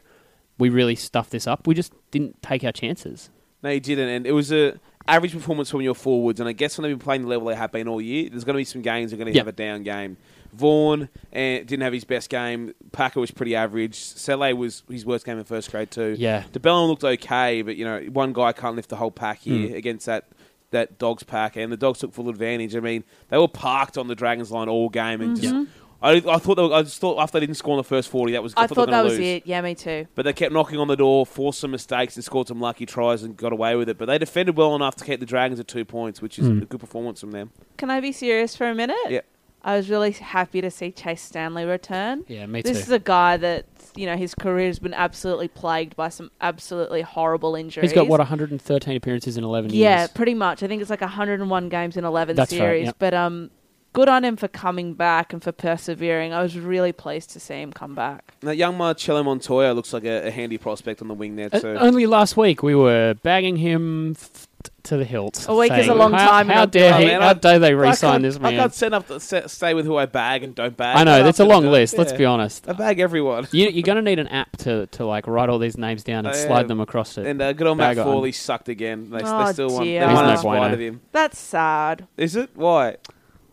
[SPEAKER 2] we really stuffed this up. We just didn't take our chances.
[SPEAKER 3] No, you didn't. And it was a average performance from your forwards. And I guess when they've been playing the level they have been all year, there's going to be some games they're going to
[SPEAKER 2] Yep.
[SPEAKER 3] have a down game. Vaughan eh, didn't have his best game. Packer was pretty average. Sele was his worst game in first grade too.
[SPEAKER 2] Yeah.
[SPEAKER 3] DeBellin looked okay, but you know one guy can't lift the whole pack here against that. That dogs pack and the dogs took full advantage. I mean, they were parked on the Dragons line all game, and just I, I thought they were, I just thought after they didn't score in the first forty, that was I,
[SPEAKER 4] I
[SPEAKER 3] they were
[SPEAKER 4] thought
[SPEAKER 3] gonna
[SPEAKER 4] that was
[SPEAKER 3] lose.
[SPEAKER 4] it. Yeah, me too.
[SPEAKER 3] But they kept knocking on the door, forced some mistakes, and scored some lucky tries and got away with it. But they defended well enough to keep the Dragons at two points, which
[SPEAKER 2] Hmm.
[SPEAKER 3] is a good performance from them.
[SPEAKER 4] Can I be serious for a minute?
[SPEAKER 3] Yeah.
[SPEAKER 4] I was really happy to see Chase Stanley return.
[SPEAKER 2] Yeah, me
[SPEAKER 4] This
[SPEAKER 2] too.
[SPEAKER 4] is a guy that you know his career has been absolutely plagued by some absolutely horrible injuries.
[SPEAKER 2] He's got what 113 appearances in 11
[SPEAKER 4] yeah,
[SPEAKER 2] years.
[SPEAKER 4] pretty much. I think it's like 101 games in 11
[SPEAKER 2] That's right,
[SPEAKER 4] series.
[SPEAKER 2] yeah.
[SPEAKER 4] But um, good on him for coming back and for persevering. I was really pleased to see him come back.
[SPEAKER 3] Now, young Marcello Montoya looks like a, a handy prospect on the wing there,
[SPEAKER 2] Uh,
[SPEAKER 3] too.
[SPEAKER 2] only last week we were bagging him f- to the hilt.
[SPEAKER 4] A week is
[SPEAKER 2] saying,
[SPEAKER 4] a long
[SPEAKER 2] how,
[SPEAKER 4] time,
[SPEAKER 2] How
[SPEAKER 4] not
[SPEAKER 2] dare
[SPEAKER 4] good."
[SPEAKER 2] he?
[SPEAKER 3] Oh, man,
[SPEAKER 2] how
[SPEAKER 3] I-
[SPEAKER 2] dare they
[SPEAKER 3] I
[SPEAKER 2] re-sign
[SPEAKER 3] can't-
[SPEAKER 2] this
[SPEAKER 3] I
[SPEAKER 2] man?
[SPEAKER 3] can't set up, set, stay with who I bag and don't bag.
[SPEAKER 2] I know
[SPEAKER 3] That's
[SPEAKER 2] that's a
[SPEAKER 3] what I'm
[SPEAKER 2] long
[SPEAKER 3] gonna do.
[SPEAKER 2] list. Let's
[SPEAKER 3] Yeah.
[SPEAKER 2] be honest.
[SPEAKER 3] I bag everyone.
[SPEAKER 2] You, you're going to need an app to, to like write all these names down and
[SPEAKER 3] I
[SPEAKER 2] slide
[SPEAKER 3] am.
[SPEAKER 2] them across it.
[SPEAKER 3] And uh, good old Matt
[SPEAKER 2] Bag on.
[SPEAKER 3] Forley sucked again. They,
[SPEAKER 4] Oh,
[SPEAKER 3] they still want. They
[SPEAKER 4] dear.
[SPEAKER 2] He's
[SPEAKER 3] want
[SPEAKER 2] no
[SPEAKER 3] in spite
[SPEAKER 2] bueno.
[SPEAKER 3] of him.
[SPEAKER 4] That's sad.
[SPEAKER 3] Is it? Why?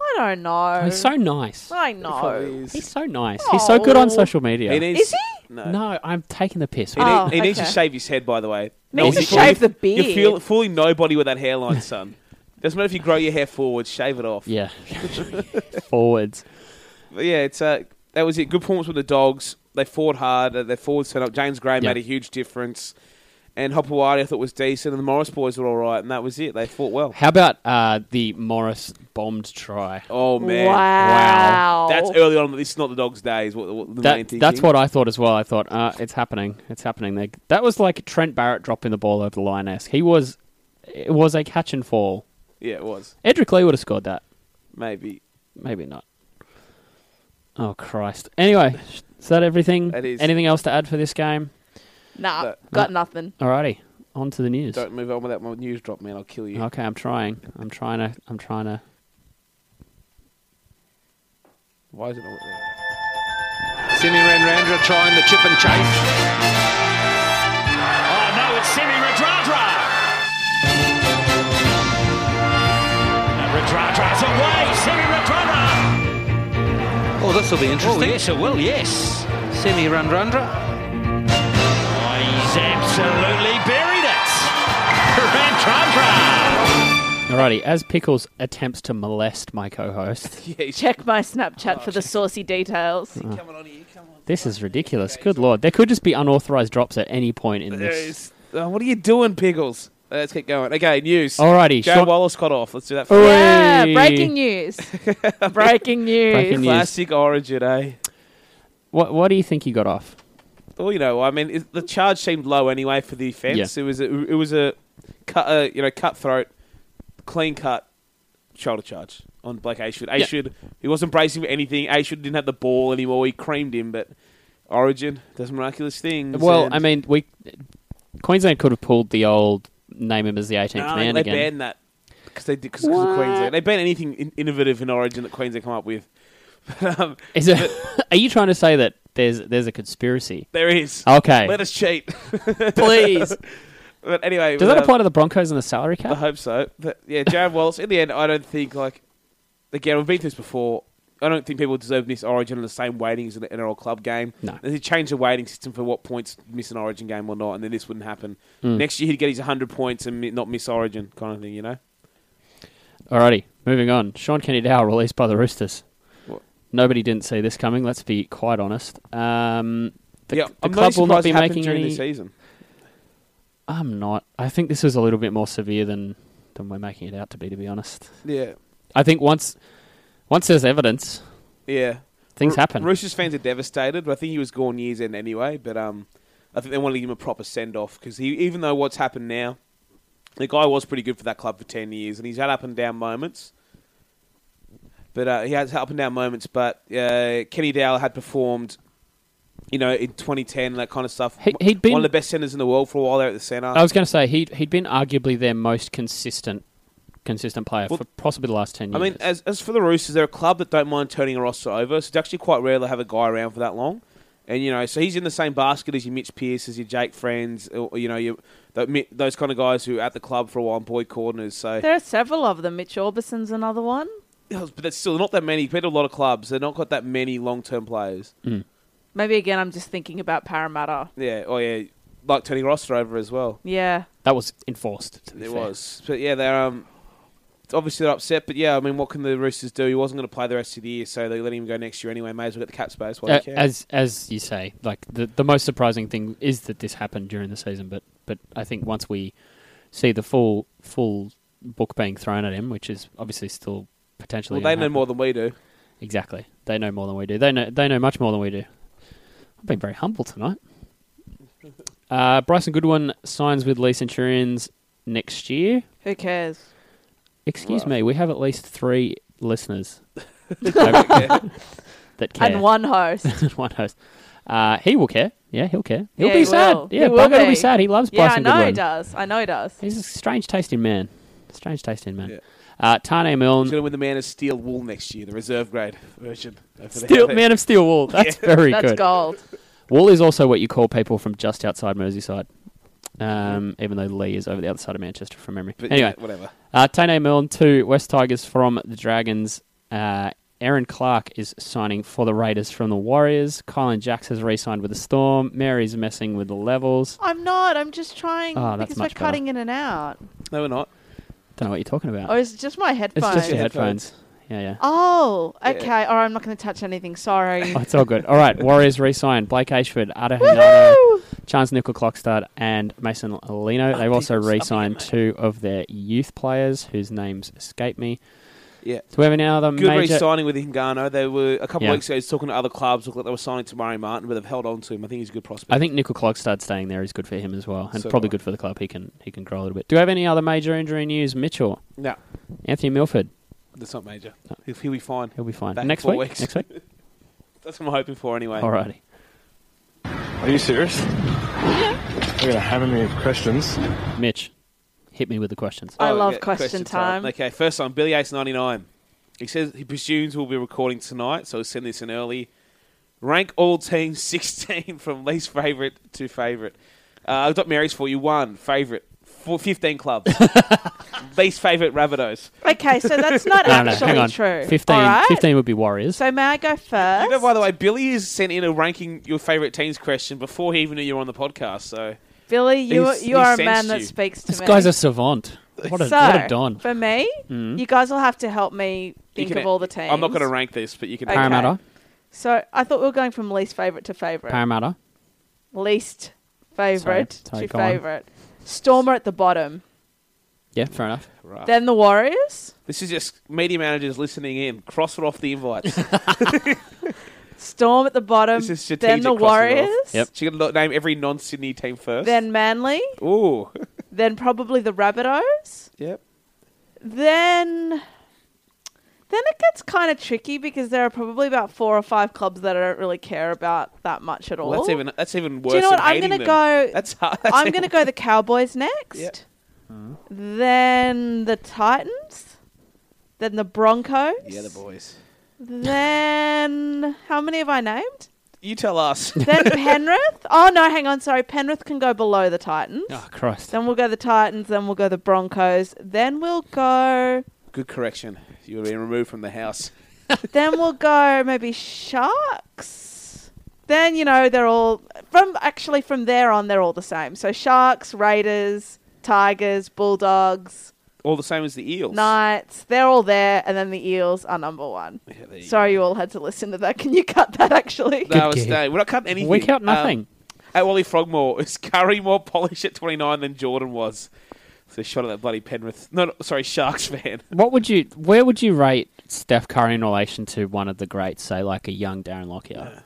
[SPEAKER 4] I don't know.
[SPEAKER 2] Oh, He's so nice.
[SPEAKER 4] I
[SPEAKER 3] Probably
[SPEAKER 4] know.
[SPEAKER 3] is.
[SPEAKER 2] He's so nice. He's so good on
[SPEAKER 4] Aw.
[SPEAKER 2] social media.
[SPEAKER 3] Oh. He needs,
[SPEAKER 4] Is he?
[SPEAKER 3] No.
[SPEAKER 2] no, I'm taking the piss.
[SPEAKER 3] He, need-
[SPEAKER 4] Oh,
[SPEAKER 3] he needs to
[SPEAKER 4] okay.
[SPEAKER 3] shave his head, by the way.
[SPEAKER 4] Needs
[SPEAKER 2] to
[SPEAKER 3] you're fully-
[SPEAKER 4] shave the
[SPEAKER 3] You're
[SPEAKER 4] beard.
[SPEAKER 3] feel, fully nobody with that hairline, son. Doesn't matter if you grow your hair forward, shave it off.
[SPEAKER 2] yeah, forwards.
[SPEAKER 3] But yeah, it's uh, that was it. Good performance with the dogs. They fought hard. Uh, their forwards set up. James Gray
[SPEAKER 2] Yeah.
[SPEAKER 3] made a huge difference. And Hopewadi I thought was decent, and the Morris boys were all right, and that was it. They fought well.
[SPEAKER 2] How about uh, the Morris bombed try?
[SPEAKER 3] Oh man,
[SPEAKER 4] Wow.
[SPEAKER 3] That's early on. This is not the dog's day. Is what, what the main
[SPEAKER 2] That,
[SPEAKER 3] thing.
[SPEAKER 2] that's what I thought as well. I thought uh, it's happening. It's happening. They, that was like Trent Barrett dropping the ball over the line. Esque. He was. It was a catch and fall.
[SPEAKER 3] Yeah, it was
[SPEAKER 2] Edric Lee would have scored that.
[SPEAKER 3] maybe.
[SPEAKER 2] Maybe not. Oh Christ. Anyway, is that everything?
[SPEAKER 3] That is-
[SPEAKER 2] Anything else to add for this game?
[SPEAKER 4] Nah,
[SPEAKER 3] That-
[SPEAKER 4] got nothing.
[SPEAKER 2] Alrighty, on to the news.
[SPEAKER 3] Don't move on without my news drop, man. I'll kill you.
[SPEAKER 2] Okay, I'm trying. I'm trying to. I'm trying to.
[SPEAKER 3] Why is it not there?
[SPEAKER 8] Simi Renrandra trying the chip and chase.
[SPEAKER 6] Oh no, it's Simi Radradra. And Radradra's away. Simi Radradra.
[SPEAKER 8] Oh, this will be
[SPEAKER 6] Oh
[SPEAKER 8] interesting.
[SPEAKER 6] yes, it will. Yes.
[SPEAKER 8] Simi Renrandra.
[SPEAKER 6] Oh, he's absolutely buried it. Radradra.
[SPEAKER 2] Alrighty, as Pickles attempts to molest my co-host,
[SPEAKER 3] Yeah, he's
[SPEAKER 4] Check my Snapchat for the saucy details.
[SPEAKER 3] coming on here. Come on.
[SPEAKER 2] this is ridiculous. Good lord, there could just be unauthorized drops at any point in
[SPEAKER 3] There
[SPEAKER 2] this.
[SPEAKER 3] is. Oh, what are you doing, Pickles? Uh, Let's keep going. Okay, news.
[SPEAKER 2] Alrighty,
[SPEAKER 3] Joe
[SPEAKER 2] Sean-
[SPEAKER 3] Wallace got off. Let's do that.
[SPEAKER 2] Oi.
[SPEAKER 3] first.
[SPEAKER 4] Yeah,
[SPEAKER 2] Hey.
[SPEAKER 4] breaking news. breaking news.
[SPEAKER 2] Breaking news.
[SPEAKER 3] Classic Origin, eh?
[SPEAKER 2] What What do you think he got off?
[SPEAKER 3] Well, you know, I mean, it, the charge seemed low anyway for the offence.
[SPEAKER 2] Yeah.
[SPEAKER 3] It was a, it was a cut, uh, you know, cutthroat, clean cut shoulder charge on Blake Ashford. Ashford, he wasn't bracing for anything. Ashford didn't have the ball anymore. He creamed him, but Origin does miraculous things.
[SPEAKER 2] Well,
[SPEAKER 3] and-
[SPEAKER 2] I mean, we Queensland could have pulled the old name him as the 18th
[SPEAKER 3] No, they,
[SPEAKER 2] man
[SPEAKER 3] they
[SPEAKER 2] again.
[SPEAKER 3] banned that because they did because of Queensland. They banned anything in, innovative in Origin that Queensland come up with. But, um,
[SPEAKER 2] Is it, are you trying to say that there's there's a conspiracy?
[SPEAKER 3] there is.
[SPEAKER 2] Okay.
[SPEAKER 3] Let us cheat.
[SPEAKER 2] Please.
[SPEAKER 3] but anyway,
[SPEAKER 2] Does that
[SPEAKER 3] um,
[SPEAKER 2] apply to the Broncos and the salary
[SPEAKER 3] I
[SPEAKER 2] cap?
[SPEAKER 3] hope so. But, yeah, Jared Wallace. In the end, I don't think like again we've been through this before. I don't think people deserve this Origin in the same weighting as an NRL club game.
[SPEAKER 2] No.
[SPEAKER 3] they changed the weighting system for what points miss an Origin game or not, and then this wouldn't happen.
[SPEAKER 2] Hmm.
[SPEAKER 3] Next year he'd get his hundred points and mi- not miss Origin kind of thing, you know.
[SPEAKER 2] Alrighty, moving on. Sean Kenny Dow released by the Roosters.
[SPEAKER 3] What?
[SPEAKER 2] Nobody didn't see this coming. Let's be quite honest. Um, the,
[SPEAKER 3] yeah,
[SPEAKER 2] the
[SPEAKER 3] I'm
[SPEAKER 2] club will not
[SPEAKER 3] surprised it
[SPEAKER 2] be
[SPEAKER 3] happened
[SPEAKER 2] making
[SPEAKER 3] during the
[SPEAKER 2] any.
[SPEAKER 3] season.
[SPEAKER 2] I'm not. I think this is a little bit more severe than than we're making it out to be. To be honest,
[SPEAKER 3] Yeah,
[SPEAKER 2] I think once once there's evidence,
[SPEAKER 3] yeah.
[SPEAKER 2] things
[SPEAKER 3] Ro-
[SPEAKER 2] happen.
[SPEAKER 3] Roosters fans are devastated, but I think he was gone years end anyway. But um, I think they want to give him a proper send off because he, even though what's happened now, the guy was pretty good for that club for ten years, and he's had up and down moments. But uh, he has had up and down moments. But uh, Kenny Dowell had performed, you know, in 2010 and that kind of stuff.
[SPEAKER 2] He- he'd been-
[SPEAKER 3] one of the best centers in the world for a while there at the center.
[SPEAKER 2] I was going to say he he'd been arguably their most consistent consistent player
[SPEAKER 3] Well,
[SPEAKER 2] for possibly the last ten
[SPEAKER 3] I
[SPEAKER 2] years.
[SPEAKER 3] mean, as, as for the Roosters, they're a club that don't mind turning a roster over, so it's actually quite rare to have a guy around for that long. And, you know, so he's in the same basket as your Mitch Pearce, as your Jake Friends, or, or, you know, your, tho- mi- those kind of guys who are at the club for a while and boy corners. So,
[SPEAKER 4] There are several of them. Mitch Orbison's another one.
[SPEAKER 3] but that's still not that many. Compared to a lot of clubs, they've not got that many long term players.
[SPEAKER 2] Mm.
[SPEAKER 4] Maybe again, I'm just thinking about Parramatta.
[SPEAKER 3] Yeah, oh, yeah. Like turning a roster over as well.
[SPEAKER 4] Yeah.
[SPEAKER 2] that was enforced. To be
[SPEAKER 3] It
[SPEAKER 2] fair.
[SPEAKER 3] was. But yeah, they're um obviously they're upset, but yeah, I mean what can the Roosters do? He wasn't gonna play the rest of the year, so they let him go next year anyway, may as well get the cap space while
[SPEAKER 2] Uh,
[SPEAKER 3] he can.
[SPEAKER 2] as as you say, like the the most surprising thing is that this happened during the season. But but I think once we see the full full book being thrown at him, which is obviously still potentially
[SPEAKER 3] well they
[SPEAKER 2] gonna
[SPEAKER 3] know
[SPEAKER 2] happen.
[SPEAKER 3] more than we do.
[SPEAKER 2] Exactly, they know more than we do. They know they know much more than we do. I've been very humble tonight. Uh, Bryson Goodwin signs with Lee Centurions next year.
[SPEAKER 4] Who cares?
[SPEAKER 2] Excuse
[SPEAKER 3] Wow.
[SPEAKER 2] me, we have at least three listeners that care.
[SPEAKER 4] And one host.
[SPEAKER 2] one host. Uh, he will care. Yeah, he'll care. He'll
[SPEAKER 4] Yeah,
[SPEAKER 2] be
[SPEAKER 4] he
[SPEAKER 2] sad.
[SPEAKER 4] will.
[SPEAKER 2] Yeah,
[SPEAKER 4] He will
[SPEAKER 2] Bugger will
[SPEAKER 4] be.
[SPEAKER 2] be sad. He loves
[SPEAKER 4] yeah, I
[SPEAKER 2] Bryson
[SPEAKER 4] know he
[SPEAKER 2] Goodwin.
[SPEAKER 4] does. I know he does.
[SPEAKER 2] He's a strange tasting man. Strange tasting man.
[SPEAKER 3] Yeah.
[SPEAKER 2] Uh, Tane
[SPEAKER 3] He's going
[SPEAKER 2] Milne.
[SPEAKER 3] to win the Man of Steel Wool next year, the reserve grade version. of the-
[SPEAKER 2] Steel, man of steel wool. That's very
[SPEAKER 4] That's
[SPEAKER 2] good.
[SPEAKER 4] gold.
[SPEAKER 2] Wool is also what you call people from just outside Merseyside. Um, even though Lee is over the other side of Manchester from memory.
[SPEAKER 3] But
[SPEAKER 2] anyway,
[SPEAKER 3] yeah, whatever.
[SPEAKER 2] uh, Tane Milne to West Tigers from the Dragons. Uh, Aaron Clark is signing for the Raiders from the Warriors. Colin Jacks has re-signed with the Storm. Mary's messing with the levels.
[SPEAKER 4] I'm not. I'm just trying
[SPEAKER 2] Oh, that's
[SPEAKER 4] because we're
[SPEAKER 2] much better.
[SPEAKER 4] cutting in and out.
[SPEAKER 3] No, we're not.
[SPEAKER 2] Don't know what you're talking about.
[SPEAKER 4] Or is it just my
[SPEAKER 2] It's
[SPEAKER 4] headphones?
[SPEAKER 2] just your
[SPEAKER 3] Headphones.
[SPEAKER 2] headphones. Yeah, yeah.
[SPEAKER 4] Oh,
[SPEAKER 3] Yeah.
[SPEAKER 4] okay. All right, I'm not going to touch anything. Sorry.
[SPEAKER 2] Oh, it's all good. All right, Warriors re-signed Blake Ashford, Ada Hinana,
[SPEAKER 4] Woohoo!
[SPEAKER 2] Chance Nickel Clockstad and Mason Lino. They've also re signed two of their youth players whose names escape me.
[SPEAKER 3] Yeah.
[SPEAKER 2] Do we have any other
[SPEAKER 3] Good
[SPEAKER 2] major.
[SPEAKER 3] re-signing with Hingano. They were a couple
[SPEAKER 2] Yeah.
[SPEAKER 3] of weeks ago. He's talking to other clubs. Looked like they were signing to Murray Martin, but they've held on to him. I think he's a good prospect.
[SPEAKER 2] I think Nickel Clogstad staying there is good for him as well, and
[SPEAKER 3] So
[SPEAKER 2] probably
[SPEAKER 3] do I.
[SPEAKER 2] good for the club. He can he can grow a little bit. Do we have any other major injury news? Mitchell,
[SPEAKER 3] no,
[SPEAKER 2] Anthony Milford,
[SPEAKER 3] that's not major. He'll, he'll be fine.
[SPEAKER 2] he'll be fine
[SPEAKER 3] Back in
[SPEAKER 2] next
[SPEAKER 3] four
[SPEAKER 2] week.
[SPEAKER 3] weeks.
[SPEAKER 2] Next week,
[SPEAKER 3] That's what I'm hoping for anyway.
[SPEAKER 2] alrighty.
[SPEAKER 9] Are you serious? Yeah. We're gonna hammer me with questions.
[SPEAKER 2] Mitch, hit me with the questions.
[SPEAKER 4] I
[SPEAKER 3] Oh,
[SPEAKER 4] love
[SPEAKER 3] yeah,
[SPEAKER 4] question time.
[SPEAKER 3] Okay, first one, Billy Ace ninety nine. He says he presumes we'll be recording tonight, so he'll send this in early. Rank all teams sixteen from least favourite to favourite. Uh, I've got Mary's for you. One favourite, four, fifteen clubs. least favourite Rabbitohs.
[SPEAKER 4] Okay, so that's not
[SPEAKER 2] No, no, no,
[SPEAKER 4] actually
[SPEAKER 2] hang on.
[SPEAKER 4] true.
[SPEAKER 2] 15,
[SPEAKER 4] All right?
[SPEAKER 2] 15 would be Warriors.
[SPEAKER 4] So may I go first?
[SPEAKER 3] You know, by the way, Billy has sent in a ranking your favourite teams question before he even knew you were on the podcast. So
[SPEAKER 4] Billy, you
[SPEAKER 3] He's-
[SPEAKER 4] you
[SPEAKER 3] he
[SPEAKER 4] are a
[SPEAKER 3] sensed
[SPEAKER 4] man that
[SPEAKER 3] you.
[SPEAKER 4] speaks to
[SPEAKER 2] this
[SPEAKER 4] me.
[SPEAKER 2] guy's a savant. What a,
[SPEAKER 4] so,
[SPEAKER 2] what a don. Mm-hmm.
[SPEAKER 4] For me, you guys will have to help me
[SPEAKER 3] you
[SPEAKER 4] think of all the teams.
[SPEAKER 3] I'm not going to rank this, but you can.
[SPEAKER 4] Okay.
[SPEAKER 2] Parramatta,
[SPEAKER 4] So I thought we were going from least favourite to favourite.
[SPEAKER 2] Parramatta.
[SPEAKER 4] least favourite
[SPEAKER 2] Sorry, sorry,
[SPEAKER 4] to
[SPEAKER 2] go on.
[SPEAKER 4] favourite. Stormer at the bottom.
[SPEAKER 2] Yeah, fair enough.
[SPEAKER 3] Right.
[SPEAKER 4] Then the Warriors.
[SPEAKER 3] This is just media managers listening in. Cross it off the invites.
[SPEAKER 4] Storm at the bottom.
[SPEAKER 3] This is strategic
[SPEAKER 4] Um, Then the
[SPEAKER 3] crossing it off.
[SPEAKER 4] Warriors.
[SPEAKER 2] Yep.
[SPEAKER 3] she can lo- name every non-Sydney team first.
[SPEAKER 4] Then Manly.
[SPEAKER 3] ooh,
[SPEAKER 4] Then probably the Rabbitohs.
[SPEAKER 3] yep.
[SPEAKER 4] Then. Then it gets kind of tricky because there are probably about four or five clubs that I don't really care about that much at all.
[SPEAKER 3] Well, that's even that's even worse.
[SPEAKER 4] Oh. Do you know what?
[SPEAKER 3] than
[SPEAKER 4] I'm
[SPEAKER 3] hating
[SPEAKER 4] going to
[SPEAKER 3] them.
[SPEAKER 4] go.
[SPEAKER 3] That's hard. That's
[SPEAKER 4] I'm
[SPEAKER 3] even-
[SPEAKER 4] going to go the Cowboys next.
[SPEAKER 3] Yep.
[SPEAKER 4] Then the Titans. Then the Broncos.
[SPEAKER 3] Yeah, the boys.
[SPEAKER 4] Then how many have I named?
[SPEAKER 3] You tell us.
[SPEAKER 4] Then Penrith. Oh no, hang on, sorry. Penrith can go below the Titans.
[SPEAKER 3] Ah.
[SPEAKER 2] Oh, Christ.
[SPEAKER 4] Then we'll go the Titans. Then we'll go the Broncos. Then we'll go.
[SPEAKER 3] Good correction. You were being removed from the house.
[SPEAKER 4] then we'll go maybe Sharks. Then you know they're all from actually from there on they're all the same. So Sharks, Raiders, Tigers, Bulldogs,
[SPEAKER 3] All the same as the Eels.
[SPEAKER 4] Knights. They're all there, and then the Eels are number one.
[SPEAKER 3] Yeah, there you
[SPEAKER 4] Sorry, you all had to listen to that. Can you cut that actually?
[SPEAKER 3] go. No,
[SPEAKER 2] Good
[SPEAKER 3] it's-
[SPEAKER 2] game.
[SPEAKER 3] no, we're not cutting anything.
[SPEAKER 2] We count
[SPEAKER 3] Um,
[SPEAKER 2] nothing.
[SPEAKER 3] at Wally Frogmore, is Curry more polished at 29 than Jordan was? So shot at that bloody Penrith. No, no sorry, Sharks fan.
[SPEAKER 2] what would you? Where would you rate Steph Curry in relation to one of the greats, say like a young Darren Lockyer?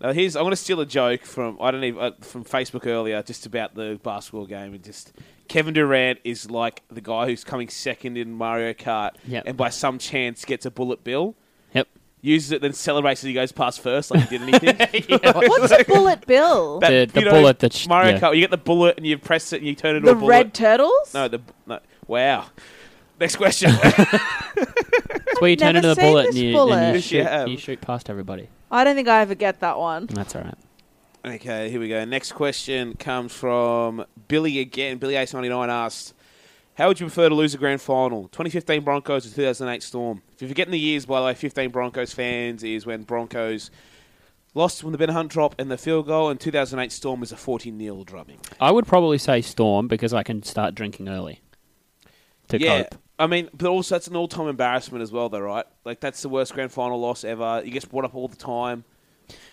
[SPEAKER 3] Now Uh, here's I'm going to steal a joke from I don't even uh, from Facebook earlier just about the basketball game and just Kevin Durant is like the guy who's coming second in Mario Kart
[SPEAKER 2] Yep.
[SPEAKER 3] and by some chance gets a bullet bill,
[SPEAKER 2] Yep.
[SPEAKER 3] uses it, then celebrates as he goes past first like he did anything.
[SPEAKER 4] What's a bullet bill?
[SPEAKER 3] That,
[SPEAKER 2] The- the
[SPEAKER 3] you know,
[SPEAKER 2] bullet that sh-
[SPEAKER 3] Mario
[SPEAKER 2] yeah.
[SPEAKER 3] Kart. You get the bullet and you press it and you turn it into
[SPEAKER 4] the
[SPEAKER 3] a bullet.
[SPEAKER 4] red turtles?
[SPEAKER 3] no, the no. Wow. Next question.
[SPEAKER 2] It's where you turn
[SPEAKER 4] never
[SPEAKER 2] into the
[SPEAKER 4] seen
[SPEAKER 2] bullet
[SPEAKER 4] this
[SPEAKER 2] and you,
[SPEAKER 4] bullet.
[SPEAKER 2] And you,
[SPEAKER 3] Yes, you
[SPEAKER 2] shoot,
[SPEAKER 3] have.
[SPEAKER 2] you shoot past everybody.
[SPEAKER 4] I don't think I ever get that one.
[SPEAKER 2] That's all right.
[SPEAKER 3] Okay, here we go. Next question comes from Billy again. Billy Ace ninety nine asked, "How would you prefer to lose a grand final? 2015 Broncos or 2008 Storm? If you're forgetting the years, by the way, 15 Broncos fans is when Broncos lost when the Ben Hunt drop and the field goal, and 2008 Storm was a 40 nil drubbing.
[SPEAKER 2] I would probably say Storm because I can start drinking early to
[SPEAKER 3] yeah,
[SPEAKER 2] cope.
[SPEAKER 3] I mean, but also that's an all time embarrassment as well, though, right? Like that's the worst grand final loss ever. It gets brought up all the time.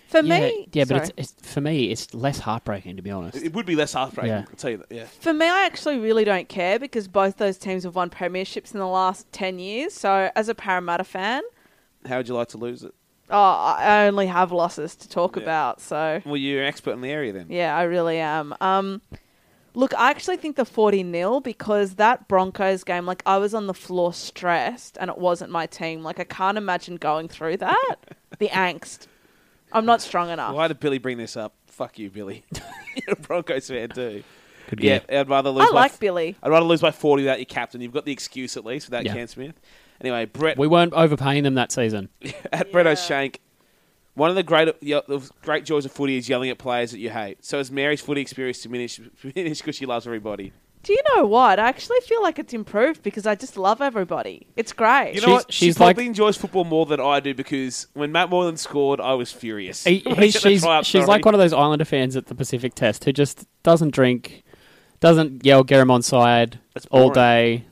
[SPEAKER 4] For
[SPEAKER 2] yeah,
[SPEAKER 4] me,
[SPEAKER 2] yeah,
[SPEAKER 4] sorry.
[SPEAKER 2] but it's, it's for me, it's less heartbreaking to be honest.
[SPEAKER 3] It would be less heartbreaking.
[SPEAKER 2] Yeah.
[SPEAKER 3] I'll tell you that. Yeah,
[SPEAKER 4] for me, I actually really don't care because both those teams have won premierships in the last ten years. So, as a Parramatta fan,
[SPEAKER 3] how would you like to lose it?
[SPEAKER 4] oh, I only have losses to talk
[SPEAKER 3] Yeah.
[SPEAKER 4] about. So,
[SPEAKER 3] Well, you're an expert in the area, then.
[SPEAKER 4] yeah, I really am. Um, look, I actually think the forty 0 because that Broncos game, like I was on the floor stressed, and it wasn't my team. Like I can't imagine going through that. the angst. I'm not strong enough.
[SPEAKER 3] Why did Billy bring this up? Fuck you, Billy. You're a Broncos fan too.
[SPEAKER 2] Good
[SPEAKER 3] Yeah,
[SPEAKER 2] game.
[SPEAKER 3] I'd rather lose.
[SPEAKER 4] I
[SPEAKER 3] by
[SPEAKER 4] like
[SPEAKER 3] f-
[SPEAKER 4] Billy.
[SPEAKER 3] I'd rather lose by forty without your captain. You've got the excuse at least without
[SPEAKER 2] Yeah.
[SPEAKER 3] Cam Smith. Anyway, Brett
[SPEAKER 2] We weren't overpaying them that season.
[SPEAKER 3] at Brett O'Shank. One of the great yeah, the great joys of footy is yelling at players that you hate. So has Mary's footy experience diminished because she loves everybody?
[SPEAKER 4] Do you know what? I actually feel like it's improved because I just love everybody. It's great.
[SPEAKER 3] You know
[SPEAKER 2] She's-
[SPEAKER 3] what? she
[SPEAKER 2] she's
[SPEAKER 3] probably
[SPEAKER 2] like-
[SPEAKER 3] enjoys football more than I do because when Matt Moylan scored, I was furious.
[SPEAKER 2] He-
[SPEAKER 3] When
[SPEAKER 2] he-
[SPEAKER 3] he set the
[SPEAKER 2] she's
[SPEAKER 3] try up,
[SPEAKER 2] she's
[SPEAKER 3] sorry.
[SPEAKER 2] like one of those Islander fans at the Pacific Test who just doesn't drink, doesn't yell "Get him onside"
[SPEAKER 3] That's
[SPEAKER 2] all
[SPEAKER 3] boring.
[SPEAKER 2] day.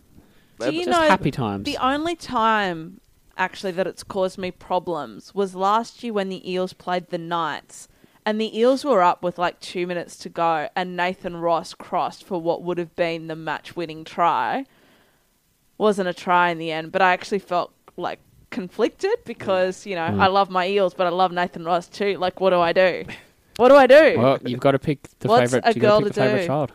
[SPEAKER 4] Do you
[SPEAKER 2] just
[SPEAKER 4] know
[SPEAKER 2] happy times.
[SPEAKER 4] the only time actually that it's caused me problems was last year when the Eels played the Knights And the Eels were up with like two minutes to go, and Nathan Ross crossed for what would have been the match winning try. Wasn't a try in the end, but I actually felt like conflicted because, you know, I love my Eels, but I love Nathan Ross too. Like, what do I do? What do I do?
[SPEAKER 2] Well, you've got to pick the
[SPEAKER 4] What's
[SPEAKER 2] favorite.
[SPEAKER 4] a
[SPEAKER 2] You got
[SPEAKER 4] girl
[SPEAKER 2] to pick
[SPEAKER 4] to
[SPEAKER 2] the favorite
[SPEAKER 4] do?
[SPEAKER 2] child.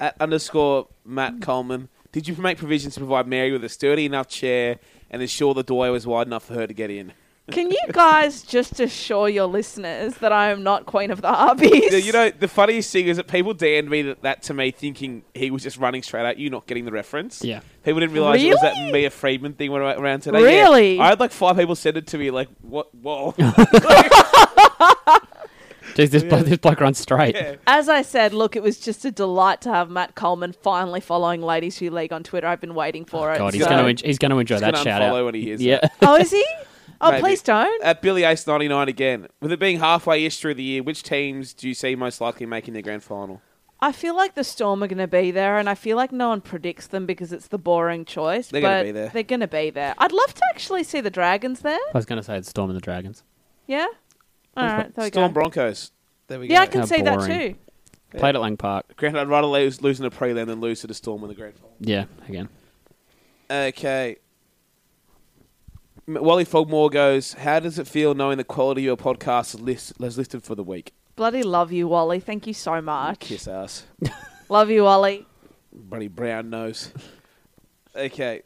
[SPEAKER 3] At underscore Matt Coleman, did you make provisions to provide Mary with a sturdy enough chair and ensure the doorway was wide enough for her to get in?
[SPEAKER 4] Can you guys just assure your listeners that I am not Queen of the Arby's?
[SPEAKER 3] Yeah, you know, the funniest thing is that people DM'd me that, that to me thinking he was just running straight at you, not getting the reference.
[SPEAKER 2] Yeah.
[SPEAKER 3] People didn't realise it was that
[SPEAKER 4] Really?
[SPEAKER 3] Mia Friedman thing when I went around today.
[SPEAKER 4] Really?
[SPEAKER 3] Yeah. I had like five people send it to me, like, what? Whoa.
[SPEAKER 2] Jeez, this, bloke, this bloke runs straight.
[SPEAKER 4] As I said, look, it was just a delight to have Matt Coleman finally following Ladies Who League on Twitter. I've been waiting for it.
[SPEAKER 2] Oh, God, he's
[SPEAKER 4] so-
[SPEAKER 2] going to he's going to enjoy that
[SPEAKER 3] gonna
[SPEAKER 2] shout
[SPEAKER 3] unfollow
[SPEAKER 2] out.
[SPEAKER 3] when he hears
[SPEAKER 2] yeah,
[SPEAKER 4] Oh, is he? Oh,
[SPEAKER 3] Maybe. Uh,
[SPEAKER 4] please don't.
[SPEAKER 3] At Billy Ace 99 again, with it being halfway ish through the year, which teams do you see most likely making their grand final?
[SPEAKER 4] I feel like the Storm are going to be there, and I feel like no one predicts them because it's the boring choice.
[SPEAKER 3] They're gonna
[SPEAKER 4] but
[SPEAKER 3] be there.
[SPEAKER 4] They're going to be there. I'd love to actually see the Dragons there.
[SPEAKER 2] I was going to say it's Storm and the Dragons.
[SPEAKER 4] Yeah. All right. There we
[SPEAKER 3] Storm
[SPEAKER 4] go.
[SPEAKER 3] Broncos. There we
[SPEAKER 4] yeah, I
[SPEAKER 3] go.
[SPEAKER 4] can
[SPEAKER 2] How
[SPEAKER 4] see that
[SPEAKER 2] boring.
[SPEAKER 4] too.
[SPEAKER 2] Played at Lang Park.
[SPEAKER 3] Grant, I'd rather lose, lose in a prelim than lose to the Storm in the grand final.
[SPEAKER 2] Yeah, again.
[SPEAKER 3] Okay. M- Wally Fogmore goes, How does it feel knowing the quality of your podcast is, list- is listed for the week?
[SPEAKER 4] Bloody love you, Wally. Thank you so much.
[SPEAKER 3] Kiss ass.
[SPEAKER 4] Love you, Wally.
[SPEAKER 3] Bloody brown nose. Okay.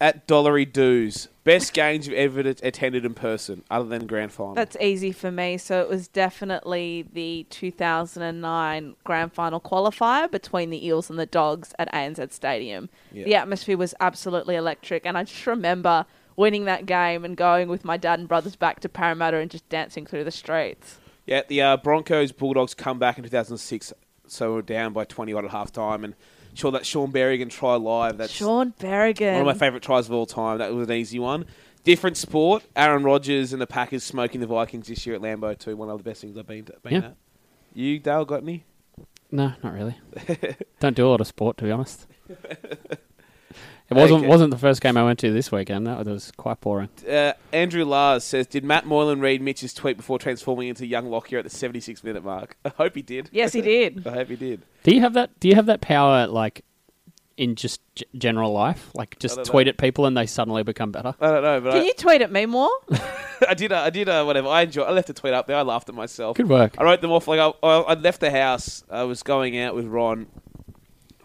[SPEAKER 3] At Dollary Doos, best games you've ever at- attended in person, other than grand final.
[SPEAKER 4] That's easy for me. So it was definitely the 2009 grand final qualifier between the Eels and the Dogs at ANZ Stadium.
[SPEAKER 3] Yeah.
[SPEAKER 4] The atmosphere was absolutely electric, and I just remember winning that game and going with my dad and brothers back to Parramatta and just dancing through the streets.
[SPEAKER 3] Yeah, the uh, Broncos Bulldogs come back in 2006, so we were down by 20 odd at half time. And sure, that Sean Berrigan try live, that's
[SPEAKER 4] Sean Berrigan.
[SPEAKER 3] one of my favourite tries of all time. That was an easy one. Different sport. Aaron Rodgers and the Packers smoking the Vikings this year at Lambeau, too. One of the best things I've been, to, been
[SPEAKER 2] Yeah.
[SPEAKER 3] at. You, Dale, got any?
[SPEAKER 2] No, not really. Don't do a lot of sport, to be honest. It wasn't
[SPEAKER 3] Okay.
[SPEAKER 2] wasn't the first game I went to this weekend. That was quite boring.
[SPEAKER 3] Uh, Andrew Lars says Did Matt Moylan read Mitch's tweet before transforming into young Lockyer at the 76 minute mark? I hope he did.
[SPEAKER 4] yes, he did.
[SPEAKER 3] I hope he did.
[SPEAKER 2] Do you have that? Do you have that power, like in just g- general life, like just
[SPEAKER 3] don't
[SPEAKER 2] tweet at people and they suddenly become better?
[SPEAKER 3] I don't know, but
[SPEAKER 4] Can
[SPEAKER 3] I,
[SPEAKER 4] you tweet at me more?
[SPEAKER 3] I did. Uh, I did. Uh, whatever. I enjoyed. I left a tweet up there. I laughed at myself.
[SPEAKER 2] Good work.
[SPEAKER 3] I wrote them off. Like I, I I left the house. I was going out with Ron.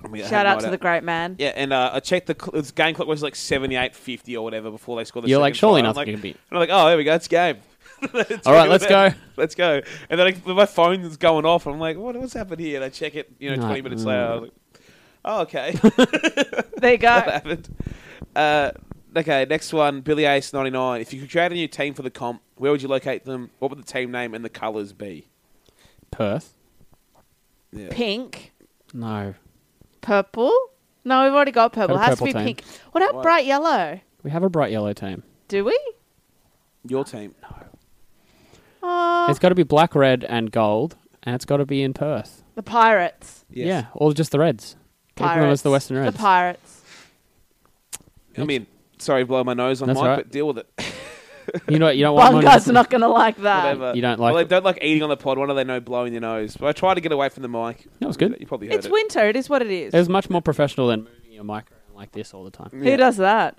[SPEAKER 3] I mean, I had
[SPEAKER 4] Shout
[SPEAKER 3] a
[SPEAKER 4] out
[SPEAKER 3] night
[SPEAKER 4] to the great man.
[SPEAKER 3] Yeah, and uh, I checked the cl- this game clock was like seventy eight fifty or whatever before they scored the.
[SPEAKER 2] You're
[SPEAKER 3] second
[SPEAKER 2] like, surely
[SPEAKER 3] try. I'm
[SPEAKER 2] nothing can
[SPEAKER 3] like-
[SPEAKER 2] be-
[SPEAKER 3] I'm like, oh, there we go. It's game. It's
[SPEAKER 2] All right,
[SPEAKER 3] good
[SPEAKER 2] let's
[SPEAKER 3] then.
[SPEAKER 2] go.
[SPEAKER 3] Let's go. And then like, my phone is going off. I'm like, what, what's happened here? And I check it. You know,
[SPEAKER 2] No,
[SPEAKER 3] twenty minutes
[SPEAKER 2] mm.
[SPEAKER 3] later. I was like, oh, okay.
[SPEAKER 4] There you
[SPEAKER 3] that
[SPEAKER 4] go.
[SPEAKER 3] happened. Uh, okay, next one, Billy Ace ninety nine. If you could create a new team for the comp, where would you locate them? What would the team name and the colours be?
[SPEAKER 2] Perth?
[SPEAKER 4] Pink,
[SPEAKER 2] No,
[SPEAKER 4] purple. No, we've already got purple.
[SPEAKER 2] Got a
[SPEAKER 4] It has to
[SPEAKER 2] purple
[SPEAKER 4] be
[SPEAKER 2] team.
[SPEAKER 4] pink. What about
[SPEAKER 3] What?
[SPEAKER 4] bright yellow?
[SPEAKER 2] we have a bright yellow team.
[SPEAKER 4] Do we?
[SPEAKER 3] Your team.
[SPEAKER 4] Oh,
[SPEAKER 2] It's got to be black, red, and gold, and it's got to be in Perth.
[SPEAKER 4] the Pirates.
[SPEAKER 3] Yes.
[SPEAKER 2] Yeah, or just the Reds. Keep them
[SPEAKER 4] Pirates.
[SPEAKER 2] as the Western Reds.
[SPEAKER 4] The Pirates.
[SPEAKER 3] I mean, sorry, blow my nose on
[SPEAKER 2] That's
[SPEAKER 3] Mike,
[SPEAKER 2] all right.
[SPEAKER 3] but deal with it.
[SPEAKER 2] you know, you don't want
[SPEAKER 4] One
[SPEAKER 2] one-
[SPEAKER 4] guy's not going to like that.
[SPEAKER 3] Whatever.
[SPEAKER 2] You don't like
[SPEAKER 3] Well,
[SPEAKER 2] it.
[SPEAKER 3] they don't like eating on the pod. What do they know? Blowing your nose. But I try to get away from the mic.
[SPEAKER 2] That was good.
[SPEAKER 3] You probably heard
[SPEAKER 4] It's
[SPEAKER 3] it.
[SPEAKER 4] winter. It is what it is.
[SPEAKER 2] It was much more professional than moving your mic around like this all the time.
[SPEAKER 4] Who does that?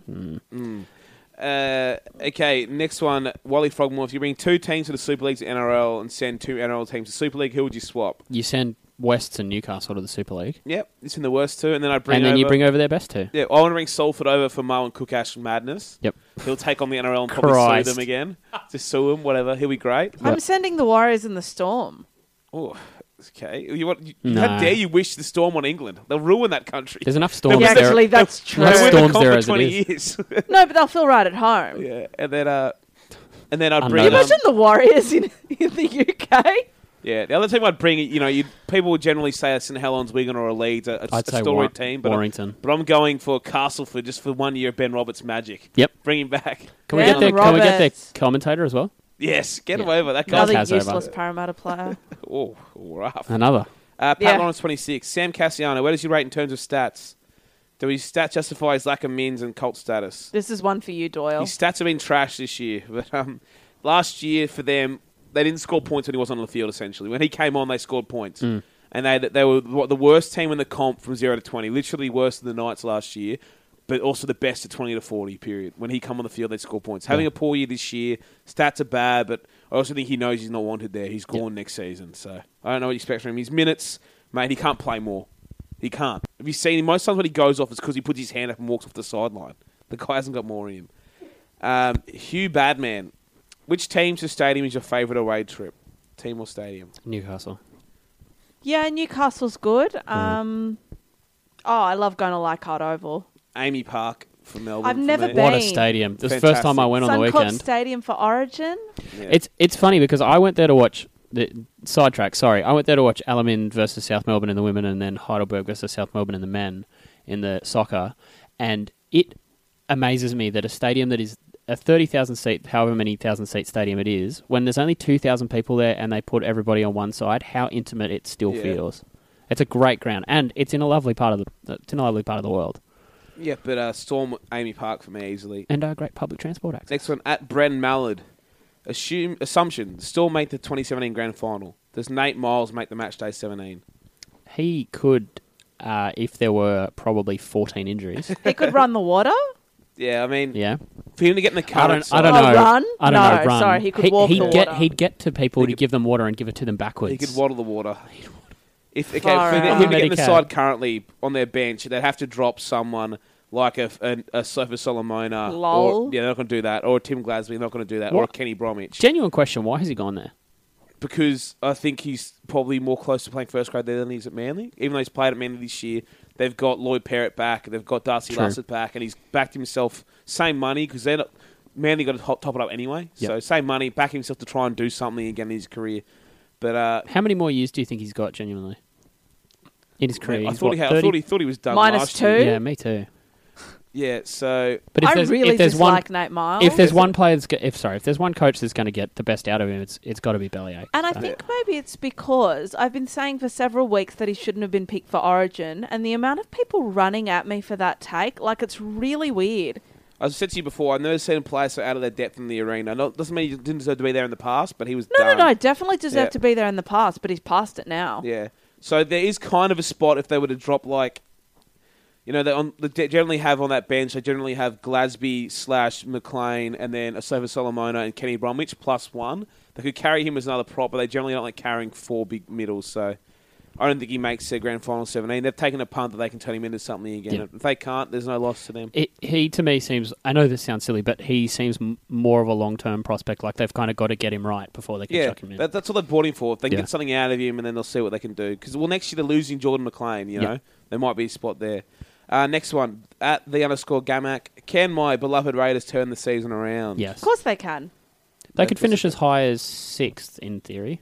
[SPEAKER 3] Uh, okay, next one, Wally Frogmore. If you bring two teams to the Super League to NRL and send two NRL teams to Super League, who would you swap?
[SPEAKER 2] You send West and Newcastle to the Super League,
[SPEAKER 3] Yep, it's in the worst two, and then I bring.
[SPEAKER 2] and then
[SPEAKER 3] over,
[SPEAKER 2] you bring over their best two.
[SPEAKER 3] Yeah, I want to bring Salford over for Marwan Cookash madness.
[SPEAKER 2] Yep.
[SPEAKER 3] He'll take on the NRL and probably
[SPEAKER 2] Christ.
[SPEAKER 3] sue them again. Just sue him, whatever. He'll be great.
[SPEAKER 4] I'm sending the Warriors in the Storm.
[SPEAKER 3] Oh, okay. You want? You, How
[SPEAKER 2] Nah.
[SPEAKER 3] dare you wish the storm on England? They'll ruin that country.
[SPEAKER 2] There's enough storms
[SPEAKER 4] Yeah,
[SPEAKER 2] there.
[SPEAKER 4] actually, that's true.
[SPEAKER 2] Enough
[SPEAKER 3] They
[SPEAKER 4] No,
[SPEAKER 3] win the
[SPEAKER 2] storms
[SPEAKER 3] comp
[SPEAKER 2] there
[SPEAKER 3] for
[SPEAKER 2] as it
[SPEAKER 3] 20
[SPEAKER 2] is.
[SPEAKER 3] years.
[SPEAKER 4] but they'll feel right at home.
[SPEAKER 3] yeah, and then uh, and then I'd bring.
[SPEAKER 2] Unnoticed.
[SPEAKER 3] Um,
[SPEAKER 4] Imagine the Warriors in, in the UK.
[SPEAKER 3] yeah, the other team I'd bring. You know, you'd, people would generally say a St Helens, Wigan, or a Leeds, a, a,
[SPEAKER 2] I'd
[SPEAKER 3] a
[SPEAKER 2] say
[SPEAKER 3] storied
[SPEAKER 2] War-
[SPEAKER 3] team. But
[SPEAKER 2] Warrington.
[SPEAKER 3] I'm, but I'm going for Castleford just for one year of Ben Roberts' magic.
[SPEAKER 2] Yep.
[SPEAKER 3] bring him back.
[SPEAKER 2] Can we
[SPEAKER 4] Yeah,
[SPEAKER 2] get their
[SPEAKER 4] and
[SPEAKER 2] Can we get their
[SPEAKER 4] Roberts.
[SPEAKER 2] commentator as well?
[SPEAKER 3] Yes, get him
[SPEAKER 2] Yeah.
[SPEAKER 3] over that
[SPEAKER 4] Another
[SPEAKER 3] guy.
[SPEAKER 2] Has over.
[SPEAKER 4] useless Parramatta player.
[SPEAKER 3] Oh, rough.
[SPEAKER 2] Another.
[SPEAKER 3] Uh, Pat
[SPEAKER 4] Yeah.
[SPEAKER 3] Lawrence, 26. Sam Cassiano, where does he rate in terms of stats? Do his stats justify his lack of mins and cult status?
[SPEAKER 4] this is one for you, Doyle.
[SPEAKER 3] His stats have been trash this year, but um, last year for them they didn't score points when he wasn't on the field. Essentially, when he came on, they scored points, and they they were what, the worst team in the comp from zero to twenty, literally worse than the Knights last year, but also the best at twenty to forty. Period. When he come on the field, they score points. Having a poor year this year, stats are bad, but I also think he knows he's not wanted there. He's gone next season, so I don't know what you expect from him. His minutes, mate, he can't play more. He can't. Have you seen him? Most times when he goes off, it's because he puts his hand up and walks off the sideline. The guy hasn't got more in him. Um, Hugh Badman, which teams or stadium is your favourite away trip? Team or stadium?
[SPEAKER 2] Newcastle.
[SPEAKER 4] Yeah, Newcastle's good.
[SPEAKER 2] Mm.
[SPEAKER 4] Um, oh, I love going to Leichhardt Oval.
[SPEAKER 3] Amy Park for Melbourne.
[SPEAKER 4] I've
[SPEAKER 3] for
[SPEAKER 4] never
[SPEAKER 3] me.
[SPEAKER 4] been.
[SPEAKER 2] What a
[SPEAKER 4] Bane.
[SPEAKER 2] stadium! This is the first time I went on the
[SPEAKER 4] Suncorp
[SPEAKER 2] weekend.
[SPEAKER 4] Stadium for Origin.
[SPEAKER 3] Yeah.
[SPEAKER 2] It's it's funny because I went there to watch the sidetrack. Sorry, I went there to watch Alamin versus South Melbourne in the women, and then Heidelberg versus South Melbourne in the men in the soccer. And it amazes me that a stadium that is a thirty thousand seat, however many thousand seat stadium it is, when there's only two thousand people there and they put everybody on one side, how intimate it still
[SPEAKER 3] Yeah.
[SPEAKER 2] feels. It's a great ground, and it's in a lovely part of the it's in a lovely part of the world,
[SPEAKER 3] yeah, but uh, Storm Amy Park for me easily.
[SPEAKER 2] and a great public transport access.
[SPEAKER 3] Next one at Bren Mallard. Assume assumption. Still make the 2017 grand final. Does Nate Miles make the match day 17?
[SPEAKER 2] He could, uh, if there were probably fourteen injuries.
[SPEAKER 4] He could run the water.
[SPEAKER 3] Yeah, I mean,
[SPEAKER 2] yeah.
[SPEAKER 3] for him to get in the car,
[SPEAKER 2] I don't, I don't
[SPEAKER 4] Oh,
[SPEAKER 2] know.
[SPEAKER 4] run?
[SPEAKER 2] I don't
[SPEAKER 4] No,
[SPEAKER 2] know. Run.
[SPEAKER 4] sorry, he could walk
[SPEAKER 2] He'd
[SPEAKER 4] the
[SPEAKER 2] get,
[SPEAKER 4] water.
[SPEAKER 2] He'd get to people
[SPEAKER 3] He
[SPEAKER 2] to
[SPEAKER 3] could-
[SPEAKER 2] give them water and give it to them backwards.
[SPEAKER 3] He could waddle the water. If okay,
[SPEAKER 4] Far
[SPEAKER 3] for
[SPEAKER 4] out.
[SPEAKER 3] him to get in the
[SPEAKER 2] 180K.
[SPEAKER 3] side currently on their bench, they'd have to drop someone like a a, a Sofa Solomona. Or,
[SPEAKER 4] Lol.
[SPEAKER 3] yeah, they're not going to do that. Or a Tim Glasby, they're not going to do that. Or a
[SPEAKER 2] What?
[SPEAKER 3] Kenny Bromwich,
[SPEAKER 2] Genuine question: Why has he gone there?
[SPEAKER 3] because I think he's probably more close to playing first grade there than he is at Manly. Even though he's played at Manly this year, they've got Lloyd Parrott back, they've got Darcy
[SPEAKER 2] True.
[SPEAKER 3] Lassett back, and he's backed himself same money because they're not. Manly got to top top it up anyway,
[SPEAKER 2] Yep.
[SPEAKER 3] so same money, back himself to try and do something again in his career. But uh,
[SPEAKER 2] How many more years do you think he's got? Genuinely, in his career,
[SPEAKER 3] I,
[SPEAKER 2] He's
[SPEAKER 3] thought
[SPEAKER 2] what,
[SPEAKER 3] he had,
[SPEAKER 2] 30?
[SPEAKER 3] I thought he thought he was done
[SPEAKER 4] Minus
[SPEAKER 3] last
[SPEAKER 4] two?
[SPEAKER 3] year.
[SPEAKER 2] Yeah, me too.
[SPEAKER 3] Yeah, so
[SPEAKER 2] But if
[SPEAKER 4] I
[SPEAKER 2] there's,
[SPEAKER 4] really
[SPEAKER 2] if there's one,
[SPEAKER 4] dislike Nate Miles.
[SPEAKER 2] if there's one player, that's go- if sorry, if there's one coach that's going to get the best out of him, it's it's got to be Bellier.
[SPEAKER 4] And I think maybe it's because I've been saying for several weeks that he shouldn't have been picked for Origin, and the amount of people running at me for that take, like it's really weird.
[SPEAKER 3] I've said to you before, I've never seen a player so out of their depth in the arena. Not, doesn't mean he didn't deserve to be there in the past, but he was
[SPEAKER 4] No,
[SPEAKER 3] done.
[SPEAKER 4] no, no, definitely deserved
[SPEAKER 3] Yeah.
[SPEAKER 4] to be there in the past, but he's past it now.
[SPEAKER 3] Yeah. So there is kind of a spot if they were to drop like, you know, they on they generally have on that bench. They generally have Glasby slash McLean and then Asafa Solomona and Kenny Bromwich plus one. They could carry him as another prop, but they generally don't like carrying four big middles. So I don't think he makes their grand final seventeen. They've taken a punt that they can turn him into something again.
[SPEAKER 2] Yeah.
[SPEAKER 3] If they can't, there's no loss to them.
[SPEAKER 2] It, he to me seems. I know this sounds silly, but he seems m- more of a long term prospect. Like they've kind of got to get him right before they can
[SPEAKER 3] Yeah,
[SPEAKER 2] chuck him in.
[SPEAKER 3] that, that's what they bought him for. If they can
[SPEAKER 2] Yeah.
[SPEAKER 3] get something out of him, and then they'll see what they can do. Because well, next year they're losing Jordan McLean. You
[SPEAKER 2] Yeah.
[SPEAKER 3] know, there might be a spot there. Uh, next one at the underscore Gamak. Can my beloved Raiders turn the season around?
[SPEAKER 2] yes,
[SPEAKER 4] Of course they can.
[SPEAKER 2] they
[SPEAKER 3] That
[SPEAKER 2] could
[SPEAKER 3] was-
[SPEAKER 2] finish as high as sixth in theory.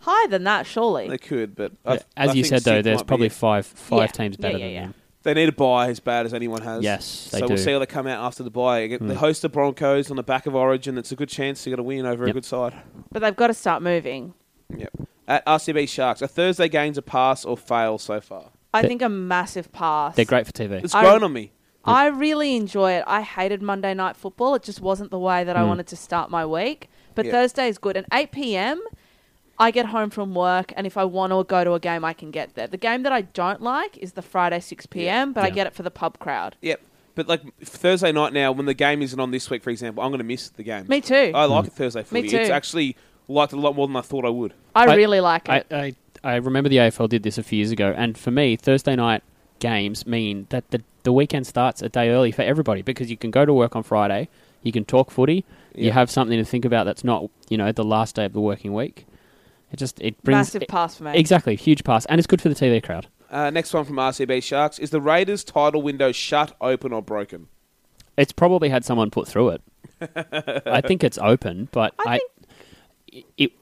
[SPEAKER 4] Higher than that, surely.
[SPEAKER 3] they could. But
[SPEAKER 2] Yeah,
[SPEAKER 3] I,
[SPEAKER 2] as
[SPEAKER 3] I
[SPEAKER 2] you
[SPEAKER 3] think
[SPEAKER 2] said though,
[SPEAKER 3] six
[SPEAKER 2] there's
[SPEAKER 3] might be
[SPEAKER 2] probably
[SPEAKER 3] it.
[SPEAKER 2] five five
[SPEAKER 4] Yeah.
[SPEAKER 2] teams
[SPEAKER 4] Yeah,
[SPEAKER 2] better
[SPEAKER 4] yeah, yeah.
[SPEAKER 2] than them.
[SPEAKER 3] They need a buy as bad as anyone has.
[SPEAKER 2] Yes, they
[SPEAKER 3] so we'll
[SPEAKER 2] do. Mm.
[SPEAKER 3] see how they come out after the buy. Again, They host the Broncos on the back of Origin. It's a good chance to get a win over a
[SPEAKER 2] Yep.
[SPEAKER 3] good side.
[SPEAKER 4] But they've got to start moving.
[SPEAKER 3] Yep. At RCB Sharks, a Thursday game's a pass or fail so far.
[SPEAKER 4] I
[SPEAKER 2] They-
[SPEAKER 4] think a massive pass.
[SPEAKER 2] They're great for TV.
[SPEAKER 3] It's
[SPEAKER 4] I-
[SPEAKER 3] grown on me.
[SPEAKER 4] I really enjoy it. I hated Monday night football. It just wasn't the way
[SPEAKER 2] Mm.
[SPEAKER 4] that I wanted to start my week. But
[SPEAKER 3] Yeah.
[SPEAKER 4] Thursday is good. And 8 p.m., I get home from work, and if I want to go to a game, I can get there. The game that I don't like is the Friday 6 p.m., but I
[SPEAKER 2] Yeah.
[SPEAKER 4] get it for the pub crowd.
[SPEAKER 3] Yep. But like f- Thursday night now, when the game isn't on this week, for example, I'm going to miss the game.
[SPEAKER 4] Me too.
[SPEAKER 3] I like Thursday footy.
[SPEAKER 4] too.
[SPEAKER 3] It's actually liked it a lot more than I thought I would.
[SPEAKER 4] I,
[SPEAKER 2] I-
[SPEAKER 4] really like
[SPEAKER 2] I,
[SPEAKER 4] it.
[SPEAKER 2] I I remember the AFL did this a few years ago, and for me, Thursday night games mean that the the weekend starts a day early for everybody because you can go to work on Friday, you can talk footy, you
[SPEAKER 3] Yeah.
[SPEAKER 2] have something to think about that's not you know the last day of the working week. It just it brings
[SPEAKER 4] Massive
[SPEAKER 2] it-
[SPEAKER 4] pass for me.
[SPEAKER 2] exactly huge pass, and it's good for the TV crowd.
[SPEAKER 3] Uh, next one from RCB Sharks is the Raiders' title window shut, open, or broken?
[SPEAKER 2] It's probably had someone put through it. I think it's open, but I,
[SPEAKER 4] I
[SPEAKER 2] it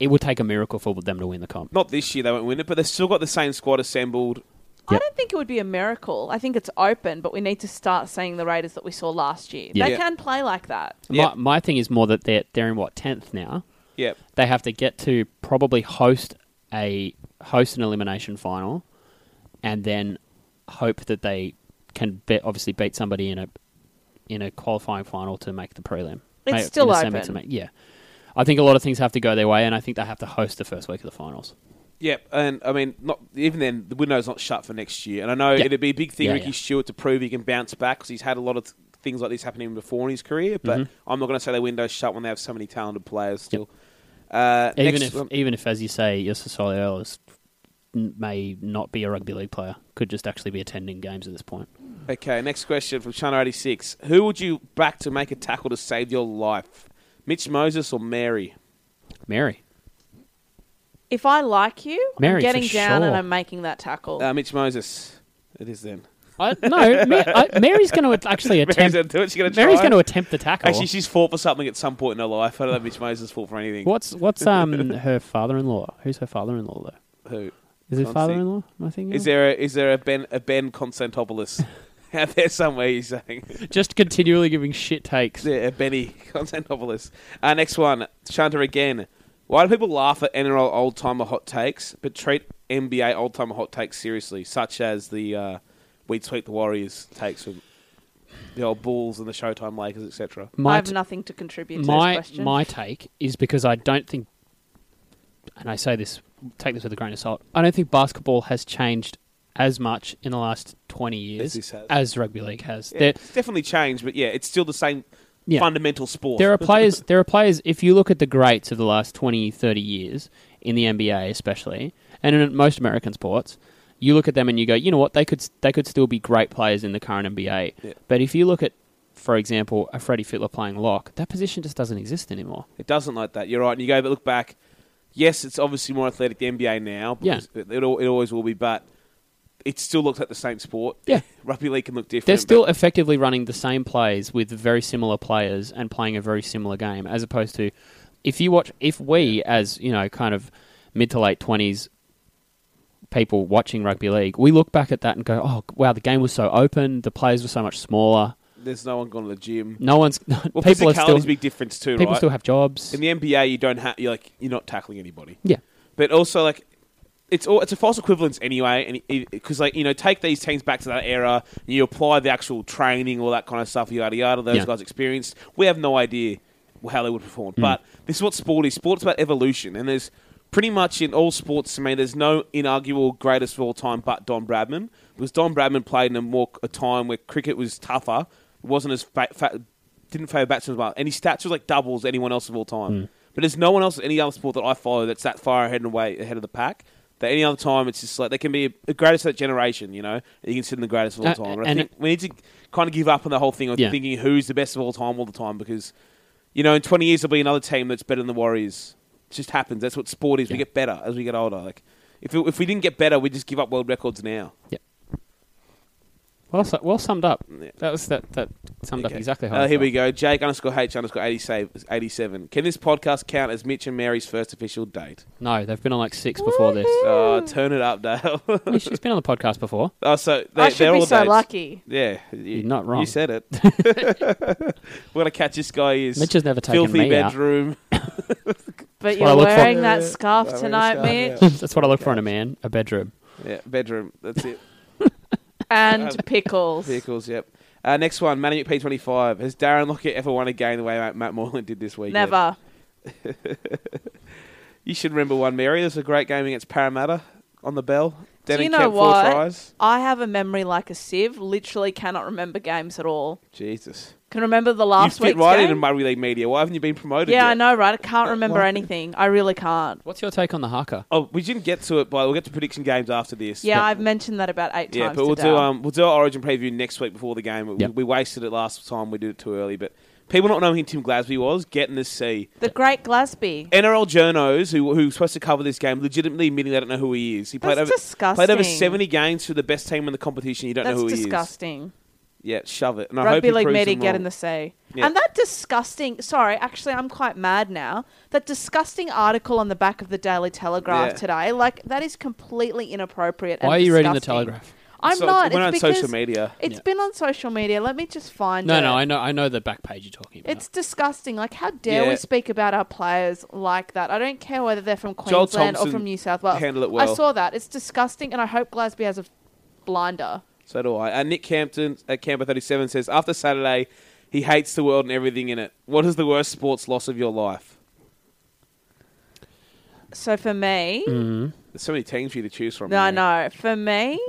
[SPEAKER 2] it would take a miracle for them to win the comp.
[SPEAKER 3] Not this year they won't win it, but they've still got the same squad assembled.
[SPEAKER 4] I don't think it would be a miracle. I think it's open, but we need to start seeing the Raiders that we saw last year.
[SPEAKER 2] Yeah.
[SPEAKER 4] They
[SPEAKER 3] Yeah.
[SPEAKER 4] can play like that.
[SPEAKER 2] My,
[SPEAKER 3] Yep.
[SPEAKER 2] my thing is more that they're they're in what tenth now.
[SPEAKER 3] Yep.
[SPEAKER 2] they have to get to probably host a host an elimination final, and then hope that they can be, obviously beat somebody in a in a qualifying final to make the prelim.
[SPEAKER 4] It's
[SPEAKER 2] Ma-
[SPEAKER 4] still
[SPEAKER 2] in a semi
[SPEAKER 4] open.
[SPEAKER 2] to make- yeah, I think a lot of things have to go their way, and I think they have to host the first week of the finals.
[SPEAKER 3] Yep, and I mean, not even then, the window's not shut for next year. And I know
[SPEAKER 2] Yeah.
[SPEAKER 3] it'd be a big thing,
[SPEAKER 2] Yeah,
[SPEAKER 3] Ricky
[SPEAKER 2] yeah.
[SPEAKER 3] Stewart, to prove he can bounce back because he's had a lot of th- things like this happening before in his career. But
[SPEAKER 2] Mm-hmm.
[SPEAKER 3] I'm not going to say the window's shut when they have so many talented players still. Uh,
[SPEAKER 2] Even
[SPEAKER 3] next
[SPEAKER 2] if,
[SPEAKER 3] one-
[SPEAKER 2] even if, as you say, your Sasoli Earl is, n- may not be a rugby league player, could just actually be attending games at this point.
[SPEAKER 3] okay, next question from Channel86. Who would you back to make a tackle to save your life? Mitch Moses or Mary?
[SPEAKER 2] Mary,
[SPEAKER 4] If I like you,
[SPEAKER 2] Mary,
[SPEAKER 4] I'm
[SPEAKER 2] for
[SPEAKER 4] getting down and
[SPEAKER 2] sure.
[SPEAKER 4] I'm making that tackle.
[SPEAKER 3] Uh, Mitch Moses. It is then.
[SPEAKER 2] I, no, Ma- I, Mary's going to actually
[SPEAKER 3] Mary's
[SPEAKER 2] attempt.
[SPEAKER 3] going to do it. She's going to
[SPEAKER 2] Mary's going to attempt the tackle.
[SPEAKER 3] Actually, she's fought for something at some point in her life. I don't know if Mitch Moses fought for anything.
[SPEAKER 2] what's what's um her father-in-law? Who's her father-in-law though?
[SPEAKER 3] Who?
[SPEAKER 2] Is it
[SPEAKER 3] Can't see.
[SPEAKER 2] father-in-law? Am I thinking?
[SPEAKER 3] Is
[SPEAKER 2] of?
[SPEAKER 3] there a, is there a Ben a Ben Constantopoulos out there somewhere? You're saying
[SPEAKER 2] just continually giving shit takes?
[SPEAKER 3] yeah, a uh, Benny Constantopoulos. Uh, next one, Shanta again. Why do people laugh at NRL old timer hot takes, but treat NBA old timer hot takes seriously, such as the uh, we tweet the Warriors takes from the old Bulls and the Showtime Lakers, etc.
[SPEAKER 4] I
[SPEAKER 2] My
[SPEAKER 4] have
[SPEAKER 2] t-
[SPEAKER 4] nothing to contribute to
[SPEAKER 2] my
[SPEAKER 4] this question.
[SPEAKER 2] my take is because I don't think, and I say this, take this with a grain of salt. I don't think basketball has changed as much in the last twenty years
[SPEAKER 3] this has.
[SPEAKER 2] as rugby league has.
[SPEAKER 3] Yeah,
[SPEAKER 2] There,
[SPEAKER 3] it's definitely changed, but yeah, it's still the same
[SPEAKER 2] Yeah.
[SPEAKER 3] fundamental sport.
[SPEAKER 2] there are players. There are players. If you look at the greats of the last 20, 30 years in the NBA, especially, and in most American sports. You look at them and you go, you know what? They could they could still be great players in the current NBA.
[SPEAKER 3] Yeah.
[SPEAKER 2] But if you look at, for example, a Freddie Fitler playing lock, that position just doesn't exist anymore.
[SPEAKER 3] It doesn't like that. You're right. And you go but look back. Yes, it's obviously more athletic the NBA now.
[SPEAKER 2] Yeah.
[SPEAKER 3] Because It, it, al- it always will be, but it still looks like the same sport.
[SPEAKER 2] Yeah.
[SPEAKER 3] Rugby league can look different.
[SPEAKER 2] They're
[SPEAKER 3] but
[SPEAKER 2] still effectively running the same plays with very similar players and playing a very similar game, as opposed to if you watch, if we as you know, kind of mid to late twenties people watching rugby league, we look back at that and go, "Oh, wow, the game was so open, the players were so much smaller.
[SPEAKER 3] There's no one gone to the gym.
[SPEAKER 2] No one's
[SPEAKER 3] Well,
[SPEAKER 2] people are
[SPEAKER 3] physicality's
[SPEAKER 2] still
[SPEAKER 3] a big difference too,
[SPEAKER 2] people
[SPEAKER 3] right?
[SPEAKER 2] still have jobs.
[SPEAKER 3] In the NBA, you don't have. You're like you're not tackling anybody.
[SPEAKER 2] yeah,
[SPEAKER 3] But also like. It's all, it's a false equivalence anyway, and because like you know, take these teams back to that era, and you apply the actual training, all that kind of stuff, yada yada. Those
[SPEAKER 2] Yeah.
[SPEAKER 3] guys experienced. We have no idea how they would perform, but this is what sport is. Sport's about evolution, and there's pretty much in all sports. I mean, there's no inarguable greatest of all time, but Don Bradman, because Don Bradman played in a more a time where cricket was tougher, wasn't as fa- fa- didn't favour batsmen as well, and his stats was like doubles anyone else of all time. But there's no one else, any other sport that I follow that's that far ahead and away ahead of the pack. That any other time, it's just like they can be the greatest of that generation, you know. You can sit in the greatest of all
[SPEAKER 2] Uh,
[SPEAKER 3] time. And I
[SPEAKER 2] and
[SPEAKER 3] think we need to kind of give up on the whole thing of
[SPEAKER 2] Yeah.
[SPEAKER 3] thinking who's the best of all time all the time because, you know, in 20 years there'll be another team that's better than the Warriors. It just happens. That's what sport is. We
[SPEAKER 2] Yeah.
[SPEAKER 3] get better as we get older. Like, if, it, if we didn't get better, we'd just give up world records now.
[SPEAKER 2] yeah. Well, su- well summed up.
[SPEAKER 3] Yeah.
[SPEAKER 2] That was that that summed
[SPEAKER 3] Okay.
[SPEAKER 2] up exactly how.
[SPEAKER 3] Uh,
[SPEAKER 2] I
[SPEAKER 3] here we
[SPEAKER 2] felt.
[SPEAKER 3] go. Jake underscore H underscore 87. Can this podcast count as Mitch and Mary's first official date?
[SPEAKER 2] No, they've been on like six before this.
[SPEAKER 3] Uh, turn it up, Dale.
[SPEAKER 2] She's been on the podcast before.
[SPEAKER 3] oh, so they,
[SPEAKER 4] I
[SPEAKER 3] they're
[SPEAKER 4] should be
[SPEAKER 3] all
[SPEAKER 4] so
[SPEAKER 3] dates.
[SPEAKER 4] lucky.
[SPEAKER 3] Yeah, you,
[SPEAKER 2] You're not wrong.
[SPEAKER 3] You said it. We're gonna catch this guy. His
[SPEAKER 2] Mitch has never taken
[SPEAKER 3] filthy
[SPEAKER 2] me out.
[SPEAKER 3] bedroom.
[SPEAKER 4] But
[SPEAKER 2] what I
[SPEAKER 4] you're
[SPEAKER 2] look for.
[SPEAKER 4] wearing that scarf
[SPEAKER 3] wearing a
[SPEAKER 4] tonight,
[SPEAKER 3] scarf, yeah.
[SPEAKER 4] Mitch,
[SPEAKER 2] That's what I look for in a man, a bedroom.
[SPEAKER 3] yeah, bedroom. That's it.
[SPEAKER 4] and pickles.
[SPEAKER 3] Vehicles. Yep. Uh, next one, Manny McP twenty five. Has Darren Lockett ever won a game the way Matt, Matt Moreland did this week?
[SPEAKER 4] Never.
[SPEAKER 3] You should remember one, Mary. There's a great game against Parramatta on the bell.
[SPEAKER 4] Do
[SPEAKER 3] Denning
[SPEAKER 4] you know
[SPEAKER 3] kept four
[SPEAKER 4] what?
[SPEAKER 3] tries.
[SPEAKER 4] I have a memory like a sieve. Literally cannot remember games at all.
[SPEAKER 3] Jesus.
[SPEAKER 4] Can remember the last
[SPEAKER 3] you fit
[SPEAKER 4] week's
[SPEAKER 3] right
[SPEAKER 4] game.
[SPEAKER 3] in Murray League media. Why haven't you been promoted?
[SPEAKER 4] yeah,
[SPEAKER 3] yet?
[SPEAKER 4] I know, right? I can't remember anything. I really can't.
[SPEAKER 2] What's your take on the haka?
[SPEAKER 3] Oh, we didn't get to it, but we'll get to prediction games after this.
[SPEAKER 4] Yeah, I've mentioned that about eight
[SPEAKER 3] Yeah,
[SPEAKER 4] times.
[SPEAKER 3] but we'll
[SPEAKER 4] today.
[SPEAKER 3] do um we'll do our Origin preview next week before the game. We-
[SPEAKER 2] Yep.
[SPEAKER 3] We, wasted it last time. We did it too early, but people not knowing who Tim Glasby was getting to see
[SPEAKER 4] the Great Glasby.
[SPEAKER 3] NRL journos who who were supposed to cover this game legitimately admitting they don't know who he is. He played
[SPEAKER 4] That's
[SPEAKER 3] over
[SPEAKER 4] disgusting.
[SPEAKER 3] played over seventy games for the best team in the competition. You don't
[SPEAKER 4] That's
[SPEAKER 3] know who he is.
[SPEAKER 4] disgusting.
[SPEAKER 3] Yeah, shove it. And I hope
[SPEAKER 4] Rugby
[SPEAKER 3] he
[SPEAKER 4] league
[SPEAKER 3] proves
[SPEAKER 4] media
[SPEAKER 3] them
[SPEAKER 4] get
[SPEAKER 3] wrong.
[SPEAKER 4] in the sea.
[SPEAKER 3] Yeah.
[SPEAKER 4] And that disgusting. Sorry, actually, I'm quite mad now. That disgusting article on the back of the Daily Telegraph
[SPEAKER 3] Yeah.
[SPEAKER 4] today, like that is completely inappropriate. and
[SPEAKER 2] Why are you reading the
[SPEAKER 4] disgusting.
[SPEAKER 2] Telegraph?
[SPEAKER 4] I'm
[SPEAKER 3] So it
[SPEAKER 4] not.
[SPEAKER 3] went
[SPEAKER 4] it's
[SPEAKER 3] on
[SPEAKER 4] because
[SPEAKER 3] social media.
[SPEAKER 4] It's
[SPEAKER 2] Yeah.
[SPEAKER 4] been on social media. Let me just find
[SPEAKER 2] No,
[SPEAKER 4] it.
[SPEAKER 2] no, I know, I know the back page you're talking about.
[SPEAKER 4] It's disgusting. Like, how dare
[SPEAKER 3] Yeah.
[SPEAKER 4] we speak about our players like that? I don't care whether they're from
[SPEAKER 3] Joel
[SPEAKER 4] Queensland or
[SPEAKER 3] Thompson
[SPEAKER 4] from New South Wales.
[SPEAKER 3] handled it well.
[SPEAKER 4] I saw that. It's disgusting, and I hope Glasby has a blinder.
[SPEAKER 3] So do I. Uh, Nick Campton at Camper Thirty Seven says after Saturday, he hates the world and everything in it. What is the worst sports loss of your life?
[SPEAKER 4] So for me,
[SPEAKER 2] Hmm.
[SPEAKER 3] There's so many teams for you to choose from.
[SPEAKER 4] no, I
[SPEAKER 3] man.
[SPEAKER 4] know. For me,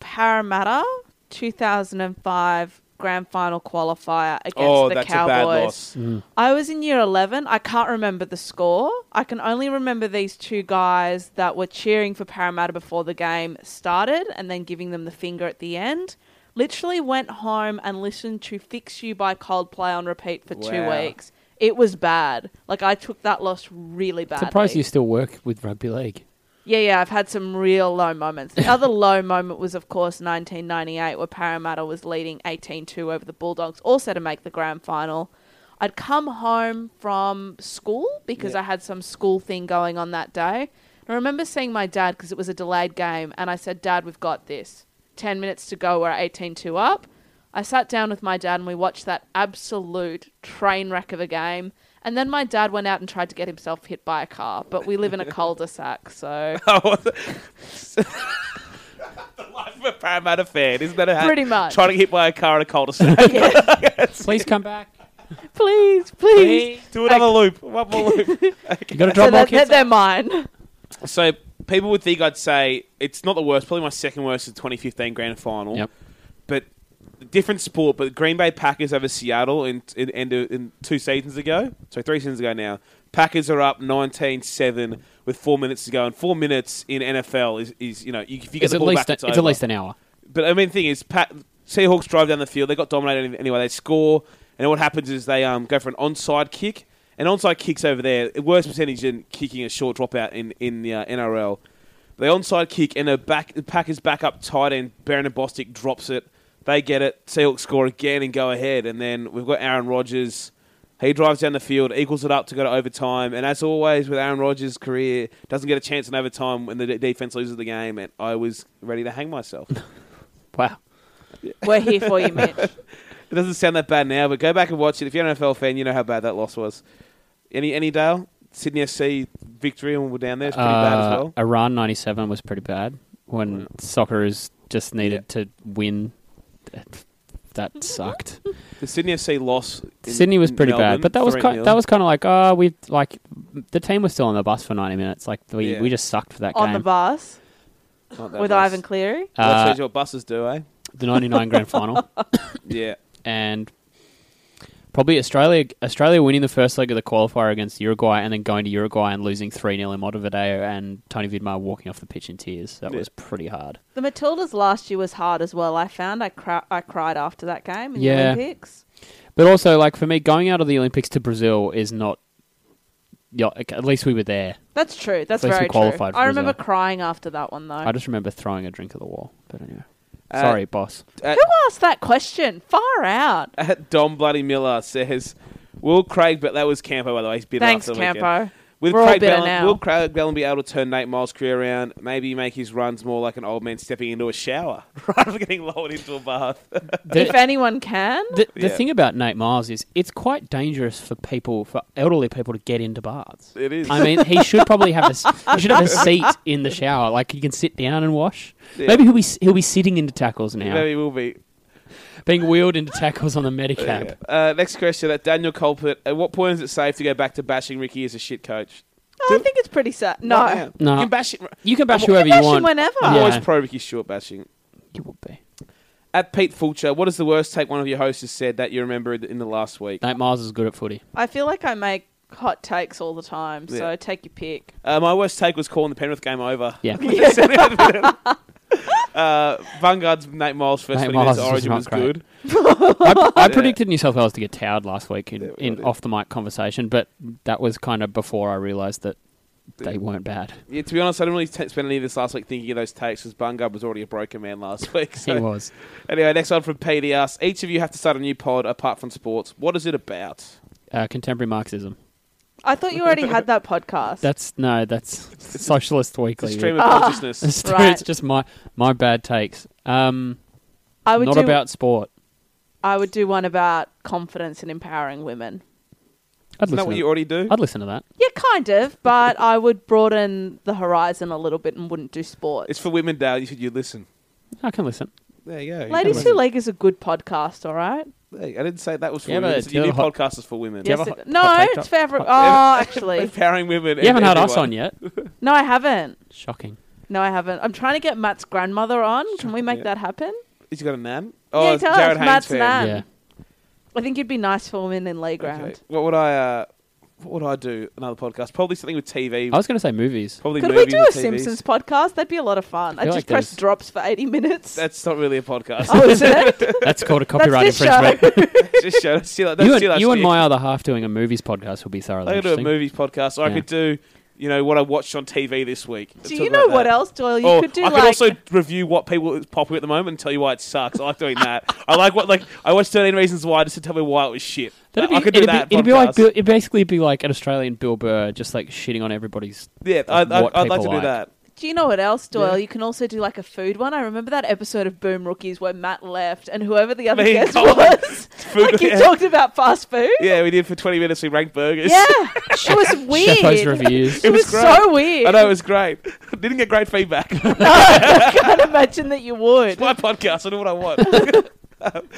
[SPEAKER 4] Parramatta, 2005 Grand Final qualifier against
[SPEAKER 3] Oh,
[SPEAKER 4] the
[SPEAKER 3] that's
[SPEAKER 4] Cowboys.
[SPEAKER 3] a bad loss.
[SPEAKER 4] I was in year 11. I can't remember the score. I can only remember these two guys that were cheering for Parramatta before the game started and then giving them the finger at the end. Literally went home and listened to Fix You by Coldplay on repeat for two
[SPEAKER 3] Wow.
[SPEAKER 4] weeks. It was bad. Like, I took that loss really badly.
[SPEAKER 2] Surprised you still work with rugby league.
[SPEAKER 4] Yeah, yeah, I've had some real low moments. The other low moment was, of course, 1998, where Parramatta was leading 18 2 over the Bulldogs, also to make the grand final. I'd come home from school because I had some school thing going on that day. I remember seeing my dad because it was a delayed game, and I said, Dad, we've got this. 10 minutes to go, we're 18 2 up. I sat down with my dad and we watched that absolute train wreck of a game. And then my dad went out and tried to get himself hit by a car, but we live in a cul-de-sac, so
[SPEAKER 3] I'm a Parramatta fan. Isn't
[SPEAKER 2] Uh,
[SPEAKER 3] that a
[SPEAKER 4] Pretty much.
[SPEAKER 3] Trying to get hit by a car in a cul-de-sac.
[SPEAKER 2] Please come back.
[SPEAKER 4] please, please.
[SPEAKER 2] Please.
[SPEAKER 3] Do another loop. One more loop.
[SPEAKER 2] You got to drop
[SPEAKER 4] So
[SPEAKER 2] more
[SPEAKER 4] they're, they're,
[SPEAKER 2] kids.
[SPEAKER 4] they're mine.
[SPEAKER 3] So people would think I'd say it's not the worst. Probably my second worst is the 2015 grand final.
[SPEAKER 2] Yep.
[SPEAKER 3] But different sport. But Green Bay Packers over Seattle in in, in, in two seasons ago. So three seasons ago now. Packers are up 19-7 with four minutes to go, and four minutes in NFL is, is you know you, if you get
[SPEAKER 2] It's
[SPEAKER 3] the
[SPEAKER 2] at
[SPEAKER 3] ball
[SPEAKER 2] least
[SPEAKER 3] back,
[SPEAKER 2] a-
[SPEAKER 3] it's,
[SPEAKER 2] it's
[SPEAKER 3] over.
[SPEAKER 2] at least an hour.
[SPEAKER 3] But I mean, the thing is, Pat, Seahawks drive down the field. They got dominated any- anyway. They score, and then what happens is they um, go for an onside kick. And onside kicks over there, worse percentage than kicking a short dropout in in the uh, NRL. The onside kick and a back the Packers back up tight end Baron Bostic drops it. They get it. Seahawks score again and go ahead. And then we've got Aaron Rodgers. He drives down the field, equals it up to go to overtime. And as always with Aaron Rodgers' career, doesn't get a chance in overtime when the de- defense loses the game. And I was ready to hang myself.
[SPEAKER 2] Wow.
[SPEAKER 4] We're here for you, Mitch.
[SPEAKER 3] It doesn't sound that bad now, but go back and watch it. If you're an NFL fan, you know how bad that loss was. Any any Dale Sydney SC victory when we were down there is pretty bad as
[SPEAKER 2] Uh,
[SPEAKER 3] well.
[SPEAKER 2] Iran 97 was pretty bad when soccer is just needed to win. That, that sucked.
[SPEAKER 3] The Sydney SC loss. in
[SPEAKER 2] Sydney was pretty
[SPEAKER 3] Melbourne,
[SPEAKER 2] bad, but that was
[SPEAKER 3] 3-0.
[SPEAKER 2] ki- that was kind of like oh we like the team was still on the bus for 90 minutes. Like we,
[SPEAKER 3] Yeah.
[SPEAKER 2] we just sucked for that
[SPEAKER 4] On
[SPEAKER 2] game.
[SPEAKER 4] the bus
[SPEAKER 3] Not that
[SPEAKER 4] with
[SPEAKER 3] loss.
[SPEAKER 4] Ivan Cleary.
[SPEAKER 3] Well, that
[SPEAKER 2] Uh,
[SPEAKER 3] shows you what buses do, eh?
[SPEAKER 2] the 99 grand final
[SPEAKER 3] Yeah.
[SPEAKER 2] and probably Australia Australia winning the first leg of the qualifier against Uruguay and then going to Uruguay and losing 3-0 in Montevideo and Tony Vidmar walking off the pitch in tears. That
[SPEAKER 3] Yeah.
[SPEAKER 2] was pretty hard.
[SPEAKER 4] The Matildas last year was hard as well. I found I, cri- I cried after that game in the
[SPEAKER 2] Yeah.
[SPEAKER 4] Olympics.
[SPEAKER 2] But also like for me going out of the Olympics to Brazil is not yeah, okay, at least we were there.
[SPEAKER 4] That's true. That's
[SPEAKER 2] least we
[SPEAKER 4] very
[SPEAKER 2] qualified
[SPEAKER 4] true. I
[SPEAKER 2] for
[SPEAKER 4] remember
[SPEAKER 2] Brazil.
[SPEAKER 4] crying after that one though.
[SPEAKER 2] I just remember throwing a drink at the wall. But anyway.
[SPEAKER 3] Uh,
[SPEAKER 2] Sorry, boss.
[SPEAKER 3] At,
[SPEAKER 4] Who asked that question? Far out.
[SPEAKER 3] at Dom Bloody Miller says, "Will Craig?" But that was Campo, by the way. He's bitter
[SPEAKER 4] Thanks,
[SPEAKER 3] after the weekend.
[SPEAKER 4] Campo.
[SPEAKER 3] With
[SPEAKER 4] We're all
[SPEAKER 3] Craig
[SPEAKER 4] bitter
[SPEAKER 3] Bellin,
[SPEAKER 4] now.
[SPEAKER 3] will Craig Bellin be able to turn Nate Miles' career around? Maybe make his runs more like an old man stepping into a shower rather than getting lowered into a bath.
[SPEAKER 4] If anyone can,
[SPEAKER 2] The, the
[SPEAKER 3] Yeah.
[SPEAKER 2] thing about Nate Miles is it's quite dangerous for people, for elderly people, to get into baths.
[SPEAKER 3] it is.
[SPEAKER 2] I mean, he should probably have a s- he should have a seat in the shower, like he can sit down and wash.
[SPEAKER 3] Yeah.
[SPEAKER 2] Maybe he'll be s- he'll be sitting into tackles now,
[SPEAKER 3] Maybe will be.
[SPEAKER 2] being wheeled into tackles on the medicab.
[SPEAKER 3] Uh, next question at Daniel Culpert. At what point is it safe to go back to bashing Ricky as a shit coach?
[SPEAKER 4] I think it's pretty sad. No,
[SPEAKER 3] Right
[SPEAKER 2] No.
[SPEAKER 3] now. You can bash it.
[SPEAKER 2] You can bash
[SPEAKER 3] I'm-
[SPEAKER 2] whoever
[SPEAKER 4] bash
[SPEAKER 2] you
[SPEAKER 4] him
[SPEAKER 2] want.
[SPEAKER 4] whenever.
[SPEAKER 2] Yeah.
[SPEAKER 3] I'm always pro Ricky Stewart bashing.
[SPEAKER 2] You will be.
[SPEAKER 3] At Pete Fulcher, what is the worst take one of your hosts has said that you remember in the last week?
[SPEAKER 2] Nate Miles is good at footy.
[SPEAKER 4] I feel like I make hot takes all the time. So
[SPEAKER 3] Yeah.
[SPEAKER 4] take your pick.
[SPEAKER 3] Uh, my worst take was calling the Penrith game over.
[SPEAKER 2] Yeah,
[SPEAKER 3] Uh, Vanguard's Nate Miles' first
[SPEAKER 2] Nate
[SPEAKER 3] 20
[SPEAKER 2] Miles
[SPEAKER 3] minutes of
[SPEAKER 2] is
[SPEAKER 3] Origin
[SPEAKER 2] not
[SPEAKER 3] was
[SPEAKER 2] great.
[SPEAKER 3] good.
[SPEAKER 2] I, I predicted New South Wales to get towed last week in,
[SPEAKER 3] we
[SPEAKER 2] in
[SPEAKER 3] did.
[SPEAKER 2] off the mic conversation, but that was kind of before I realised that they weren't bad.
[SPEAKER 3] Yeah, to be honest, I didn't really t- spend any of this last week thinking of those takes because Vanguard was already a broken man last week. So.
[SPEAKER 2] He was.
[SPEAKER 3] Anyway, next one from PD asks, each of you have to start a new pod apart from sports. What is it about?
[SPEAKER 2] Uh, contemporary Marxism.
[SPEAKER 4] I thought you already had that podcast.
[SPEAKER 2] That's no, that's Socialist
[SPEAKER 3] It's
[SPEAKER 2] Weekly.
[SPEAKER 3] a stream of consciousness.
[SPEAKER 2] It's true,
[SPEAKER 4] Right.
[SPEAKER 2] it's just my my bad takes. Um,
[SPEAKER 4] I would
[SPEAKER 2] not
[SPEAKER 4] do,
[SPEAKER 2] about sport.
[SPEAKER 4] I would do one about confidence and empowering women.
[SPEAKER 2] I'd
[SPEAKER 3] Isn't that
[SPEAKER 2] listen.
[SPEAKER 3] what
[SPEAKER 2] To,
[SPEAKER 3] you already do?
[SPEAKER 2] I'd listen to that.
[SPEAKER 4] Yeah, kind of, but I would broaden the horizon a little bit and wouldn't do sports.
[SPEAKER 3] It's for women, Dale. You should you listen.
[SPEAKER 2] I can listen.
[SPEAKER 3] There you go. You
[SPEAKER 4] Ladies
[SPEAKER 3] can
[SPEAKER 4] Who
[SPEAKER 3] listen.
[SPEAKER 4] League is a good podcast, all right?
[SPEAKER 3] Hey, I didn't say that was for
[SPEAKER 2] Yeah,
[SPEAKER 3] women.
[SPEAKER 2] but
[SPEAKER 3] I said
[SPEAKER 2] it's
[SPEAKER 3] Your new
[SPEAKER 2] the hot-
[SPEAKER 3] podcast is for women.
[SPEAKER 2] Yeah.
[SPEAKER 4] Yes,
[SPEAKER 2] have a
[SPEAKER 4] it-
[SPEAKER 2] hot-
[SPEAKER 4] no,
[SPEAKER 2] hot take
[SPEAKER 4] it's
[SPEAKER 2] top-
[SPEAKER 4] favorite. Oh, actually,
[SPEAKER 3] Empowering women.
[SPEAKER 2] You haven't
[SPEAKER 3] and
[SPEAKER 2] had us
[SPEAKER 3] everyone.
[SPEAKER 2] on yet.
[SPEAKER 4] No, I haven't.
[SPEAKER 2] Shocking.
[SPEAKER 4] No, I haven't. I'm trying to get Matt's grandmother on. Can we make
[SPEAKER 3] Yeah.
[SPEAKER 4] that happen?
[SPEAKER 3] He's got a nan.
[SPEAKER 4] yeah,
[SPEAKER 3] it's
[SPEAKER 4] tell
[SPEAKER 3] Jared
[SPEAKER 4] us.
[SPEAKER 3] Haynes
[SPEAKER 4] Matt's
[SPEAKER 3] fan.
[SPEAKER 4] nan.
[SPEAKER 2] Yeah.
[SPEAKER 4] I think you'd be nice for women in lay
[SPEAKER 3] Okay.
[SPEAKER 4] ground.
[SPEAKER 3] What would I? Uh, what would I do? Another podcast? Probably something with TV.
[SPEAKER 2] I was going to say movies.
[SPEAKER 3] probably
[SPEAKER 4] Could we
[SPEAKER 3] movies
[SPEAKER 4] do
[SPEAKER 3] with
[SPEAKER 4] a
[SPEAKER 3] TVs.
[SPEAKER 4] Simpsons podcast? That'd be a lot of fun. I,
[SPEAKER 2] feel like
[SPEAKER 4] just press
[SPEAKER 2] there's-
[SPEAKER 4] drops for 80 minutes.
[SPEAKER 3] That's not really a podcast.
[SPEAKER 4] oh, is it?
[SPEAKER 2] That's called a copyright
[SPEAKER 4] That's this
[SPEAKER 2] infringement.
[SPEAKER 4] show.
[SPEAKER 3] just show us. See, like,
[SPEAKER 2] You and,
[SPEAKER 3] see, like,
[SPEAKER 2] you and
[SPEAKER 3] see-
[SPEAKER 2] my other half doing a movies podcast will be thoroughly
[SPEAKER 3] I could do a
[SPEAKER 2] interesting.
[SPEAKER 3] movies podcast, or I
[SPEAKER 2] Yeah.
[SPEAKER 3] could do, you know, what I watched on TV this week.
[SPEAKER 4] do
[SPEAKER 3] Talk
[SPEAKER 4] you know
[SPEAKER 3] about
[SPEAKER 4] what
[SPEAKER 3] that.
[SPEAKER 4] else, Doyle? You
[SPEAKER 3] Or
[SPEAKER 4] could do
[SPEAKER 3] Oh, I could
[SPEAKER 4] like
[SPEAKER 3] also review what people is popular at the moment and tell you why it sucks. I like doing that. I like what like I watched Thirteen Reasons Why just to tell me why it was shit.
[SPEAKER 2] That'd
[SPEAKER 3] I
[SPEAKER 2] be-
[SPEAKER 3] could do
[SPEAKER 2] it'd
[SPEAKER 3] that.
[SPEAKER 2] Be, it'd be like
[SPEAKER 3] podcast.
[SPEAKER 2] Bill- it'd basically be like an Australian Bill Burr, just like shitting on everybody's.
[SPEAKER 3] yeah, I,
[SPEAKER 2] of what
[SPEAKER 3] I, I'd like
[SPEAKER 2] people
[SPEAKER 3] to do
[SPEAKER 2] like.
[SPEAKER 3] that.
[SPEAKER 4] Do you know what else, Doyle? You can also do like a food one. I remember that episode of Boom Rookies where Matt left and whoever the other
[SPEAKER 3] Me and
[SPEAKER 4] guest
[SPEAKER 3] Colin.
[SPEAKER 4] was.
[SPEAKER 3] Food-
[SPEAKER 4] like you
[SPEAKER 3] yeah.
[SPEAKER 4] talked about fast food.
[SPEAKER 3] Yeah, we did for twenty minutes. We ranked burgers.
[SPEAKER 4] Yeah, it was weird.
[SPEAKER 2] Chefo's reviews.
[SPEAKER 4] It was,
[SPEAKER 3] was great.
[SPEAKER 4] so weird.
[SPEAKER 3] I know it was great. Didn't get great feedback.
[SPEAKER 4] I can't imagine that you would.
[SPEAKER 3] My podcast. I know what I want. Um,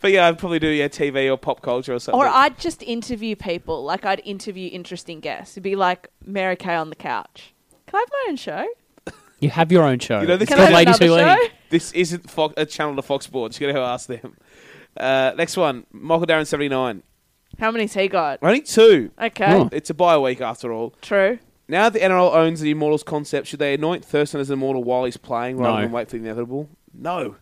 [SPEAKER 3] but yeah, I'd probably do yeah TV or pop culture or something.
[SPEAKER 4] Or I'd just interview people. Like I'd interview interesting guests. It'd be like Mary Kay on the couch. Can I have my own show?
[SPEAKER 2] You have your own show.
[SPEAKER 3] You know, this-
[SPEAKER 2] it's
[SPEAKER 4] Can
[SPEAKER 3] Good
[SPEAKER 4] I
[SPEAKER 2] called
[SPEAKER 4] have
[SPEAKER 2] Ladies
[SPEAKER 4] another
[SPEAKER 2] Who
[SPEAKER 4] show?
[SPEAKER 2] Lead.
[SPEAKER 3] This isn't Fox, a channel to Fox Sports. You gotta go ask them. Uh, next one, Michael Darren seventy nine.
[SPEAKER 4] How many's he got?
[SPEAKER 3] Only two.
[SPEAKER 4] Okay,
[SPEAKER 2] Oh.
[SPEAKER 3] It's a bye week after all.
[SPEAKER 4] true.
[SPEAKER 3] Now that the NRL owns the Immortals concept, should they anoint Thurston as an immortal while he's playing rather
[SPEAKER 2] No.
[SPEAKER 3] than wait for the inevitable? No.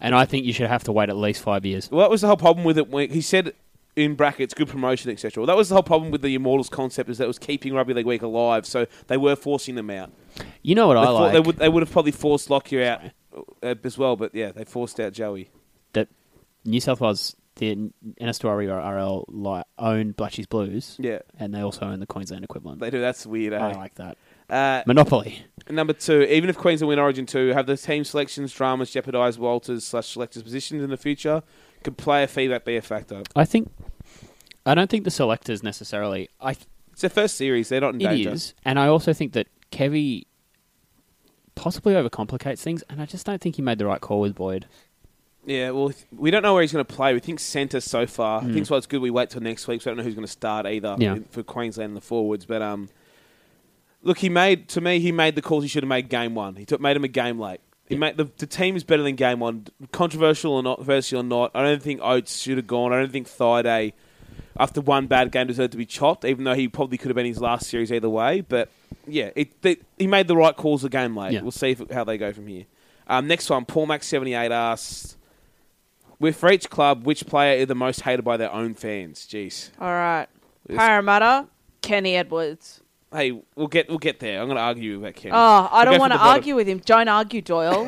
[SPEAKER 2] And I think you should have to wait at least five years.
[SPEAKER 3] Well, that was the whole problem with it. When he said in brackets, good promotion, etc. Well, that was the whole problem with the Immortals concept is that it was keeping Rugby League Week alive, so they were forcing them out.
[SPEAKER 2] You know what
[SPEAKER 3] They,
[SPEAKER 2] I
[SPEAKER 3] for-
[SPEAKER 2] like?
[SPEAKER 3] they would they would have probably forced Lockyer out uh, as well, but yeah, they forced out Joey.
[SPEAKER 2] that New South Wales, the Anastasia RL like, own Blatchy's Blues.
[SPEAKER 3] Yeah.
[SPEAKER 2] And they also own the Queensland equivalent.
[SPEAKER 3] They do. That's weird. Eh?
[SPEAKER 2] I like that.
[SPEAKER 3] Uh,
[SPEAKER 2] Monopoly.
[SPEAKER 3] Number two, even if Queensland win Origin 2, have the team selections dramas jeopardise Walters slash selectors' positions in the future? Could player feedback be a factor?
[SPEAKER 2] I think. I don't think the selectors necessarily. I th-
[SPEAKER 3] It's their first series. They're not in
[SPEAKER 2] It
[SPEAKER 3] danger.
[SPEAKER 2] is, and I also think that Kevy possibly overcomplicates things, and I just don't think he made the right call with Boyd.
[SPEAKER 3] Yeah, well, we don't know where he's going to play. We think centre so far. I think so it's good we wait till next week. So I don't know who's going to start either
[SPEAKER 2] Hmm. Yeah.
[SPEAKER 3] in- for Queensland in the forwards. But um, look, he made to me he made the calls he should have made game one. He took, made him a game late. He made the, the team is better than game one. Controversial or not, controversial or not, I don't think Oates should have gone. I don't think Thaiday, after one bad game, deserved to be chopped. Even though he probably could have been his last series either way. But yeah, it, they, he made the right calls the game late.
[SPEAKER 2] Yeah.
[SPEAKER 3] We'll see if, how they go from here. Um, next one, Paul Max seventy eight asks. With for each club, which player is the most hated by their own fans? Jeez.
[SPEAKER 4] All right,
[SPEAKER 3] It's-
[SPEAKER 4] Parramatta, Kenny Edwards.
[SPEAKER 3] Hey, we'll get we'll get there. I'm going to argue about Kenny.
[SPEAKER 4] Oh, I
[SPEAKER 3] We'll
[SPEAKER 4] don't
[SPEAKER 3] go
[SPEAKER 4] want
[SPEAKER 3] from the
[SPEAKER 4] to
[SPEAKER 3] bottom.
[SPEAKER 4] argue with him. Don't argue, Doyle.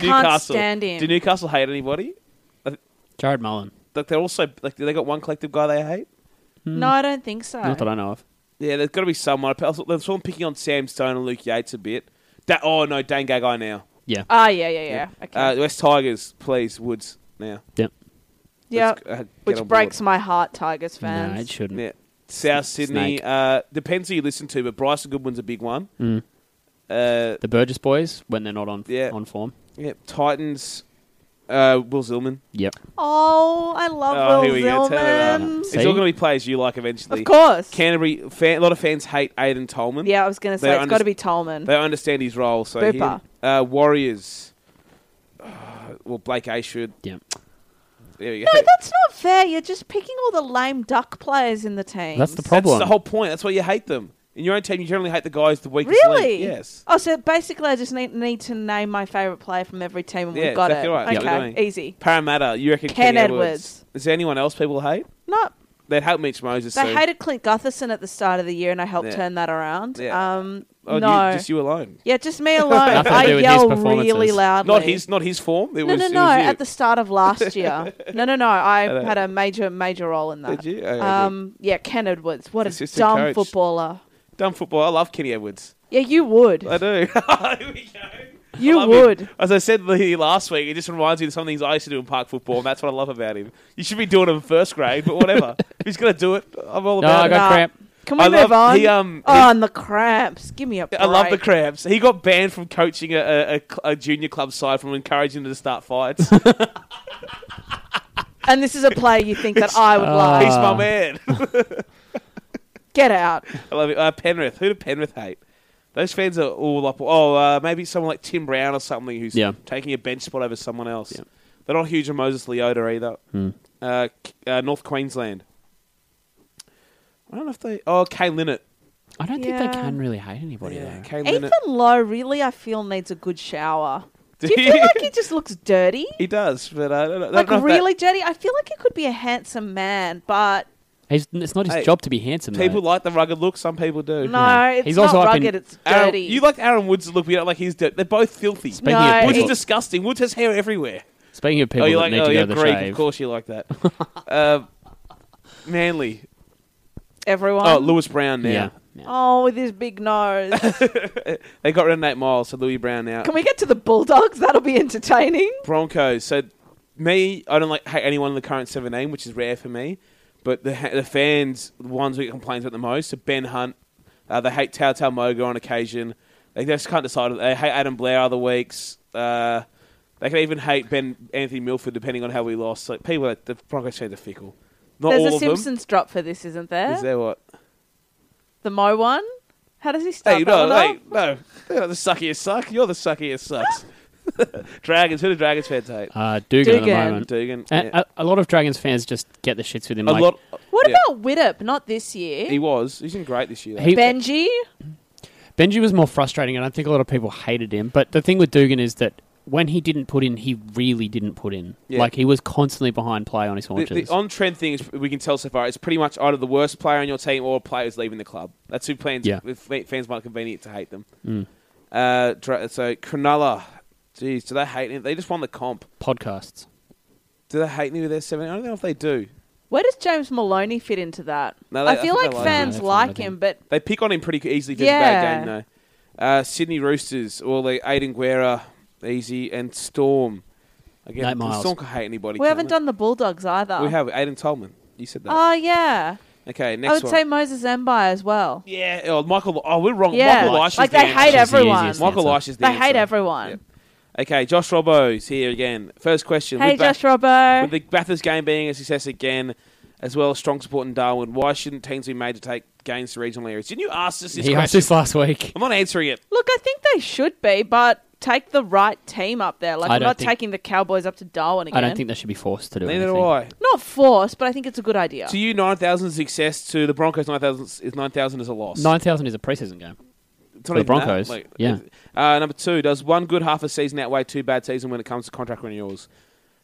[SPEAKER 3] Newcastle.
[SPEAKER 4] stand him.
[SPEAKER 3] Do Newcastle hate anybody?
[SPEAKER 2] Jared Mullen,
[SPEAKER 3] Like they're also like they got one collective guy they hate. Hmm.
[SPEAKER 4] no, I don't think so.
[SPEAKER 2] not that I know of.
[SPEAKER 3] Yeah, there's got to be someone. I saw I saw them picking on Sam Stone and Luke Yates a bit. Da- oh no, Dan Gagai now.
[SPEAKER 2] Yeah,
[SPEAKER 4] Ah, yeah, yeah, yeah. Okay.
[SPEAKER 3] Uh, West Tigers, please Woods now.
[SPEAKER 2] yep.
[SPEAKER 4] yeah,
[SPEAKER 3] Let's, uh, get on
[SPEAKER 4] which
[SPEAKER 3] board.
[SPEAKER 4] breaks my heart, Tigers fans.
[SPEAKER 2] No, it shouldn't.
[SPEAKER 3] Yeah. South Sydney
[SPEAKER 2] Snake. Mm.
[SPEAKER 3] uh, depends who you listen to, but Bryson Goodwin's a big one. Uh,
[SPEAKER 2] The Burgess boys when they're not on
[SPEAKER 3] Yeah.
[SPEAKER 2] on form.
[SPEAKER 3] Yeah, Titans. Uh, Will Zillman.
[SPEAKER 2] Yep.
[SPEAKER 4] Oh, I love
[SPEAKER 3] Oh,
[SPEAKER 4] Will
[SPEAKER 3] here we go. Turn it
[SPEAKER 4] Zillman.
[SPEAKER 3] It's
[SPEAKER 2] See?
[SPEAKER 3] all going to be players you like eventually.
[SPEAKER 4] Of course.
[SPEAKER 3] Canterbury. Fan, a lot of fans hate Aiden Tolman.
[SPEAKER 4] yeah, I was going to say
[SPEAKER 3] They
[SPEAKER 4] it's got to
[SPEAKER 3] underst-
[SPEAKER 4] be Tolman.
[SPEAKER 3] They understand his role. So him,
[SPEAKER 4] Booper.
[SPEAKER 3] uh, Warriors. Uh, well, Blake Ashford.
[SPEAKER 2] Yep.
[SPEAKER 3] There we go.
[SPEAKER 4] No, that's not fair. You're just picking all the lame duck players in the team.
[SPEAKER 2] That's the
[SPEAKER 3] That's
[SPEAKER 2] problem.
[SPEAKER 3] the whole point. That's why you hate them. In your own team, you generally hate the guys the weakest
[SPEAKER 4] Really?
[SPEAKER 3] link. Yes.
[SPEAKER 4] Oh, so basically, I just need, need to name my favourite player from every team, and
[SPEAKER 3] Yeah,
[SPEAKER 4] we've got
[SPEAKER 3] exactly
[SPEAKER 4] it.
[SPEAKER 3] right. Yeah. We're
[SPEAKER 4] Okay,
[SPEAKER 3] doing.
[SPEAKER 4] easy.
[SPEAKER 3] Parramatta. You reckon
[SPEAKER 4] Ken
[SPEAKER 3] Kenny Edwards.
[SPEAKER 4] Edwards.
[SPEAKER 3] Is there anyone else people hate?
[SPEAKER 4] No,
[SPEAKER 3] They'd hate Mitch Moses.
[SPEAKER 4] they
[SPEAKER 3] too.
[SPEAKER 4] hated Clint Gutherson at the start of the year, and I helped
[SPEAKER 3] Yeah.
[SPEAKER 4] turn that around.
[SPEAKER 3] Yeah.
[SPEAKER 4] Um,
[SPEAKER 3] Oh,
[SPEAKER 4] no,
[SPEAKER 3] you, just you alone.
[SPEAKER 4] yeah, just me alone.
[SPEAKER 2] Nothing to
[SPEAKER 4] I
[SPEAKER 2] do with his
[SPEAKER 4] yell
[SPEAKER 2] performances.
[SPEAKER 4] really loudly.
[SPEAKER 3] Not his. Not his form. It
[SPEAKER 4] No,
[SPEAKER 3] was,
[SPEAKER 4] no,
[SPEAKER 3] it
[SPEAKER 4] no.
[SPEAKER 3] was you.
[SPEAKER 4] At the start of last year. no, no, no. I
[SPEAKER 3] know.
[SPEAKER 4] had a major, major role in that.
[SPEAKER 3] Did you? Oh, yeah, good.
[SPEAKER 4] um, yeah, Ken Edwards. What a
[SPEAKER 3] Assistant
[SPEAKER 4] dumb
[SPEAKER 3] coach.
[SPEAKER 4] footballer.
[SPEAKER 3] Dumb football. I love Kenny Edwards.
[SPEAKER 4] Yeah, you would.
[SPEAKER 3] I do. Here we go.
[SPEAKER 4] You
[SPEAKER 3] I love
[SPEAKER 4] would.
[SPEAKER 3] him. As I said the- last week, it just reminds me of some things I used to do in park football, and that's what I love about him. You should be doing it in first grade, but whatever. If He's going to do it. I'm all
[SPEAKER 2] No,
[SPEAKER 3] about
[SPEAKER 2] I
[SPEAKER 3] it.
[SPEAKER 2] got
[SPEAKER 4] Nah.
[SPEAKER 2] cramp.
[SPEAKER 4] Can we
[SPEAKER 3] I
[SPEAKER 4] move
[SPEAKER 3] love-
[SPEAKER 4] on?
[SPEAKER 3] he, um,
[SPEAKER 4] oh,
[SPEAKER 3] he-
[SPEAKER 4] and the cramps. Give me a break.
[SPEAKER 3] I love the crabs. He got banned from coaching a, a, a cl- a junior club side from encouraging them to start fights. He's
[SPEAKER 4] And this is a player you think that I
[SPEAKER 3] Uh,
[SPEAKER 4] would like.
[SPEAKER 2] Ah.
[SPEAKER 3] my man.
[SPEAKER 4] Get out.
[SPEAKER 3] I love it. Uh, Penrith. Who do Penrith hate? Those fans are all up. Oh, uh, maybe someone like Tim Brown or something who's
[SPEAKER 2] Yeah.
[SPEAKER 3] taking a bench spot over someone else. They're not huge on Moses Leota either. Uh, K- uh, North Queensland. I don't know if they. Oh, Kay Linnett.
[SPEAKER 2] I don't think they
[SPEAKER 4] Yeah.
[SPEAKER 2] can really hate anybody
[SPEAKER 3] Yeah,
[SPEAKER 2] though.
[SPEAKER 3] Kay
[SPEAKER 4] Ethan
[SPEAKER 3] Linnett.
[SPEAKER 4] Lowe really, I feel, needs a good shower.
[SPEAKER 3] Do
[SPEAKER 4] Do you feel
[SPEAKER 3] you?
[SPEAKER 4] like he just looks dirty?
[SPEAKER 3] He does, but uh, I don't know. I don't
[SPEAKER 4] Like
[SPEAKER 3] know if that-
[SPEAKER 4] really, dirty? I feel like he could be a handsome man, but
[SPEAKER 2] He's, it's not his
[SPEAKER 3] Hey,
[SPEAKER 2] job to be handsome. though.
[SPEAKER 3] people like the rugged look. Some people do.
[SPEAKER 4] no, it's
[SPEAKER 2] He's
[SPEAKER 4] not
[SPEAKER 2] also up in-
[SPEAKER 4] rugged. It's
[SPEAKER 3] Aaron,
[SPEAKER 4] dirty.
[SPEAKER 3] you like Aaron Woods' look. We don't like his. Dirt. They're both filthy.
[SPEAKER 2] Speaking
[SPEAKER 4] No,
[SPEAKER 2] of
[SPEAKER 4] it-
[SPEAKER 3] Woods is
[SPEAKER 2] people,
[SPEAKER 3] disgusting. Woods has hair everywhere.
[SPEAKER 2] speaking of people
[SPEAKER 3] oh,
[SPEAKER 2] that
[SPEAKER 3] you like?
[SPEAKER 2] need
[SPEAKER 3] Oh,
[SPEAKER 2] to
[SPEAKER 3] you're
[SPEAKER 2] go to the
[SPEAKER 3] Greek.
[SPEAKER 2] shave,
[SPEAKER 3] Of course, you like that. uh, Manly.
[SPEAKER 4] everyone.
[SPEAKER 3] Oh, Lewis Brown now.
[SPEAKER 2] yeah.
[SPEAKER 4] Oh, with his big nose.
[SPEAKER 3] They got rid of Nate Miles, so Louis Brown now.
[SPEAKER 4] Can we get to the Bulldogs? That'll be entertaining.
[SPEAKER 3] Broncos. So me, I don't like hate anyone in the current seventeen, which is rare for me. But the ha- the fans, the ones who complain about the most, are Ben Hunt. Uh, they hate Tao Tao Moga on occasion. They just can't decide. They hate Adam Blair other weeks. Uh, they can even hate Ben Anthony Milford, depending on how we lost. So people, at the Broncos fans are fickle. Not all
[SPEAKER 4] There's a
[SPEAKER 3] of them.
[SPEAKER 4] Simpsons drop for this, isn't there?
[SPEAKER 3] Is there what?
[SPEAKER 4] The Mo one. How does he start
[SPEAKER 3] Hey,
[SPEAKER 4] that
[SPEAKER 3] no,
[SPEAKER 4] one
[SPEAKER 3] hey,
[SPEAKER 4] up?
[SPEAKER 3] no. They're not the suckiest suck. You're the suckiest sucks. Dragons. Who do Dragons fans hate?
[SPEAKER 2] Uh, Dugan, at the
[SPEAKER 4] Dugan.
[SPEAKER 2] moment.
[SPEAKER 3] Dugan.
[SPEAKER 2] And
[SPEAKER 3] yeah.
[SPEAKER 2] a, a lot of Dragons fans just get the shits with him.
[SPEAKER 3] A
[SPEAKER 2] like,
[SPEAKER 3] lot.
[SPEAKER 4] What
[SPEAKER 3] yeah.
[SPEAKER 4] about Widdup? Not this year.
[SPEAKER 3] He was. He's been great this year. though.
[SPEAKER 2] He-
[SPEAKER 4] Benji.
[SPEAKER 2] Benji was more frustrating, and I think a lot of people hated him. But the thing with Dugan is that when he didn't put in, he really didn't put in.
[SPEAKER 3] Yeah.
[SPEAKER 2] Like he was constantly behind play on his
[SPEAKER 3] the,
[SPEAKER 2] haunches.
[SPEAKER 3] the on trend thing is we can tell so far. It's pretty much either the worst player on your team or a player who's leaving the club. That's who plans.
[SPEAKER 2] Yeah. Mm.
[SPEAKER 3] if fa- fans might convenient to hate them. Uh, dra- so Cronulla, jeez, do they hate him? They just won the comp.
[SPEAKER 2] Podcasts.
[SPEAKER 3] Do they hate me with their seven? I don't know if they do.
[SPEAKER 4] Where does James Maloney fit into that?
[SPEAKER 3] No, they-
[SPEAKER 4] I feel
[SPEAKER 3] I think
[SPEAKER 4] like
[SPEAKER 3] they like
[SPEAKER 4] fans
[SPEAKER 2] him.
[SPEAKER 4] like him, but
[SPEAKER 3] They pick on him pretty easily for
[SPEAKER 4] Yeah.
[SPEAKER 3] his bad game though. Uh, Sydney Roosters, or the Aiden Guerra, easy and Storm. Again,
[SPEAKER 2] Nate Miles.
[SPEAKER 3] Storm can hate anybody.
[SPEAKER 4] we
[SPEAKER 3] can
[SPEAKER 4] haven't
[SPEAKER 3] they?
[SPEAKER 4] done the Bulldogs either.
[SPEAKER 3] We have Aiden Tolman. You said that.
[SPEAKER 4] Oh yeah,
[SPEAKER 3] okay, next
[SPEAKER 4] I would
[SPEAKER 3] one.
[SPEAKER 4] say Moses Embi as well.
[SPEAKER 3] yeah, oh, Michael. Oh, we're wrong.
[SPEAKER 4] Yeah,
[SPEAKER 3] Michael Leish is
[SPEAKER 4] like
[SPEAKER 3] the
[SPEAKER 4] they hate
[SPEAKER 3] answer.
[SPEAKER 2] She's the
[SPEAKER 4] everyone.
[SPEAKER 2] easiest.
[SPEAKER 3] Michael
[SPEAKER 2] answer.
[SPEAKER 3] Leish is the
[SPEAKER 4] They hate
[SPEAKER 3] answer.
[SPEAKER 4] everyone.
[SPEAKER 3] Yep. Okay, Josh Robbo's here again. First question.
[SPEAKER 4] Hey,
[SPEAKER 3] with, Ba-
[SPEAKER 4] Josh Robbo.
[SPEAKER 3] with the Bathurst game being a success again, as well as strong support in Darwin, why shouldn't teams be made to take gains to regional areas? Didn't you ask us this
[SPEAKER 2] He
[SPEAKER 3] question?
[SPEAKER 2] asked this last week.
[SPEAKER 3] I'm not answering it.
[SPEAKER 4] Look, I think they should be, but take the right team up there. Like
[SPEAKER 2] I
[SPEAKER 4] I'm
[SPEAKER 2] don't
[SPEAKER 4] not
[SPEAKER 2] think-
[SPEAKER 4] taking the Cowboys up to Darwin again.
[SPEAKER 2] I don't think they should be forced to do
[SPEAKER 3] Neither
[SPEAKER 2] anything.
[SPEAKER 3] do I.
[SPEAKER 4] not forced, but I think it's a good idea.
[SPEAKER 3] To you, 9,000 is success. To the Broncos, 9,000 is, 9,000 is a loss.
[SPEAKER 2] Nine thousand is a preseason game.
[SPEAKER 3] It's not
[SPEAKER 2] the
[SPEAKER 3] even that,
[SPEAKER 2] Broncos, yeah.
[SPEAKER 3] Uh, number two, does one good half a season outweigh two bad season when it comes to contract renewals?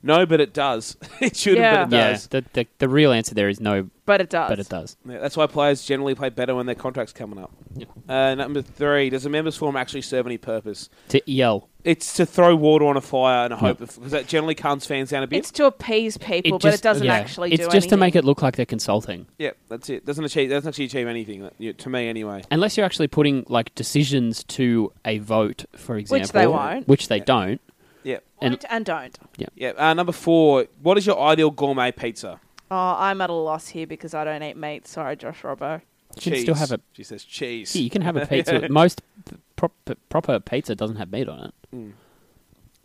[SPEAKER 3] No, but it does. it shouldn't, but it
[SPEAKER 4] Yeah.
[SPEAKER 2] Yeah,
[SPEAKER 3] does.
[SPEAKER 2] the, the the real answer there is no,
[SPEAKER 4] but it does.
[SPEAKER 2] but it does.
[SPEAKER 3] Yeah, that's why players generally play better when their contract's coming up. Uh, number three, does a members forum actually serve any purpose?
[SPEAKER 2] To E EL,
[SPEAKER 3] It's to throw water on a fire and a hope because that generally calms fans down a bit.
[SPEAKER 4] It's to appease people, but it doesn't
[SPEAKER 2] yeah.
[SPEAKER 4] actually
[SPEAKER 2] It's
[SPEAKER 4] do
[SPEAKER 2] just to
[SPEAKER 4] anything.
[SPEAKER 2] make it look like they're consulting.
[SPEAKER 3] yeah, that's it. Doesn't achieve doesn't actually achieve anything that- yeah, to me anyway.
[SPEAKER 2] Unless you're actually putting like decisions to a vote, for example,
[SPEAKER 4] they won't.
[SPEAKER 2] which they don't.
[SPEAKER 3] Yeah,
[SPEAKER 4] Won't and don't.
[SPEAKER 3] yeah. Uh, number four, what is your ideal gourmet pizza?
[SPEAKER 4] Oh, I'm at a loss here because I don't eat meat. Sorry, Josh Robbo.
[SPEAKER 2] You can still have a
[SPEAKER 3] She says cheese.
[SPEAKER 2] Yeah, you can have a pizza. Most p- prop, proper pizza doesn't have meat on it.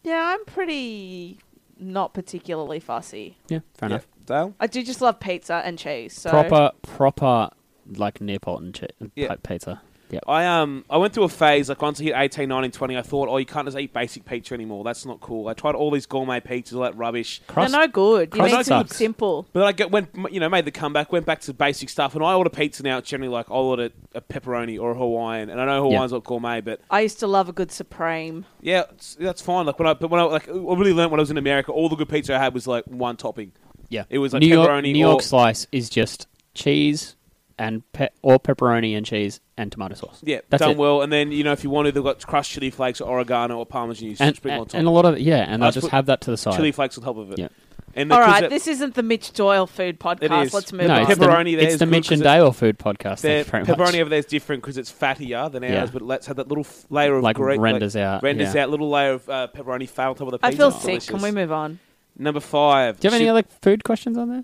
[SPEAKER 4] Yeah, I'm pretty not particularly fussy.
[SPEAKER 2] Yeah, fair
[SPEAKER 3] Yeah.
[SPEAKER 2] enough.
[SPEAKER 3] Dale.
[SPEAKER 4] I do just love pizza and cheese. So
[SPEAKER 2] Proper, proper, like Neapolitan che-
[SPEAKER 3] Yeah.
[SPEAKER 2] pi- pizza. Yeah,
[SPEAKER 3] I um I went through a phase like once I hit 18, 19, 20, I thought, oh, you can't just eat basic pizza anymore. That's not cool. I tried all these gourmet pizzas, all that rubbish.
[SPEAKER 4] They're
[SPEAKER 2] crust.
[SPEAKER 4] no good. You
[SPEAKER 2] crust
[SPEAKER 4] need something
[SPEAKER 2] sucks.
[SPEAKER 4] simple.
[SPEAKER 3] But I get, went, you know, made the comeback, went back to basic stuff, and I order pizza now. It's generally like I order a pepperoni or a Hawaiian, and I know Hawaiian's not gourmet, but
[SPEAKER 4] I used to love a good supreme.
[SPEAKER 3] yeah, it's- that's fine. Like when I, but when I like, I really learned when I was in America, all the good pizza I had was like one topping.
[SPEAKER 2] Yeah,
[SPEAKER 3] It was like
[SPEAKER 2] New York.
[SPEAKER 3] pepperoni
[SPEAKER 2] New York
[SPEAKER 3] or-
[SPEAKER 2] slice is just cheese and pe- or pepperoni and cheese and tomato sauce.
[SPEAKER 3] Yeah,
[SPEAKER 2] that's
[SPEAKER 3] done
[SPEAKER 2] it.
[SPEAKER 3] well. And then you know, if you wanted, they've got crushed chili flakes or oregano or parmesan. You
[SPEAKER 2] And,
[SPEAKER 3] sprinkle on
[SPEAKER 2] and,
[SPEAKER 3] top.
[SPEAKER 2] and a lot of yeah, and
[SPEAKER 3] I
[SPEAKER 2] they'll
[SPEAKER 3] just
[SPEAKER 2] just
[SPEAKER 3] put
[SPEAKER 2] have that to the side.
[SPEAKER 3] chili flakes on top of it.
[SPEAKER 2] Yeah.
[SPEAKER 3] And
[SPEAKER 4] All
[SPEAKER 3] because
[SPEAKER 4] right,
[SPEAKER 3] that-
[SPEAKER 4] this isn't the Mitch Doyle food podcast.
[SPEAKER 3] is.
[SPEAKER 4] Let's move
[SPEAKER 2] no,
[SPEAKER 4] on.
[SPEAKER 2] it's the,
[SPEAKER 3] Pepperoni there
[SPEAKER 2] it's
[SPEAKER 3] is
[SPEAKER 2] the
[SPEAKER 3] good
[SPEAKER 2] Mitch
[SPEAKER 3] 'cause
[SPEAKER 2] and
[SPEAKER 3] it's-
[SPEAKER 2] Dale food podcast.
[SPEAKER 3] Their
[SPEAKER 2] Thank you very much.
[SPEAKER 3] pepperoni over there is different because it's fattier than ours,
[SPEAKER 2] Yeah.
[SPEAKER 3] but it lets have that little f- layer of
[SPEAKER 2] Like
[SPEAKER 3] gre-
[SPEAKER 2] renders out,
[SPEAKER 3] renders
[SPEAKER 2] yeah.
[SPEAKER 3] out little layer of uh, pepperoni fat on top of the pizza.
[SPEAKER 4] I feel
[SPEAKER 3] It's
[SPEAKER 4] sick. Can
[SPEAKER 3] delicious.
[SPEAKER 4] we move on?
[SPEAKER 3] Number five.
[SPEAKER 2] Do you have
[SPEAKER 3] should,
[SPEAKER 2] any other food questions on there?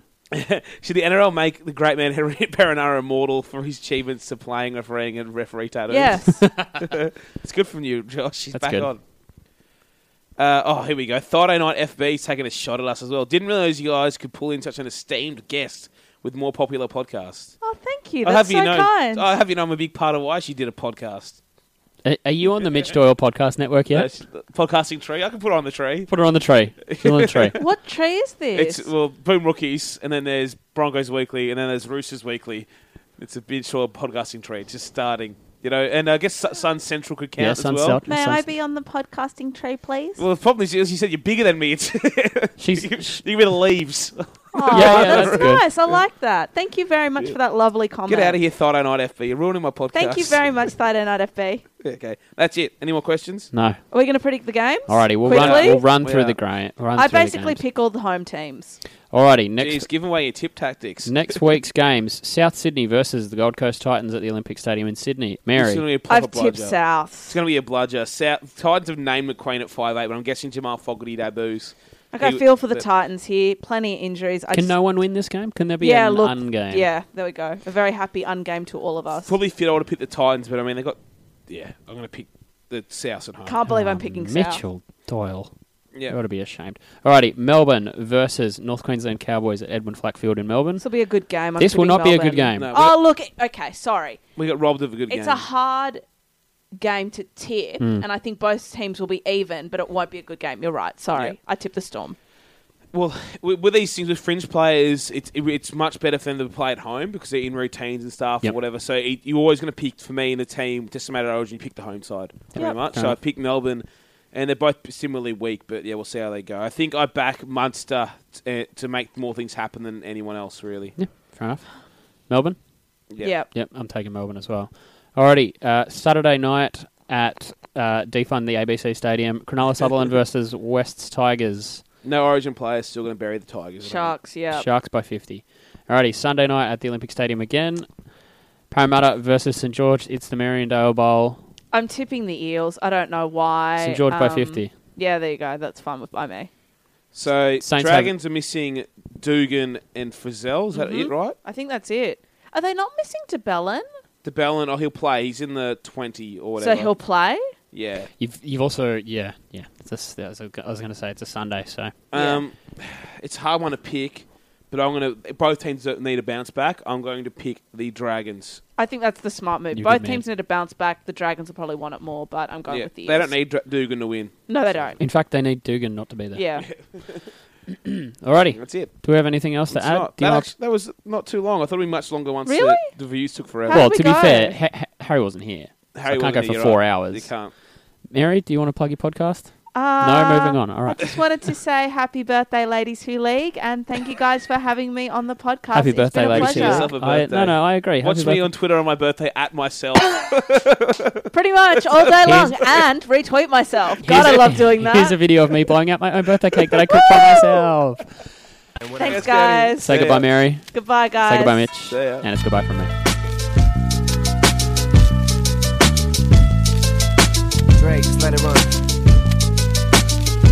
[SPEAKER 3] should the NRL make the great man Henry Perenara immortal for his achievements to playing, refereeing, and referee tattoos?
[SPEAKER 4] Yes.
[SPEAKER 3] it's good from you, Josh. He's
[SPEAKER 2] That's
[SPEAKER 3] back
[SPEAKER 2] good.
[SPEAKER 3] on. Uh, oh, here we go. Friday night FB's taking a shot at us as well. Didn't realize you guys could pull in such an esteemed guest with more popular podcasts.
[SPEAKER 4] oh, thank you.
[SPEAKER 3] I'll
[SPEAKER 4] That's
[SPEAKER 3] have
[SPEAKER 4] so
[SPEAKER 3] you know.
[SPEAKER 4] kind.
[SPEAKER 3] I'll have you know. I'm a big part of why she did a podcast.
[SPEAKER 2] Are, are you on the Mitch Doyle podcast network yet?
[SPEAKER 3] That's the podcasting tree. I can put it on the tree.
[SPEAKER 2] Put her on the tree. She's on the tree.
[SPEAKER 4] What tree is this?
[SPEAKER 3] It's well, Boom Rookies, and then there's Broncos Weekly, and then there's Roosters Weekly. It's a bit short podcasting tree, just starting, you know. And I guess Su- Sun Central could count
[SPEAKER 2] Yeah,
[SPEAKER 3] as
[SPEAKER 2] Sun
[SPEAKER 3] well.
[SPEAKER 2] Celt-
[SPEAKER 4] May
[SPEAKER 2] Sun-
[SPEAKER 4] I be on the podcasting tree, please?
[SPEAKER 3] Well, the problem is, as you said, you're bigger than me. It's
[SPEAKER 2] She's
[SPEAKER 3] you you're the leaves.
[SPEAKER 4] Aw,
[SPEAKER 2] yeah,
[SPEAKER 4] Oh, that's,
[SPEAKER 2] that's good.
[SPEAKER 4] nice. I like that. Thank you very much for that lovely comment.
[SPEAKER 3] Get out of here, Friday Night FB. You're ruining my podcast.
[SPEAKER 4] Thank you very much, Friday Night FB.
[SPEAKER 3] Okay, that's it. Any more questions?
[SPEAKER 2] no.
[SPEAKER 4] Are we going to predict the games?
[SPEAKER 2] Alrighty, we'll run.
[SPEAKER 4] Quickly?
[SPEAKER 2] We'll run
[SPEAKER 3] We
[SPEAKER 2] through
[SPEAKER 3] are.
[SPEAKER 2] the gra- run
[SPEAKER 4] I
[SPEAKER 2] through the
[SPEAKER 4] basically
[SPEAKER 2] games.
[SPEAKER 4] pick all the home teams.
[SPEAKER 2] Alrighty, next
[SPEAKER 3] Jeez, giving away your tip tactics.
[SPEAKER 2] next week's games: South Sydney versus the Gold Coast Titans at the Olympic Stadium in Sydney.
[SPEAKER 3] It's
[SPEAKER 2] Mary,
[SPEAKER 3] gonna be a proper
[SPEAKER 4] I've tipped uh,
[SPEAKER 3] bludger. It's
[SPEAKER 4] South.
[SPEAKER 3] going to be a bludger. South, Titans have named McQueen at 5'8", but I'm guessing Jamal Fogarty debuts.
[SPEAKER 4] I got
[SPEAKER 3] He-
[SPEAKER 4] a feel for the
[SPEAKER 3] but-
[SPEAKER 4] Titans here. Plenty of injuries. I
[SPEAKER 2] can
[SPEAKER 4] just-
[SPEAKER 2] no one win this game? Can there be
[SPEAKER 4] yeah,
[SPEAKER 2] an
[SPEAKER 4] look,
[SPEAKER 2] un-game?
[SPEAKER 4] yeah, there we go. A very happy ungame to all of us.
[SPEAKER 3] Fully fit, I would have picked the Titans, but I mean, they got... Yeah, I'm going to pick the South at home.
[SPEAKER 4] Can't believe I'm
[SPEAKER 2] Oh,
[SPEAKER 4] picking South.
[SPEAKER 2] Mitchell Doyle. You ought
[SPEAKER 3] yeah.
[SPEAKER 2] to be ashamed. Alrighty, Melbourne versus North Queensland Cowboys at Edwin Flack Field in Melbourne.
[SPEAKER 4] This will be a good game. I'm
[SPEAKER 2] This will
[SPEAKER 4] tipping
[SPEAKER 2] not be a good
[SPEAKER 4] Melbourne.
[SPEAKER 2] game.
[SPEAKER 3] No,
[SPEAKER 4] Oh look, okay, sorry.
[SPEAKER 3] we got robbed of a good game.
[SPEAKER 4] It's a hard game to tip,
[SPEAKER 2] Hmm.
[SPEAKER 4] and I think both teams will be even, but it won't be a good game. You're right. Sorry,
[SPEAKER 3] Yeah.
[SPEAKER 4] I tipped the Storm.
[SPEAKER 3] Well, with, with these things with fringe players, it's it, it's much better for them to play at home because they're in routines and stuff
[SPEAKER 2] Yep.
[SPEAKER 3] or whatever. So it, you're always going to pick for me in the team. Just a matter of origin, you pick the home side pretty
[SPEAKER 4] Yep.
[SPEAKER 3] much.
[SPEAKER 2] Fair
[SPEAKER 3] So I
[SPEAKER 2] enough.
[SPEAKER 3] picked Melbourne, and they're both similarly weak. But yeah, we'll see how they go. I think I back Munster t- uh, to make more things happen than anyone else really.
[SPEAKER 2] Yeah, fair enough. Melbourne.
[SPEAKER 3] Yeah.
[SPEAKER 4] Yep.
[SPEAKER 2] Yep, I'm taking Melbourne as well. Alrighty, uh, Saturday night at uh, Defund the ABC Stadium, Cronulla Sutherland versus West's Tigers,
[SPEAKER 3] No origin players still going to bury the Tigers.
[SPEAKER 4] Sharks. Yeah.
[SPEAKER 2] Sharks by 50. Alrighty, Sunday night at the Olympic Stadium again, Parramatta versus St George. It's the Mariondale Bowl.
[SPEAKER 4] I'm tipping the Eels. I don't know why.
[SPEAKER 2] St George by
[SPEAKER 4] Um,
[SPEAKER 2] 50.
[SPEAKER 4] Yeah, there you go. That's fine with by me.
[SPEAKER 3] So
[SPEAKER 2] Saints
[SPEAKER 3] Dragons are missing Dugan and Frizzell. Is that
[SPEAKER 4] Mm-hmm.
[SPEAKER 3] it right?
[SPEAKER 4] I think that's it. Are they not missing DeBellin?
[SPEAKER 3] DeBellin, oh, he'll play. He's in the twenty or
[SPEAKER 4] So
[SPEAKER 3] whatever.
[SPEAKER 4] he'll play.
[SPEAKER 3] yeah.
[SPEAKER 2] You've you've also yeah yeah. It's a s- that was a- I was going to say it's a Sunday, so
[SPEAKER 3] Um, It's a hard one to pick, but I'm going to. Both teams don't need a bounce back. I'm going to pick the Dragons.
[SPEAKER 4] I think that's the smart move.
[SPEAKER 2] You
[SPEAKER 4] Both
[SPEAKER 2] good man.
[SPEAKER 4] teams need to bounce back. The Dragons will probably want it more, but I'm going
[SPEAKER 3] Yeah,
[SPEAKER 4] with the Eels.
[SPEAKER 3] they don't need Dra- Dugan to win.
[SPEAKER 4] No, they don't.
[SPEAKER 2] in fact they need Dugan not to be there.
[SPEAKER 4] Yeah.
[SPEAKER 2] Alrighty,
[SPEAKER 3] That's it.
[SPEAKER 2] do we have anything else to
[SPEAKER 3] It's
[SPEAKER 2] add?
[SPEAKER 3] not.
[SPEAKER 2] Do you
[SPEAKER 3] That,
[SPEAKER 2] like-
[SPEAKER 3] actu- that was not too long. I thought it would be much longer once
[SPEAKER 4] Really?
[SPEAKER 3] the, the views took forever.
[SPEAKER 4] How
[SPEAKER 2] well, to
[SPEAKER 4] did we
[SPEAKER 2] be
[SPEAKER 4] go?
[SPEAKER 2] fair, ha- ha- Harry wasn't here. so I can't go
[SPEAKER 3] wasn't
[SPEAKER 2] for
[SPEAKER 3] here,
[SPEAKER 2] four
[SPEAKER 3] right?
[SPEAKER 2] hours.
[SPEAKER 3] You can't.
[SPEAKER 2] Mary, do you want to plug your podcast?
[SPEAKER 4] Uh,
[SPEAKER 2] no, moving on. All right.
[SPEAKER 4] Just wanted to say happy birthday, Ladies Who League, and thank you guys for having me on the podcast.
[SPEAKER 2] Happy
[SPEAKER 4] It's
[SPEAKER 2] birthday,
[SPEAKER 4] been a
[SPEAKER 2] ladies.
[SPEAKER 4] pleasure.
[SPEAKER 3] yourself a
[SPEAKER 2] I, no,
[SPEAKER 3] birthday.
[SPEAKER 2] no, I agree.
[SPEAKER 3] Watch me
[SPEAKER 2] Happy
[SPEAKER 3] on Twitter on my birthday at myself.
[SPEAKER 4] Pretty much all day
[SPEAKER 2] Here's-
[SPEAKER 4] long, and retweet myself.
[SPEAKER 2] birthday.
[SPEAKER 4] God, I
[SPEAKER 2] Here's a-
[SPEAKER 4] love doing
[SPEAKER 2] Here's a
[SPEAKER 4] that.
[SPEAKER 2] video of me blowing out my own birthday cake that I cooked by myself.
[SPEAKER 4] Thanks, guys.
[SPEAKER 2] Say
[SPEAKER 3] Yeah.
[SPEAKER 2] goodbye, Mary.
[SPEAKER 4] Goodbye, guys.
[SPEAKER 2] Say goodbye, Mitch.
[SPEAKER 3] ya.
[SPEAKER 2] And it's goodbye from me.
[SPEAKER 7] Drake's let it run.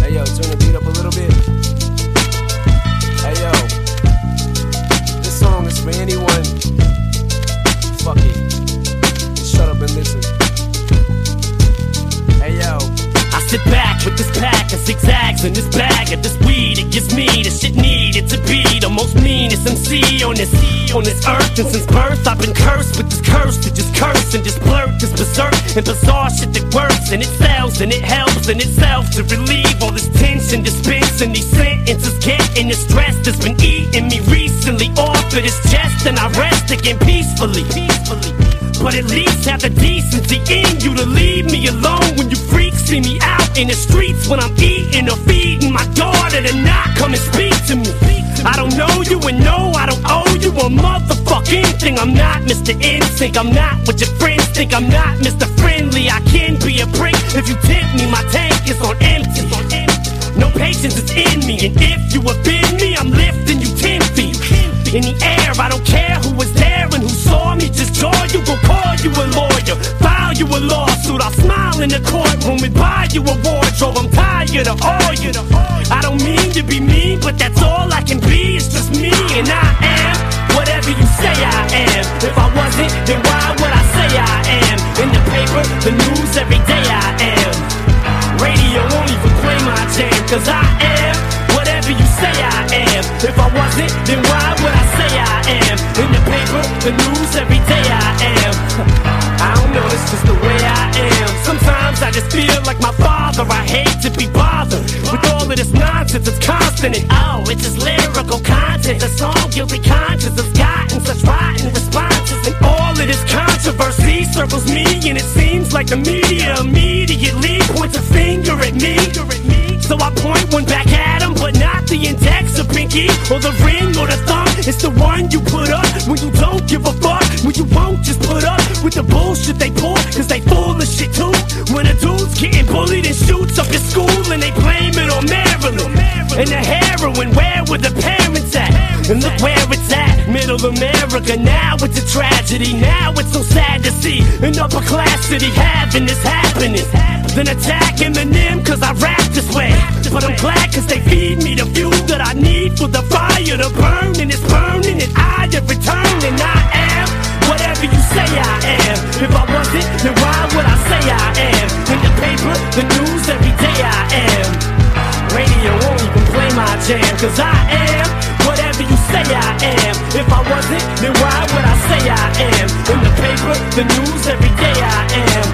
[SPEAKER 7] Hey yo, turn the beat up a little bit. Hey yo, this song is for anyone. Fuck it. Just shut up and listen. Hey yo.
[SPEAKER 6] I sit back with this pack of zigzags and this bag of this weed. It gives me the shit needed to be the most meanest MC on this on this earth. And since birth, I've been cursed with this curse to just curse and just blurt this berserk and bizarre shit that works and it sells and it helps and itself to relieve all this tension, dispense and these sentences getting the stress that's been eating me recently off of this chest and I rest again peacefully. peacefully. But at least have the decency in you to leave me alone when you freaks see me out in the streets when I'm eating or feeding my daughter to not come and speak to me. I don't know you and no, I don't owe you a motherfucking thing. I'm not Mr. Instinct, I'm not what your friends think. I'm not Mr. Friendly, I can be a prick if you tempt me. My tank is on empty. No patience is in me, and if you offend me, I'm lifting you ten feet in the air. I don't care who was there and who saw me. Just jaw you, will call you a lawyer, file you a lawsuit. I'll smile in the courtroom and buy you a wardrobe. I'm tired of all you. I don't mean to be mean, but that's all I can be. It's just me, and I am whatever you say I am. If I wasn't, then why would I say I am? In the paper, the news, every day I am. Radio won't even play my jam Cause I am whatever you say I am If I wasn't, then why would I say I am? In the paper, the news, every day I am I don't know, it's just the way I am
[SPEAKER 7] times I just feel like my father. I hate to be bothered with all of this nonsense. It's constant and oh, it's just lyrical content. The song you'll be conscious of gotten such rotten responses. And all of this controversy circles me, and it seems like the media immediately points a finger at me. So I point one back at him, but not the index or pinky or the ring or the thumb. It's the one you put up when you don't give a fuck. When you won't just put up with the bullshit they pull, cause they full of shit too. When a dude's getting bullied and shoots up his school and they blame it on Maryland. And the heroin, where were the parents at? And look where it's at, middle America. Now it's a tragedy, now it's so sad to see an upper class city having this happiness. Then attack Eminem cause I rap this way. But I'm glad cause they feed me the fuel that I need for the fire to burn. And it's burning and I to return. And I am whatever you say I am. If I wasn't, then why would I say I am? In the paper, the news, every day I am. Radio won't even play my jam cause I am whatever you say I am. If I wasn't, then why would I say I am? In the paper, the news, every day I am.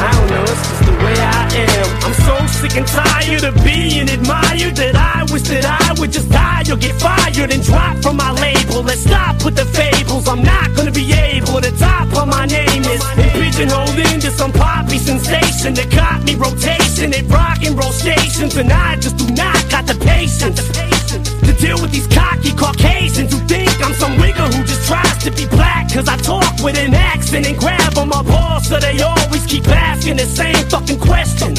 [SPEAKER 7] I don't know, it's just the way I am. I'm so sick and tired of being admired that I wish that I would just die or get fired and drop from my label. Let's stop with the fables. I'm not gonna be able to top what my name is. And pigeonholed into some poppy sensation that caught me rotation at rock and roll stations. And I just do not got the patience to deal with these cocky Caucasians who think I'm some wigger who just tries to be black. Cause I talk with an accent and grab on my balls, so they always keep asking the same fucking questions.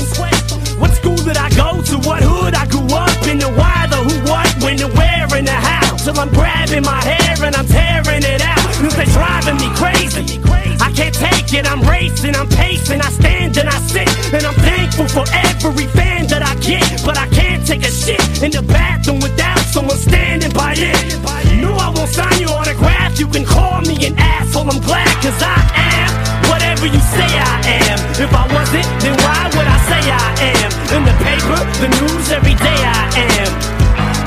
[SPEAKER 7] What school did I go to? What hood I grew up in? The why, the who, what, when, the where, and the how. Till I'm grabbing my hair and I'm tearing it out. Cause they driving me crazy. I can't take it, I'm racing, I'm pacing, I stand and I sit. And I'm thankful for every fan that I get. But I can't take a shit in the bathroom without someone standing by it. No, I won't sign your autograph. You can call me an asshole, I'm glad, cause I am whatever you say I am. If I wasn't, then why would I say I am? In the paper, the news, every day I am.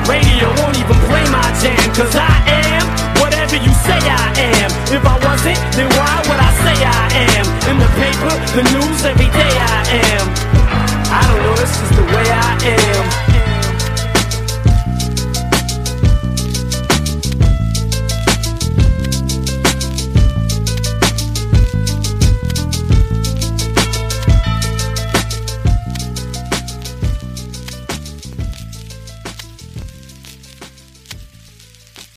[SPEAKER 7] Radio won't even play my jam, cause I am whatever you say I am. If I wasn't, then why would I say I am? In the paper, the news, every day I